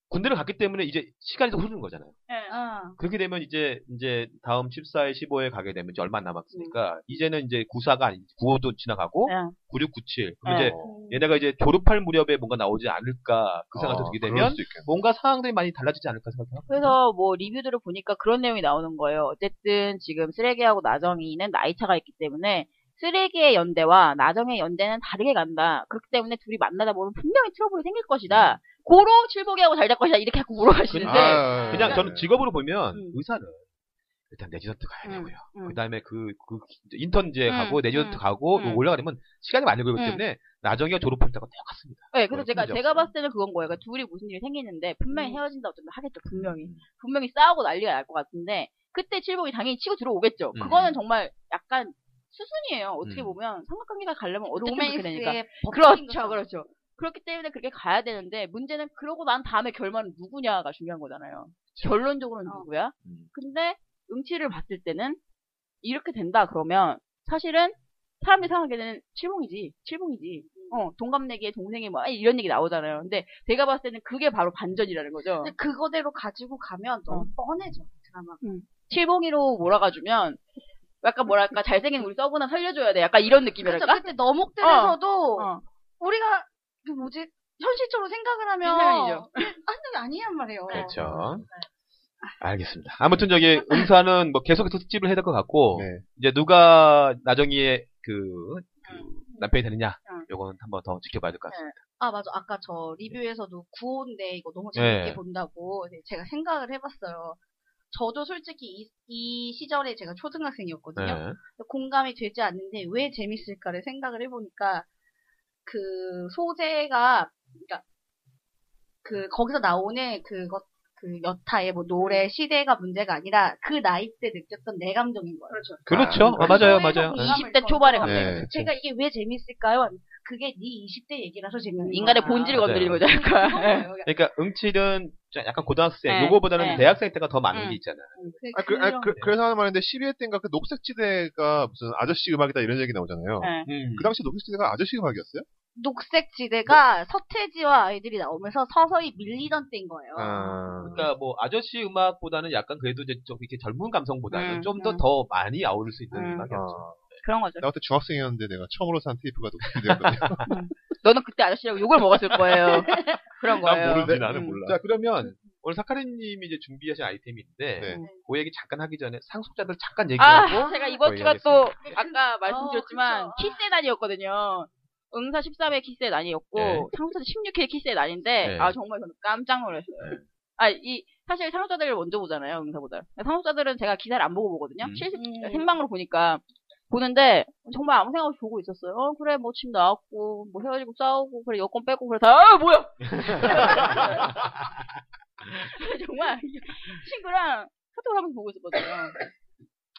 군대를 갔기 때문에 이제 시간이 더 흐르는 거잖아요.
예.
어.
그렇게 되면 이제 이제 다음 14에 15에 가게 되면 이제 얼마 안
네.
남았으니까 이제는 이제 94가 아니 95도 지나가고
예.
96, 97
예.
그럼 이제 얘네가 이제 졸업할 무렵에 뭔가 나오지 않을까 그 생각이
어,
들게
아, 그럴
되면
수 있겠네.
뭔가 상황들이 많이 달라지지 않을까 생각해요.
그래서 뭐 리뷰들을 보니까 그런 내용이 나오는 거예요. 어쨌든 지금 쓰레기하고 나정이는 나이차가 있기 때문에 쓰레기의 연대와 나정의 연대는 다르게 간다. 그렇기 때문에 둘이 만나다 보면 분명히 트러블이 생길 것이다. 고로 칠보기하고 잘 될 것이다. 이렇게 자꾸 물어가시는데
아,
음. 그냥
네.
저는 직업으로 보면
음.
의사는 일단 내지던트 가야
음,
되고요.
음.
그다음에 그, 그 이제 인턴 이제
음,
가고 내지던트
음,
가고
음.
올라가려면 시간이 많이 걸리기
음.
때문에 나정이가 졸업할 때가 똑같습니다.
네, 그래서
아, 그건
제가
문제
제가
없어요. 음.
봤을 때는 그건 거예요. 그러니까 둘이 무슨 일이 생기는데 분명히 헤어진다 어쩌면 하겠죠. 분명히 분명히 싸우고 난리가 날 것 같은데 그때 칠복이 당연히 치고 들어오겠죠.
음.
그거는 정말 약간 수순이에요. 어떻게
음.
보면 삼각관계가 가려면 어떻게 그렇게 되니까.
로맨스의 법
그렇죠, 그렇죠. 그렇기 때문에 그렇게 가야 되는데 문제는 그러고 난 다음에 결말은 누구냐가 중요한 거잖아요. 결론적으로는
어.
누구야?
음.
근데 응치를 봤을 때는 이렇게 된다 그러면 사실은 사람들이 생각하기에는 칠봉이지, 칠봉이지.
음.
어, 동갑내기의 동생이 뭐 아니, 이런 얘기 나오잖아요. 근데 제가 봤을 때는 그게 바로 반전이라는 거죠.
근데 그거대로 가지고 가면 너무
음.
뻔해져 드라마가.
칠봉이로 몰아가주면 약간 뭐랄까 잘생긴 우리 서브나 살려줘야 돼. 약간 이런
그래서
느낌이랄까.
그때 너목들에서도
어,
우리가 그 뭐지 현실적으로 생각을 하면
세상이죠.
한정이 아니란 말이에요.
그렇죠. 알겠습니다. 아무튼 저기 응사는 뭐 계속해서 특집을 해야 될 것 같고
네.
이제 누가 나정이의 그, 그 남편이 되느냐
음.
요거는 한번 더 지켜봐야 될 것 같습니다.
아 맞아 아까 저 리뷰에서도 구호인데 이거 너무 재밌게
네.
본다고 이제 제가 생각을 해봤어요. 저도 솔직히 이, 이 시절에 제가 초등학생이었거든요.
네.
공감이 되지 않는데 왜 재밌을까를 생각을 해보니까 그 소재가 그러니까 그 거기서 나오는 그것 그 여타의 뭐 노래 시대가 문제가 아니라 그 나이 때 느꼈던 내 감정인 거예요. 그렇죠.
그렇죠. 어, 맞아요, 맞아요.
네.
20대 초반에 갑니다.
네.
제가 이게 왜 재밌을까요? 그게 네 20대 얘기라서 재밌는
인간의
거야.
본질을
맞아요.
네.
건드리는 거죠. 약간.
그런 거예요.
그러니까 응칠은 좀 약간 고등학생
네.
요거보다는
네.
대학생 때가 더 많은
음.
게 있잖아요.
아, 그, 아, 그, 래서 하는 말인데 12회 때인가 그 녹색지대가 무슨 아저씨 음악이다 이런 얘기 나오잖아요.
네.
음.
그 당시 녹색지대가 아저씨 음악이었어요?
녹색 지대가 서태지와 아이들이 나오면서 서서히 밀리던 때인 거예요.
아,
그러니까 뭐 아저씨 음악보다는 약간 그래도 이제 좀 이렇게 젊은 감성보다는
음,
좀 더 더
음.
많이 아우를 수 있는
음.
어.
음악이었죠.
그런 거죠.
나 그때 중학생이었는데 내가 처음으로 산 테이프가 녹색지대였거든요.
너는 그때 아저씨라고 욕을 먹었을 거예요. 그런
난
거예요.
모르지,
음.
나는 몰라.
자 그러면 오늘 사카리님이 이제 준비하신 아이템이 있는데
네.
그 얘기 잠깐 하기 전에 상속자들 잠깐
음. 아,
얘기하고
제가 이번
거의
주가 또그 아까 말씀드렸지만
어, 그쵸.
키스의 날이었거든요. 응사 13회 키스의 날이었고
네.
상속자들 16회 키스의 날인데
네.
아 정말 저는 깜짝 놀랐어요. 아, 이 사실 상속자들을 먼저 보잖아요, 응사보다. 상속자들은 제가 기사를 안 보고 보거든요.
음.
실시
음.
생방으로 보니까 보는데 정말 아무 생각 없이 보고 있었어요. 어, 그래 뭐 집 나왔고 뭐 헤어지고 싸우고 그래 여권 뺏고 그래 다아 뭐야 정말 친구랑 카톡을 하면서 보고 있었거든요.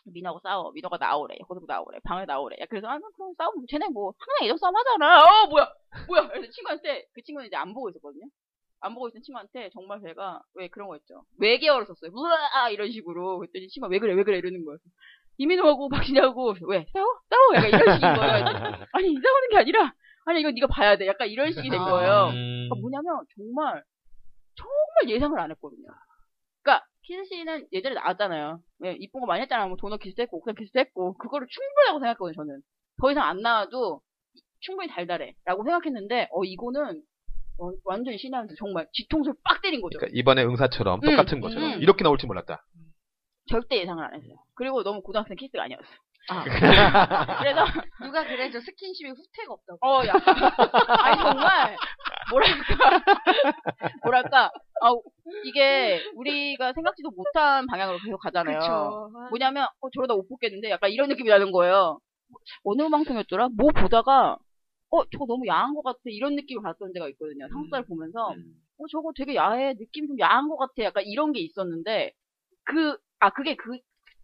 민호하고 싸워. 민호가 나오래. 거기서 나오래. 방에 나오래. 야, 그래서, 아, 나 그럼 싸움, 쟤네 뭐, 항상 이런 싸움 하잖아. 어, 뭐야. 뭐야. 그래서 친구한테, 그 친구는 이제 안 보고 있었거든요. 안 보고 있던 친구한테 정말 제가, 왜 그런 거 있죠. 외계어를 썼어요. 우와! 이런 식으로. 그랬더니 친구가 왜 그래, 왜 그래. 이러는 거예요. 이민호하고 박신하고, 왜? 싸워? 싸워? 약간 이런 식인 거예요. 그래서 아니, 싸우는 게 아니라, 아니, 이거 네가 봐야 돼. 약간 이런 식이 된 거예요.
음.
그러니까 뭐냐면 정말 정말 예상을 안 했거든요. 그러니까 키스 씨는 예전에 나왔잖아요. 예, 이쁜 거 많이 했잖아요. 뭐 도넛 키스했고 옥상 키스했고 그거를 충분하다고 생각했거든요. 저는 더 이상 안 나와도 충분히 달달해라고 생각했는데 어 이거는 어, 완전히 신나는데 정말 뒤통수를 빡 때린 거죠.
그러니까 이번에 응사처럼
음,
똑같은 것처럼
음.
이렇게 나올 줄 몰랐다.
절대 예상을 안 했어요. 그리고 너무 고등학생 키스가 아니었어.
그러니까.
그래서
누가 그래도 스킨십이 후퇴가 없다고.
어, 야. 아니, 정말, 뭐랄까. 뭐랄까. 아, 이게 우리가 생각지도 못한 방향으로 계속 가잖아요.
그쵸.
뭐냐면, 어, 저러다 옷 벗겠는데? 약간 이런 느낌이 나는 거예요. 어느 방송이었더라? 뭐 보다가, 어, 저거 너무 야한 것 같아. 이런 느낌을 받았던 데가 있거든요. 상사를 보면서.
음.
어, 저거 되게 야해. 느낌 좀 야한 것 같아. 약간 이런 게 있었는데, 그, 아, 그게 그,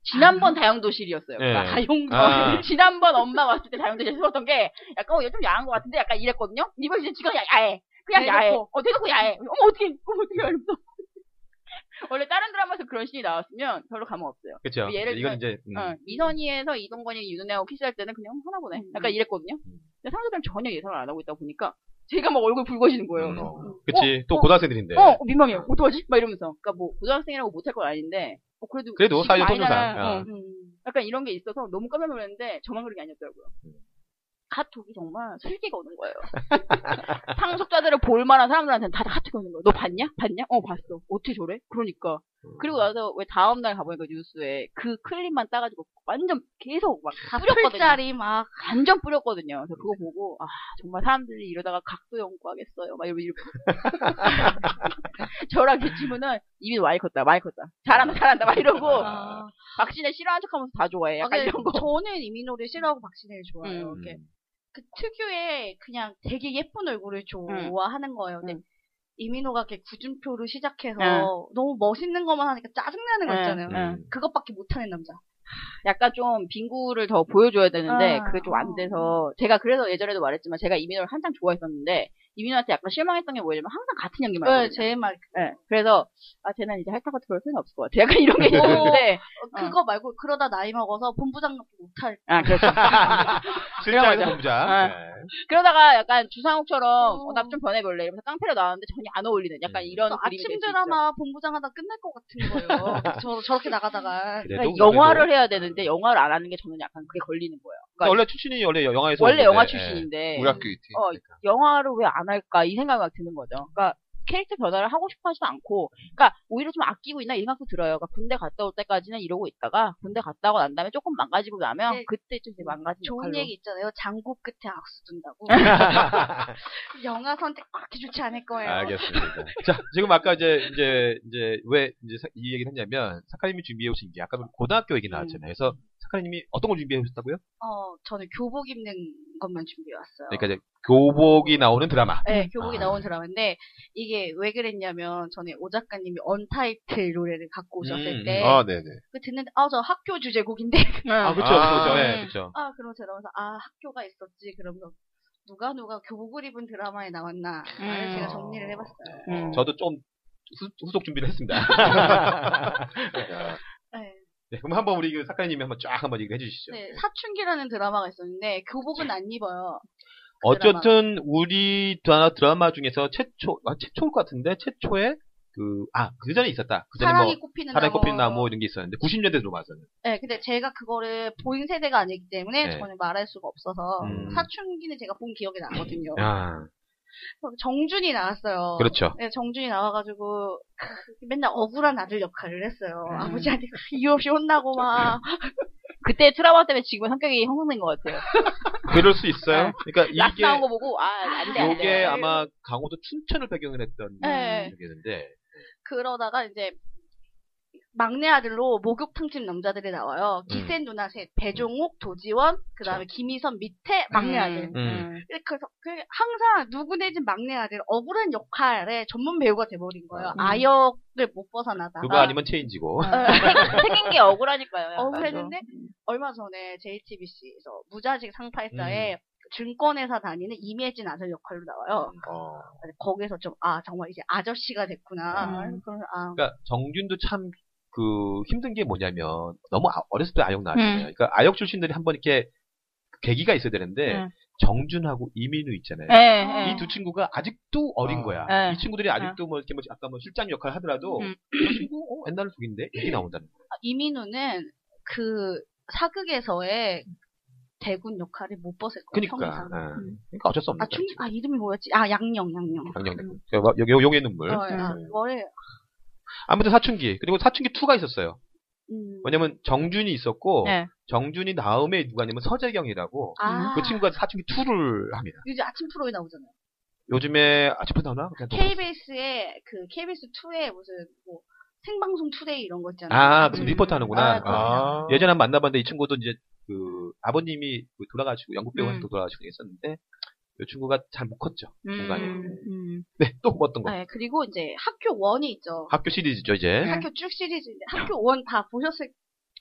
지난번 다용도실이었어요.
네.
그러니까 다용도.
아.
지난번 엄마 왔을 때 다용도실 세웠던 게, 약간, 어, 얘좀 야한 것 같은데? 약간 이랬거든요? 이번 이제 지금 야, 야해. 그냥
대놓고.
야해. 어, 대놓고 야해. 어머, 어떻게, 어머, 어떻게 알았어. 원래 다른 드라마에서 그런 씬이 나왔으면 별로 감흥 없어요.
그렇죠.
뭐 예를
이건 이제 음.
어, 이선희에서
음.
이동건이 윤은혜하고 키스할 때는 그냥 하나 보네. 약간 이랬거든요. 근데 상대방 전혀 예상을 안 하고 있다 보니까 제가 막 얼굴 붉어지는 거예요.
음, 네.
어,
그치. 또
어.
고등학생들인데.
민망해요. 어떡하지? 막 이러면서. 그러니까 뭐 고등학생이라고 못할 건 아닌데 뭐 그래도
그래도
지금
사회적
아이잖아.
통념상. 어.
어.
음.
약간 이런 게 있어서 너무 깜짝 놀랐는데 저만 그런 게 아니었더라고요. 카톡이 정말 슬기가 오는 거예요. 상속자들을 볼 만한 사람들한테는 다 카톡이 오는 거예요. 너 봤냐? 봤냐? 어, 봤어. 어떻게 저래? 그러니까. 그리고 나서 왜 다음날 가보니까 뉴스에 그 클립만 따가지고 완전 계속 막 뿌렸거든요.
풀짜리 막
완전 뿌렸거든요. 그래서 그거 보고, 아, 정말 사람들이 이러다가 각도 연구하겠어요. 막 이러고, 이러고. 저랑 그 친구는 입이 많이 컸다, 많이 컸다. 잘한다, 잘한다, 막 이러고.
아,
박신혜 싫어하는 척 하면서 다 좋아해.
아,
어. 약간
근데
이런 거.
저는 이민호를 싫어하고 박신혜를 좋아해요.
음.
이렇게 그 특유의 그냥 되게 예쁜 얼굴을 좋아하는 거예요. 근데
음.
이민호가 이렇게 구준표로 시작해서
네.
너무 멋있는 것만 하니까 짜증나는 거 있잖아요.
음.
응, 응.
그것밖에 못하는 남자.
약간 좀 빙구를 더 보여줘야 되는데
아.
그게 좀 안 돼서 제가 그래서 예전에도 말했지만 제가 이민호를 한창 좋아했었는데 이민호한테 약간 실망했던 게 뭐냐면 항상 같은 연기만
네,
하거든요.
제 말.
예, 그래서 아 쟤는 이제 할 때가 별 필요는 없을 것 같아. 약간 이런 게 있었는데
어, 그거 말고 그러다 나이 먹어서 본부장 같은 못할.
아 그렇죠.
실제하는
맞아.
공자.
아.
네.
그러다가 약간 주상욱처럼
어.
어, 나좀 변해볼래 이러면서 깡패로 나왔는데 전혀 안 어울리는 약간
음.
이런 그림이 될수
아침
있죠.
드라마 본부장 하다 끝날 것 같은 거예요. 저, 저렇게 나가다가.
그래도
그러니까 영화를
네, 그래도-
해야 되는데 영화를 안 하는 게 저는 약간 그게 걸리는 거예요. 그러니까
원래 출신이 원래 영화에서.
원래 영화
오는데, 예.
출신인데
우리 학교 이티.
어, 영화를 왜 안 할까 이 생각이 막 드는 거죠. 그러니까 캐릭터 변화를 하고 싶어 하지도 않고, 그러니까 오히려 좀 아끼고 있나 이런 생각도 들어요. 그러니까 군대 갔다 올 때까지는 이러고 있다가 군대 갔다 오고 난 다음에 조금 망가지고 나면
네.
그때쯤 이제 망가진
좋은
역할로.
얘기 있잖아요. 장고 끝에 악수 둔다고. 영화 선택 그렇게 좋지 않을 거예요.
알겠습니다. 자, 지금 아까 이제, 이제, 이제, 왜, 이제 사- 이 얘기를 했냐면, 사카님이 준비해 오신 게, 아까 우리 고등학교 얘기 나왔잖아요. 그래서, 사카님이 어떤 걸 준비해 오셨다고요?
음. 어, 저는 교복 입는 것만 준비해 왔어요.
그러니까 이제, 교복이 나오는 드라마.
네, 교복이
아.
나온 드라마인데 이게 왜 그랬냐면 전에 오 작가님이 언타이틀 노래를 갖고 오셨을
음,
때
아, 네네.
그 듣는데 아 저 학교 주제곡인데
어.
아, 그쵸,
아.
그쵸, 그쵸. 예, 그쵸.
아 그러면서 이러면서 아 학교가 있었지 그러면서 누가 누가 교복을 입은 드라마에 나왔나 를
음.
제가 정리를 해봤어요.
음.
저도 좀, 후, 속 준비를 했습니다.
네.
네, 그럼 한번 우리 그 사카님이 한번 쫙 한번 얘기를 해주시죠.
네, 사춘기라는 드라마가 있었는데 교복은 안 입어요.
네.
그
어쨌든 우리 드라마, 드라마 중에서 최초 아, 최초일 것 같은데 최초의 그아그 전에 있었다 그 전에
사랑이
뭐
꽃피는
사랑의
나무.
꽃핀 나무 이런 게 있었는데 90년대 들어왔었는데
네, 근데 제가 그거를 본 세대가 아니기 때문에
네.
저는 말할 수가 없어서
음.
사춘기는 제가 본 기억이 나거든요.
아
그래서 정준이 나왔어요.
그렇죠
네, 정준이 나와가지고 크, 맨날 억울한 아들 역할을 했어요.
음.
아버지한테 크, 이유 없이 혼나고 막
그때 트라우마 때문에 지금의 성격이 형성된 것 같아요.
그럴 수 있어요 그러니까
락
이게
네. 나온 거 보고 아안돼안 돼. 음. 안 네. 돼.
요게 아마 강호도 춘천을 배경을 했던
네.
얘기인데
그러다가 이제 막내 아들로 목욕탕집 남자들이 나와요.
음.
기센 누나 셋, 배종옥, 도지원, 그 다음에
그렇죠.
김희선 밑에 막내 아들.
음,
음.
근데 그래서 그 항상 누구네 집 막내 아들 억울한 역할에 전문 배우가 돼버린 거예요.
음.
아역을 못 벗어나다가
그거 아니면 체인지고
생긴 게 억울하니까요. 약간.
억울했는데 어,
음.
얼마 전에 JTBC에서 무자식
음.
상팔사에 그 증권회사 다니는 임혜진 아들 역할로 나와요.
어.
거기서 좀, 아, 정말 이제 아저씨가 됐구나.
음.
그런, 아,
그러니까 정준도 참 그 힘든 게 뭐냐면 너무 아- 어렸을 때 아역 나왔잖아요.
음.
그러니까 아역 출신들이 한번 이렇게 계기가 있어야 되는데
음.
정준하고 이민우 있잖아요.
예, 예.
이 두 친구가 아직도 어린 거야.
네.
이 친구들이 아직도 뭐 이렇게 뭐 아까 뭐 실장 역할 하더라도
음.
이 친구 어, 옛날에 독인데 이게 나온다는 거야.
이민우는 그 사극에서의 대군 역할을 못 벗을 거예요.
그러니까
평생.
아, 그러니까 어쩔 수 없는
아,
거야.
충, 아, 이름이 뭐였지? 아, 양령, 양령.
강령 요, 요, 용의 눈물.
어, 아,
음.
그거를,
아무튼 사춘기 그리고 사춘기 2가 있었어요.
음.
왜냐면 정준이 있었고
네.
정준이 다음에 누가냐면 서재경이라고
아,
그 친구가 사춘기 2를 합니다.
요즘 아침 프로에 나오잖아요.
요즘에 아침에 나오나? 그냥 또-
KBS에 그 KBS 2에 무슨 뭐 생방송 투데이 이런 거 있잖아요. 네.
아, 무슨
음.
리포트 하는구나.
아,
아.
예전에 한 번 만나봤는데 이 친구도 이제 그 아버님이 그 돌아가시고 영국 배우
음.
도 돌아가시고 있었는데 이 친구가 잘 못 컸죠. 중간에.
음, 음.
네, 또 어떤 거?
네, 그리고 이제 학교 원이 있죠.
학교 시리즈죠,
네.
이제.
학교 쭉 시리즈인데
음.
학교 원 다 보셨을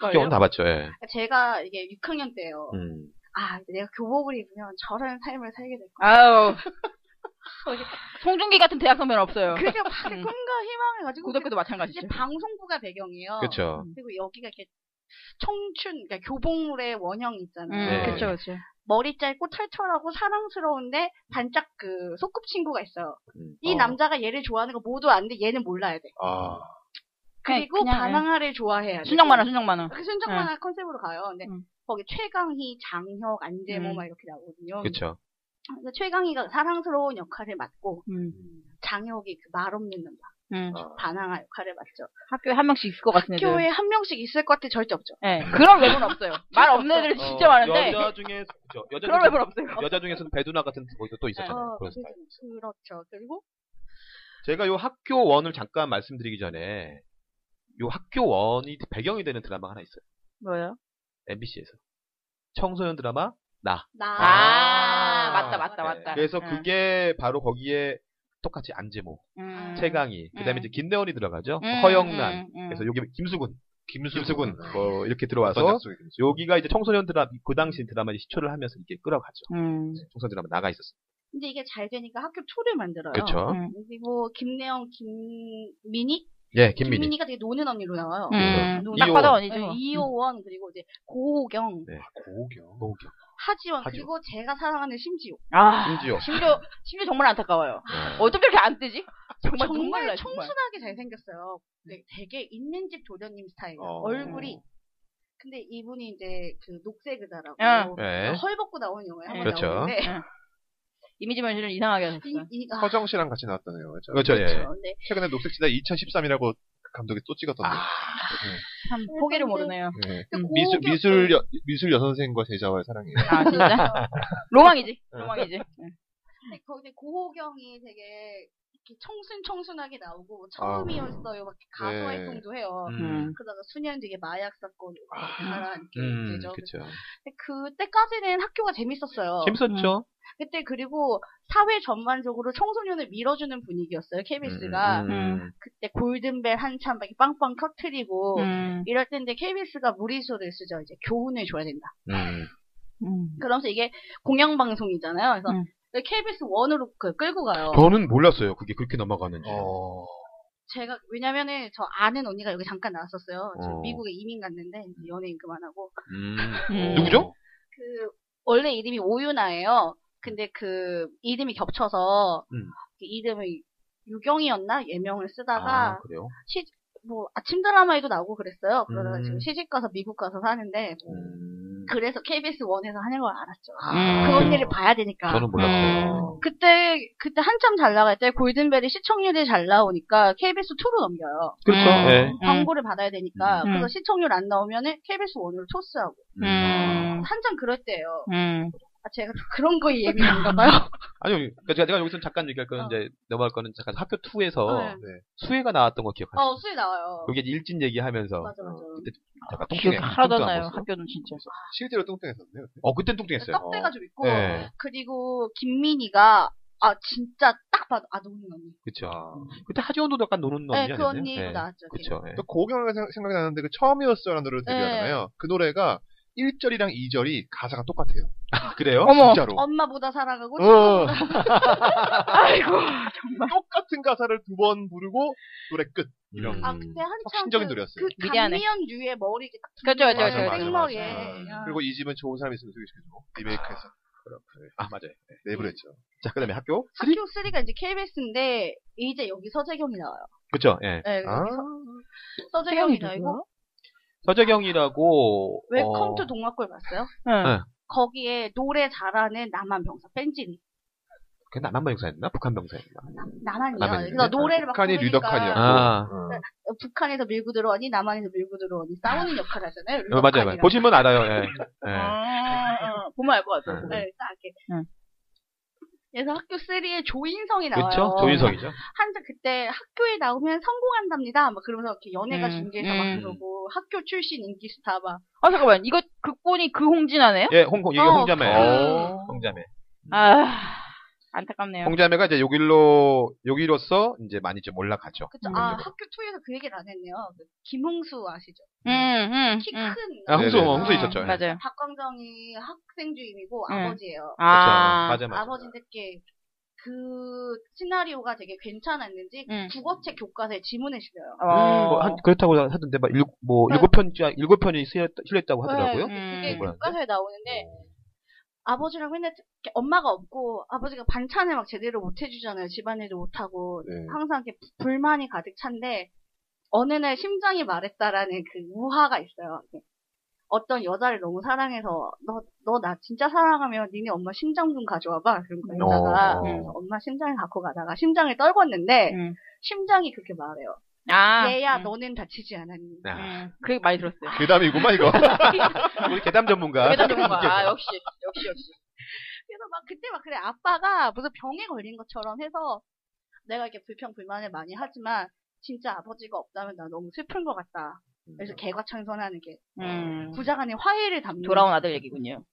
학교
거예요.
는다 봤죠, 예.
제가 이게 6학년
어.
때예요.
음.
아, 이제 내가 교복을 입으면 저런 삶을 살게 될 거야.
아우. 송중기 같은 대학 선배는 없어요.
그게 막
음.
꿈과 희망을 가지고
고등학교도
이제
마찬가지죠.
방송부가
어.
배경이에요.
그쵸.
그리고 여기가 이렇게 청춘, 그러니까 교복물의 원형 있잖아요.
네.
음, 그렇죠, 그렇죠.
머리 짧고 털털하고 사랑스러운데 반짝 그 소꿉친구가 있어요.
음.
이
어.
남자가 얘를 좋아하는 거 모두 아는데 얘는 몰라야 돼.
아,
그리고
그냥, 예.
반항아를 좋아해야 돼.
순정 만화, 순정 만화.
그 순정 만화 컨셉으로 가요. 근데
음.
거기 최강희, 장혁, 안재모
음.
막 이렇게 나오거든요.
그쵸.
그래서 최강희가 사랑스러운 역할을 맡고
음.
장혁이 그 말 없는 남자,
음.
반항아 역할을 맡죠.
학교에 한 명씩 있을 것 같은 애들.
학교에 한 명씩 있을 것 같아 절대 없죠.
예, 그런 외모는 없어요. 말 없는 애들이 진짜 많은데
어, 여자 중에 그죠. 여자
그런
중에
외모는 없어요.
여자 중에서는 배두나 같은 거기서 또
네,
있었잖아요.
어,
그런
그-
스타일.
그렇죠. 그리고
제가 요 학교원을 잠깐 말씀드리기 전에 요 학교원이 배경이 되는 드라마 하나 있어요.
뭐요?
MBC에서 청소년 드라마 나.
나
아, 맞다 맞다 맞다.
네.
음.
그래서
응.
그게 바로 거기에 똑같이 안재모,
음.
최강희, 그다음에
음.
이제 김대원이 들어가죠.
음,
허영란.
음, 음.
그래서 여기 김수근,
김수근.
김수근
어떤
뭐 이렇게 들어와서
약속이 있겠죠?
여기가 이제 청소년 드라마 그 당시 드라마 이제 시초를 하면서 이렇게 끌어가죠.
음.
청소년 드라마 나가 있었어요.
근데 이게 잘 되니까 학교 2를 만들어요.
그렇죠.
음.
그리고 김내영, 김민희,
예,
김민희.
김민희.
가 되게 노는 언니로 나와요.
음.
노는
딱
이효원.
받아
네,
언니죠.
이호원 그리고 이제 고호경,
네.
아, 고우경.
노우경.
하지원,
하지원.
그리고 제가 사랑하는 심지호.
아,
심지어.
심지어 심지어 정말 안타까워요.
예.
아. 어떻게 이렇게 안 뜨지? 정말
정말
정말
청순하게 잘생겼어요. 네, 되게 있는 집 도련님 스타일이에요.
어.
얼굴이. 근데 이분이 이제 그 녹색 의자라고 그
응.
네.
헐벗고 나온 영화에 한번
그렇죠.
나오는데
예. 이미지 변신을 이상하게 하셨어요.
이, 이, 아,
허정 씨랑 같이 나왔던 애요. 그죠?
그렇죠. 예.
그렇죠. 네.
최근에 녹색지대 2013이라고 그 감독이 또 찍었던데.
아.
참 포기를 모르네요.
예.
근데
음.
미술
고호경-
미술 여, 미술 여선생과 제자와의 사랑이에요.
아 진짜 로망이지. 로망이지.
근데 거기 고호경이 되게 이렇게 청순청순하게 나오고 뭐 처음이었어요. 막 가수
네.
활동도 해요.
음.
그러다가 수년 뒤에 마약 사건 이렇게
음,
되죠.
그쵸.
근데 그때까지는 학교가 재밌었어요.
음.
재밌었죠. 음,
그때 그리고 사회 전반적으로 청소년을 밀어주는 분위기였어요. KBS가
음, 음, 음.
그때 골든벨 한참 막 이렇게 빵빵 터트리고
음.
이럴 때인데 KBS가 무리수를 쓰죠. 이제 교훈을 줘야 된다.
음.
음.
그러면서 이게 공영방송이잖아요. 그래서
음.
KBS 원으로그 끌고 가요.
저는 몰랐어요. 그게 그렇게 넘어가는지.
어.
제가 왜냐면은 저 아는 언니가 여기 잠깐 나왔었어요. 저
어.
미국에 이민 갔는데 이제 연예인 그만하고
음.
음.
누구죠?
그 원래 이름이 오유나예요. 근데 그 이름이 겹쳐서
음.
그 이름이 유경이었나 예명을 쓰다가
아, 그래요?
뭐 아침 드라마에도 나오고 그랬어요. 그러다가
음.
지금 시집 가서 미국 가서 사는데 뭐
음. 아.
그래서 KBS 원에서 하는 걸 알았죠.
음.
그 언니를 봐야 되니까.
저는 뭐 몰랐어요.
음. 그때 그때 한참 잘 나갈 때 골든벨이 시청률이 잘 나오니까 KBS 2로 넘겨요.
그렇죠.
음.
예.
광고를 받아야 되니까
음.
그래서 시청률 안 나오면은 KBS 원으로 토스하고
음.
한참 그럴 때예요.
음.
아, 제가 좀 그런 거에 예민한가 봐요.
아니요, 그러니까 제가, 제가 여기서 잠깐 얘기할 거는
어.
이제 넘어갈 거는 잠깐 학교 2에서
네.
수혜가 나왔던 거 기억하세요?
어, 수에 나와요.
여기 일진 얘기하면서 어,
맞아, 맞아.
그때 잠깐
기억이
뚱뚱해.
하나도 안
뚱뚱한
나요.
모습.
학교는 진짜.
실제로 뚱뚱했었네요.
어, 그땐 뚱뚱했어요.
깍대가 좀 있고
네.
그리고 김민희가 아 진짜 딱 봐도 아 노는 언니.
그쵸. 그때 하지원도 약간 노는 언니
네,
아니었나요?
그 언니도
예.
나왔죠.
그쵸. 예.
또 고경이 생각이 나는데 그 처음이었어요라는 노래를
네.
데뷔하잖아요. 그 노래가 1절이랑 2절이 가사가 똑같아요.
아, 그래요?
어머.
진짜로.
엄마보다 사랑하고
어.
아이고.
똑같은 가사를 두 번 부르고 노래 끝.
음.
이런.
아 그때 한참
혁신적인
그-
노래였어요.
그
미안해.
강미연 류의 머리 이렇게 딱
그렇죠,
맞아,
그렇죠, 그렇죠.
맞아, 음.
그렇죠.
생머리에.
맞아.
야.
그리고 이 집은 좋은 사람이 있으면 소개시켜줘. 리메이크해서.
예. 아, 맞아요.
네이블 했죠.
자, 그 다음에 학교?
학교 3가 이제 KBS인데 이제 여기 서재경이 나와요.
그쵸, 예.
네,
아.
여기 서- 서재경이 나오고
서재경이라고.
웰컴 투
어,
동화골 봤어요?
응.
거기에 노래 잘하는 남한 병사 뺀질이
그 남한 병사였나? 북한
네.
병사였나?
남한이요.
남한인데?
그래서 노래를 막
북한이
부르니까
류덕환이요.
아,
어, 북한에서 밀고 들어오니 남한에서 밀고 들어오니 싸우는 역할을 하잖아요.
어, 맞아요. 맞아요.
류덕환이랑.
보시면 알아요, 예. 예.
아, 어, 보면 알 것 같아요.
음.
네, 딱 이렇게.
응.
그래서 학교 3에 조인성이 나와요.
그렇죠? 조인성이죠.
한자 그때 학교에 나오면 성공한답니다. 막 그러면서 이렇게 연예가
음,
중계에서 막
음.
그러고 학교 출신 인기 스타 막
아, 잠깐만. 이거 극본이 그 홍진아네요?
예, 홍콩, 이게
어,
홍자매예요.
그-
홍자매.
아, 안타깝네요.
홍자매가 이제 여기로 여기로서 이제 많이 좀 올라가죠.
그쵸?
음,
아
맞아.
학교 2에서 그 얘기를 안 했네요. 그 김홍수 아시죠?
음, 음,
키 큰
음.
아, 홍수,
네네.
홍수 있었죠.
어, 맞아요.
박광정이 학생 주임이고
음.
아버지예요.
아,
그렇죠. 맞아, 맞아.
아버지인데 이렇게 그 시나리오가 되게 괜찮았는지
음.
국어책 교과서에 지문에 실려요.
어.
뭐 한- 그렇다고 하던데 막 일,
아,
뭐
어. 네.
일곱 편이 일곱 편이 실렸, 실렸다고 하더라고요. 어.
네,
음.
그게
뭐라는데?
교과서에 나오는데 아버지랑 맨날 이렇게 엄마가 없고 아버지가 반찬을 막 제대로 못 해주잖아요. 집안일도 못 하고
네.
항상 이렇게 부- 불만이 가득 찬데 어느 날 심장이 말했다라는 그 우화가 있어요. 이렇게 어떤 여자를 너무 사랑해서 너 너 나 진짜 사랑하면 니네 엄마 심장 좀 가져와봐 그런 거 했다가 음.
어.
그래서 엄마 심장을 갖고 가다가 심장을 떨궜는데
음.
심장이 그렇게 말해요.
아.
얘야
음.
너는 다치지 않았니?
아,
음. 그게 많이 들었어요.
괴담이구만 이거.
우리 계담 전문가.
그래도 뭔가, 아, 역시, 역시, 역시.
그래서 막 그때 막 그래 아빠가 무슨 병에 걸린 것처럼 해서 내가 이렇게 불평 불만을 많이 하지만 진짜 아버지가 없다면 나 너무 슬픈 것 같다. 그래서 개과 창선하는 게
음.
부자간의 화해를 담는
돌아온 아들 얘기군요.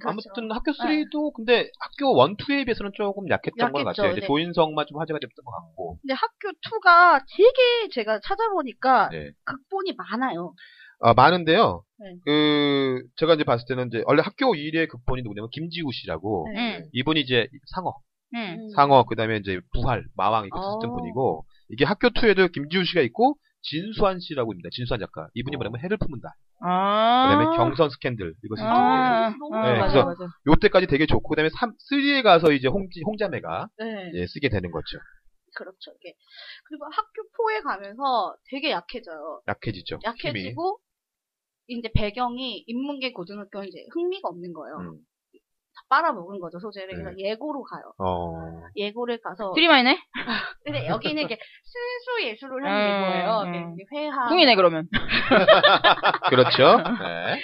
그렇죠.
아무튼 학교 3도 근데 학교 1, 2에 비해서는 조금 약했던 것
약했죠,
같아요. 이제
네.
조인성만 좀 화제가 됐던 것 같고.
근데 학교 2가 되게 제가 찾아보니까
네.
극본이 많아요.
아, 많은데요.
네.
그 제가 이제 봤을 때는 이제 원래 학교 1의 극본이 누구냐면 김지우 씨라고
네.
음.
이분이 이제 상어,
음.
상어 그다음에 이제 부활, 마왕 이렇게 썼던
어.
분이고 이게 학교 2에도 김지우 씨가 있고 진수한 씨라고 있니다 진수한 작가. 이분이
어.
뭐냐면 해를 품는다.
아.
그다음에 경선 스캔들 이거 쓴 분이에요.
아,
너무
아,
네,
맞아,
그래서-
맞아.
요때까지 되게 좋고 그다음에 3, 3에 가서 이제 홍지, 홍자매가
네.
예, 쓰게 되는 거죠.
그렇죠. 이게. 그리고 학교 4에 가면서 되게 약해져요.
약해지죠. 힘이.
약해지고 이제 배경이 인문계 고등학교 이제 흥미가 없는 거예요.
음. 네.
다 빨아먹은 거죠 소재를. 그래서 예고로 가요.
어.
예고를 가서
드림아이네?
근데 여기는 이게 순수 예술을
음,
하는 예고예요.
음.
이게 회화
궁이네, 그러면.
그렇죠. 네.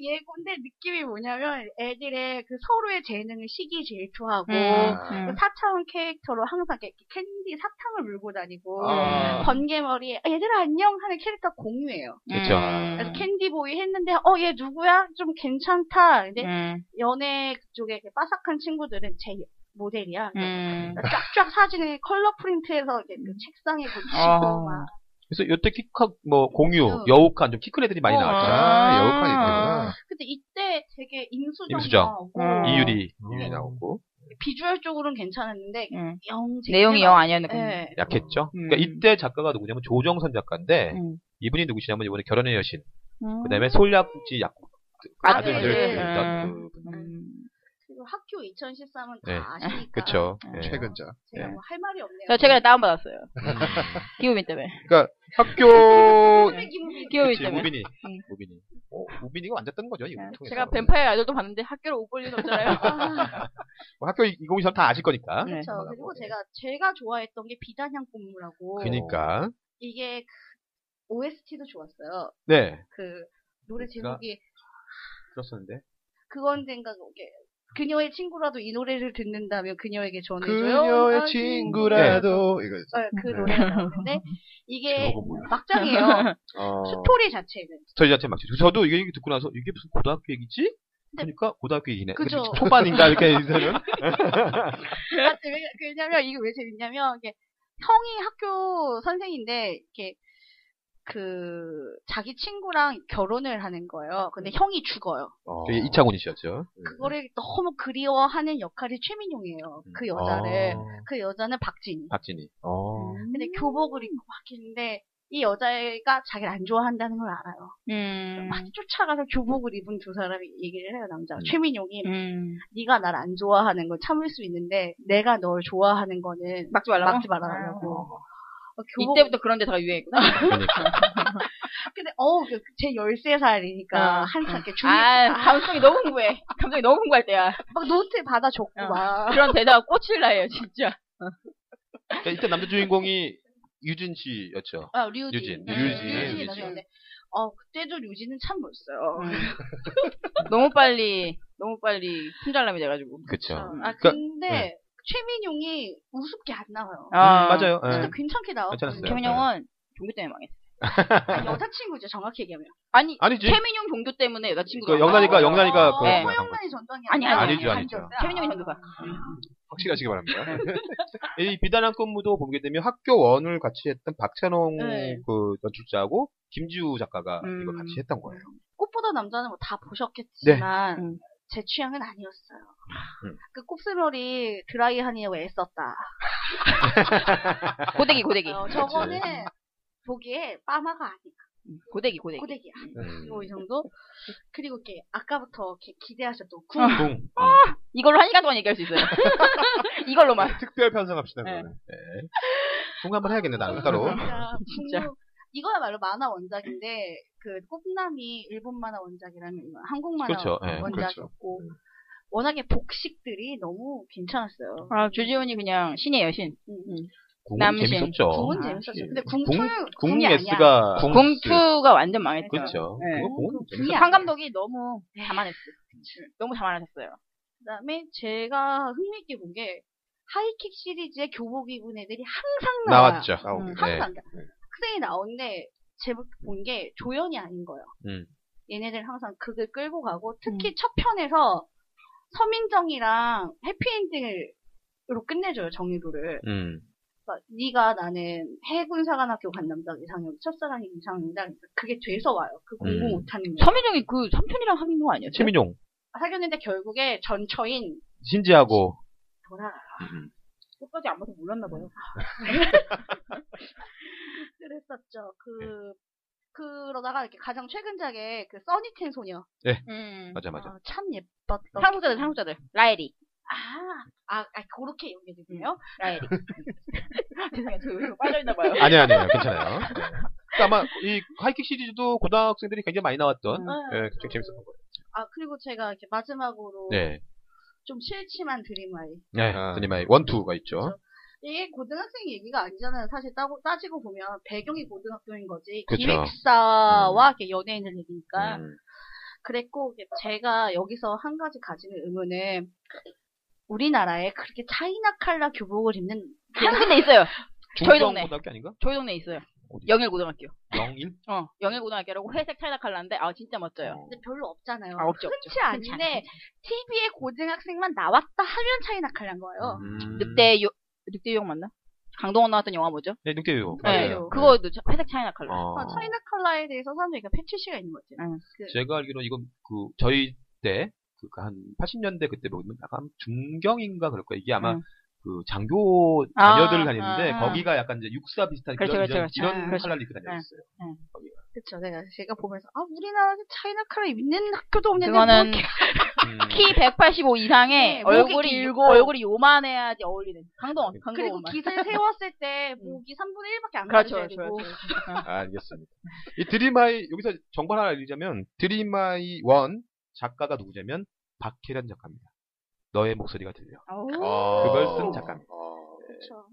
예고인데 느낌이 뭐냐면 애들의 그 서로의 재능을 시기 질투하고 그
음.
사차원 캐릭터로 항상 이렇게 캔디 사탕을 물고 다니고
어. 음.
아.
번개머리에 아, 얘들아 안녕 하는 캐릭터 공유예요.
그쵸.
음.
그래서 캔디보이 했는데 어 얘 누구야? 좀 괜찮다. 근데
음.
연애 쪽에 이렇게 빠삭한 친구들은 제 모델이야.
음.
쫙쫙 사진을 컬러 프린트해서 이렇게 그 책상에 붙이고
어.
막
그래서 요때 키카 뭐 공유,
응.
여우칸 좀 키 큰 애들이 많이
어.
나왔죠.
아, 여우칸이 있구나.
근데 이때 되게 인수정
임수정.
나오고
음.
이유리.
이게 나오고
비주얼적으로는 괜찮았는데
음.
영
내용이 영 아니었는데.
네.
약했죠.
음.
그러니까 이때 작가가 누구냐면 조정선 작가인데
음.
이분이 누구시냐면 이번에 결혼의 여신,
음.
네. 그다음에 솔약지 약
아들.
아들들
네.
있던
음.
그
음.
그리고 학교 2013은 다
네.
아시니까
그쵸.
예.
네.
최근작
제가
네.
뭐할 말이 없네요.
저 최근에 다운받았어요.
음.
기우민 때문에.
학교
기우민
그치,
때문에.
우빈이.
응.
우빈이. 어, 우빈이가 만졌던 거죠, 이거 통해서.
음. 네,
음.
제가 뱀파이어 아들도 봤는데 학교를 못 볼 리는 없잖아요.
뭐 학교 2023 다 아실 거니까.
네.
그렇죠. 그리고 제가 제가 좋아했던 게 비단향 꽃무라고
그러니까.
그니까.
이게 OST도 좋았어요.
네.
그 노래
그러니까.
제목이
들었었는데.
그건 생각 오게 그녀의 친구라도 이 노래를 듣는다면 그녀에게
네,
전해줘요.
그녀의
아,
친구라도 이거
아, 그
네.
노래가 나오는데 이게
제목은 뭐야?
막장이에요.
아.
어.
스토리 자체는.
저희 자체 막 저도 이게 얘기 듣고 나서 이게 무슨 고등학교
네.
얘기지? 그러니까 고등학교 얘기네.
그죠.
근데 초반인가 이렇게 인생은
아, 왜- 왜냐면 이게 왜 재밌냐면 이게 형이 학교 선생인데 이렇게 그 자기 친구랑 결혼을 하는 거예요.
음.
근데 형이 죽어요.
어.
저희 이창훈이 씨였죠.
네.
그거를 너무 그리워하는 역할이 최민용이에요.
음.
그 여자를
아.
어.
그 여자는 박진이.
박진이. 어.
음.
근데 교복을 입고 막 했는데 이 여자애가 자기를 안 좋아한다는 걸 알아요.
음.
막 쫓아가서 교복을 입은 두 사람이 얘기를 해요. 남자
음.
최민용이
음.
네가 날 안 좋아하는 걸 참을 수 있는데 내가 널 좋아하는 거는
막지 말라고.
막지 말아라고. 어, 교복
이때부터 그런 뭐- 아, 데다가 유행했구나.
그러니까.
근데 어우 그- 제 13살이니까
아.
한참 이렇게 중
아, 감성이 너무 궁금해. 감성이 너무 궁금할 때야.
막 노트 받아 적고
어.
막
그런 데다가 꽂힐라 해요, 진짜.
그러니까 이때 남자 주인공이 유진 씨였죠.
아, 류진.
유진,
네,
류진,
류진이
류진.
나중에 어, 그때도 류진은 참 멋있어요.
너무 빨리, 너무 빨리 품절남이 돼가지고.
그쵸.
아,
그러니까-
근데
네.
최민용이 우습게 안 나와요. 네.
아,
맞아요.
진짜
예.
괜찮게 나왔거든요.
괜찮았어요. 네.
최민용은 종교 때문에 망했어.
아, 여자친구죠, 정확히 얘기하면.
아니,
아니지.
최민용 종교 때문에 여자친구가.
예? 그 영란이가 영란이가 그
네.
허영란이 어, 전당이
아니,
아니라
아니,
아니죠, 아니죠.
반전.
최민용이 전도사.
확실하시기 바랍니다.
이 비단한 건무도 보게 되면 학교 원을 같이 했던 박찬홍
네.
그 연출자하고 김지우 작가가
음.
이걸 같이 했던 거예요.
꽃보다 남자는 뭐 다 보셨겠지만
네. 음.
제 취향은 아니었어요.
음.
그 곱슬머리 드라이하니라고 애썼다.
아, 고데기, 고데기.
어, 저거는 보기에 빠마가 아니야.
음, 고데기 고데기.
고데기야.
네.
음.
뭐 이 정도? 그리고 이렇게 아까부터 이렇게 기대하셨던 궁.
궁. 음.
아,
이걸로 한 시간 동안 얘기할 수 있어요. 이걸로만.
특별 편성합시다.
네.
그러면.
궁 한번 해야겠네 나는 따로.
음.
진짜.
아, 진짜.
궁- 이거야말로 만화 원작인데 그 꽃남이 일본 만화 원작이라면 이건 한국 만화
그렇죠. 예,
원작이었고
음.
워낙에 복식들이 너무 괜찮았어요. 음,
아 조지훈이 그냥 신이에요 신.
궁은
남신.
재밌었죠.
아,
아.
궁은 재밌었어요. 근데 궁
궁-
투
궁
궁이 아니야.
S가
궁투가 완전 망했죠.
그렇죠.
네.
그거 궁은
궁이
재밌었죠.
황
아니야.
감독이 너무 자만했어. 음, 너무 자만하셨어요.
그다음에 제가 흥미있게 본 게 하이킥 시리즈의 교복 입은 애들이 항상 나와요.
나왔죠.
나오게.
네.
항상 나- 음. 학생이 나오는데 제가 본 게 조연이 아닌 거예요.
음.
얘네들 항상 극을 끌고 가고 특히 첫 편에서 서민정이랑 해피엔딩으로 끝내줘요 정의도를.
음.
그러니까 네가 나는 해군사관학교 간 남자 이상형 첫사랑이 이상형이다. 그러니까 그게 돼서 와요. 그 공부
음.
못하는 거.
서민정이 그 삼촌이랑 사귄 거 아니었죠?
최민용,
사귀었는데 결국에 전처인
신지하고 음.
돌아.
끝까지 안 봐서 몰랐나 봐요.
그랬었죠.
네.
그 그러다가 이렇게 가장 최근작에 그 써니텐 소녀.
음.
맞아 맞아.
아, 참 예뻤던.
상속자들 상속자들 라엘이
아, 아, 아 그렇게
음.
연결되네요.
라엘이. 죄송해요 저왜 빠져있나 봐요.
아니 아니 아니, 괜찮아요. 네. 그러니까 아마 이 하이킥 시리즈도 고등학생들이 굉장히 많이 나왔던
음.
네.
예, 굉장히 재밌었던 거예요.
아 그리고 제가 이렇게 마지막으로
네.
좀 싫지만 드린 말이
네.
아.
드니마의 원투가 있죠.
이게 고등학생 얘기가 아니잖아요. 사실 따고, 따지고 보면 배경이 고등학교인 거지
그쵸.
기획사와 이렇게 연예인들
아.
얘기니까
음.
그랬고 이게 제가 여기서 한 가지 가지는 의문은 우리나라에 그렇게 차이나 칼라 교복을 입는
한 군데 있어요. 저희 동네.
중성고등학교 아닌가?
저희 동네에 있어요.
어디?
영일고등학교.
영일?
어, 영일고등학교라고 회색 차이나 칼라인데 아 진짜 멋져요.
근데 별로 없잖아요.
아 없죠 없죠.
흔치 않은데 TV에 고등학생만 나왔다 하면 차이나 칼라인 거예요.
음.
어. 늑대 요 늑대 용 맞나? 강동원 나왔던 영화 뭐죠?
네, 늑대요.
네,
맞아요.
그거 회색 차이나 칼라.
어.
아, 차이나 칼라에 대해서 사람들이 그러니까 패티시가 있는 거지.
응.
그,
제가 알기로는 이건 그 저희 때 그 한 80년대 그때 보면 약간 중경인가 그럴 거예요. 이게 아마
음.
그 장교 자녀들
아,
다니는데
아, 아.
거기가 약간 이제 육사 비슷한
그렇죠,
이런
그렇죠, 그렇죠.
이런
아,
칼라를 입고 다녔어요.
그쵸. 내가, 제가 보면서, 아, 우리나라는 차이나 칼라 입는 학교도 없는데.
그거는
뭐 이렇게-
음.
키 185 이상의
네, 목이
얼굴이
길고.
얼굴이 요만해야지 어울리는 강동원
그리고
강동원
깃을 세웠을 때, 목이 3분의 1밖에 안
그렇죠,
가려져야
그렇죠,
되고.
아, 알겠습니다. 이 드림아이 여기서 정보 하나 알리자면 드림아이 원 작가가 누구냐면 박혜련 작가입니다. 너의 목소리가 들려.
어.
그걸 쓴 작가입니다.
아.
그렇죠.
그쵸.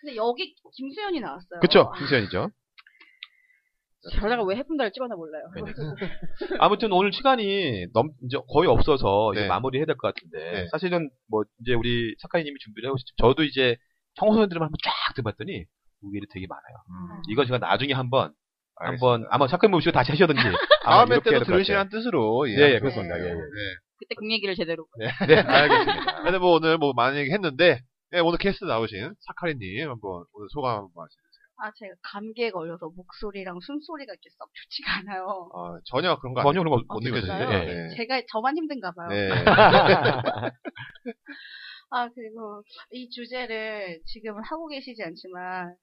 근데 여기 김수현이 나왔어요.
그쵸? 김수현이죠.
저자가 왜 해품달을 찍었나 몰라요.
네. 아무튼 오늘 시간이 넘 이제 거의 없어서 이제
네.
마무리해야 될 것 같은데
네.
사실은 뭐 이제 우리 사카이님이 준비를 하고 있죠. 저도 이제 청소년들만 한번 쫙 들어봤더니 무게를 되게 많아요.
음.
이건 제가 나중에 한번 한번 아마 사카이님 오시고 다시 하시든지 아마
다음에
이렇게 해야
때도
될것 같아요.
들으시란 뜻으로. 예. 네.
예, 예, 그렇습니다. 예, 예.
그때 국 얘기를 제대로.
네, 알겠습니다.
근데 뭐 오늘 뭐 많은 얘기 했는데, 예, 오늘 게스트 나오신 사카리님 한번 오늘 소감 한번 말씀해 주세요.
아, 제가 감기에 걸려서 목소리랑 숨소리가 이렇게 썩 좋지가 않아요.
아, 전혀 그런 거
전혀
아니에요.
그런 거 못
아,
느껴지는데.
진짜요?
예, 예.
제가, 저만 힘든가 봐요.
네.
아, 그리고 이 주제를 지금은 하고 계시지 않지만,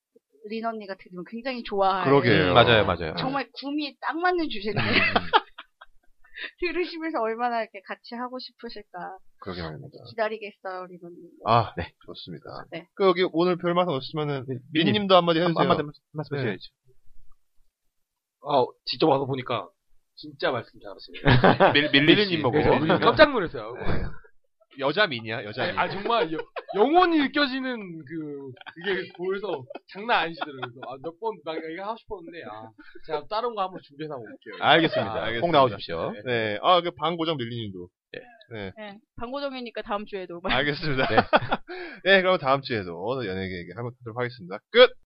린 언니가 들으면 굉장히 좋아해요.
그러게요.
음, 맞아요, 맞아요.
정말 구미에 딱 맞는 주제인데
음.
들으시면서 얼마나 이렇게 같이 하고 싶으실까
그러게 말입니다.
기다리겠어요, 우리 언니.
아, 네. 좋습니다.
네.
그 여기 오늘 별말씀 없으시면은 미니님도 한마디 해주세요.
한마디 말씀해
네.
주셔야죠.
아, 직접 와서 보니까 진짜 말씀 잘하시네요.
밀,
밀리님
밀리님 보고.
보고.
그래서 깜짝 놀랐어요.
여자 미니야, 여자 미니.
아, 정말 여- 영혼이 느껴지는 그, 그게 보여서 장난 아니시더라고요. 그래서 아, 몇 번, 막 이거 하고 싶었는데, 아, 제가 다른 거 한번 준비해서 한번 올게요.
알겠습니다.
아, 알겠습니다.
꼭 나와주십시오.
네. 아, 그 방고정 밀리님도.
네. 방고정이니까 다음 주에도.
네, 알겠습니다. 네. 그럼 다음 주에도 연예계 얘기 한번 하도록 하겠습니다. 끝!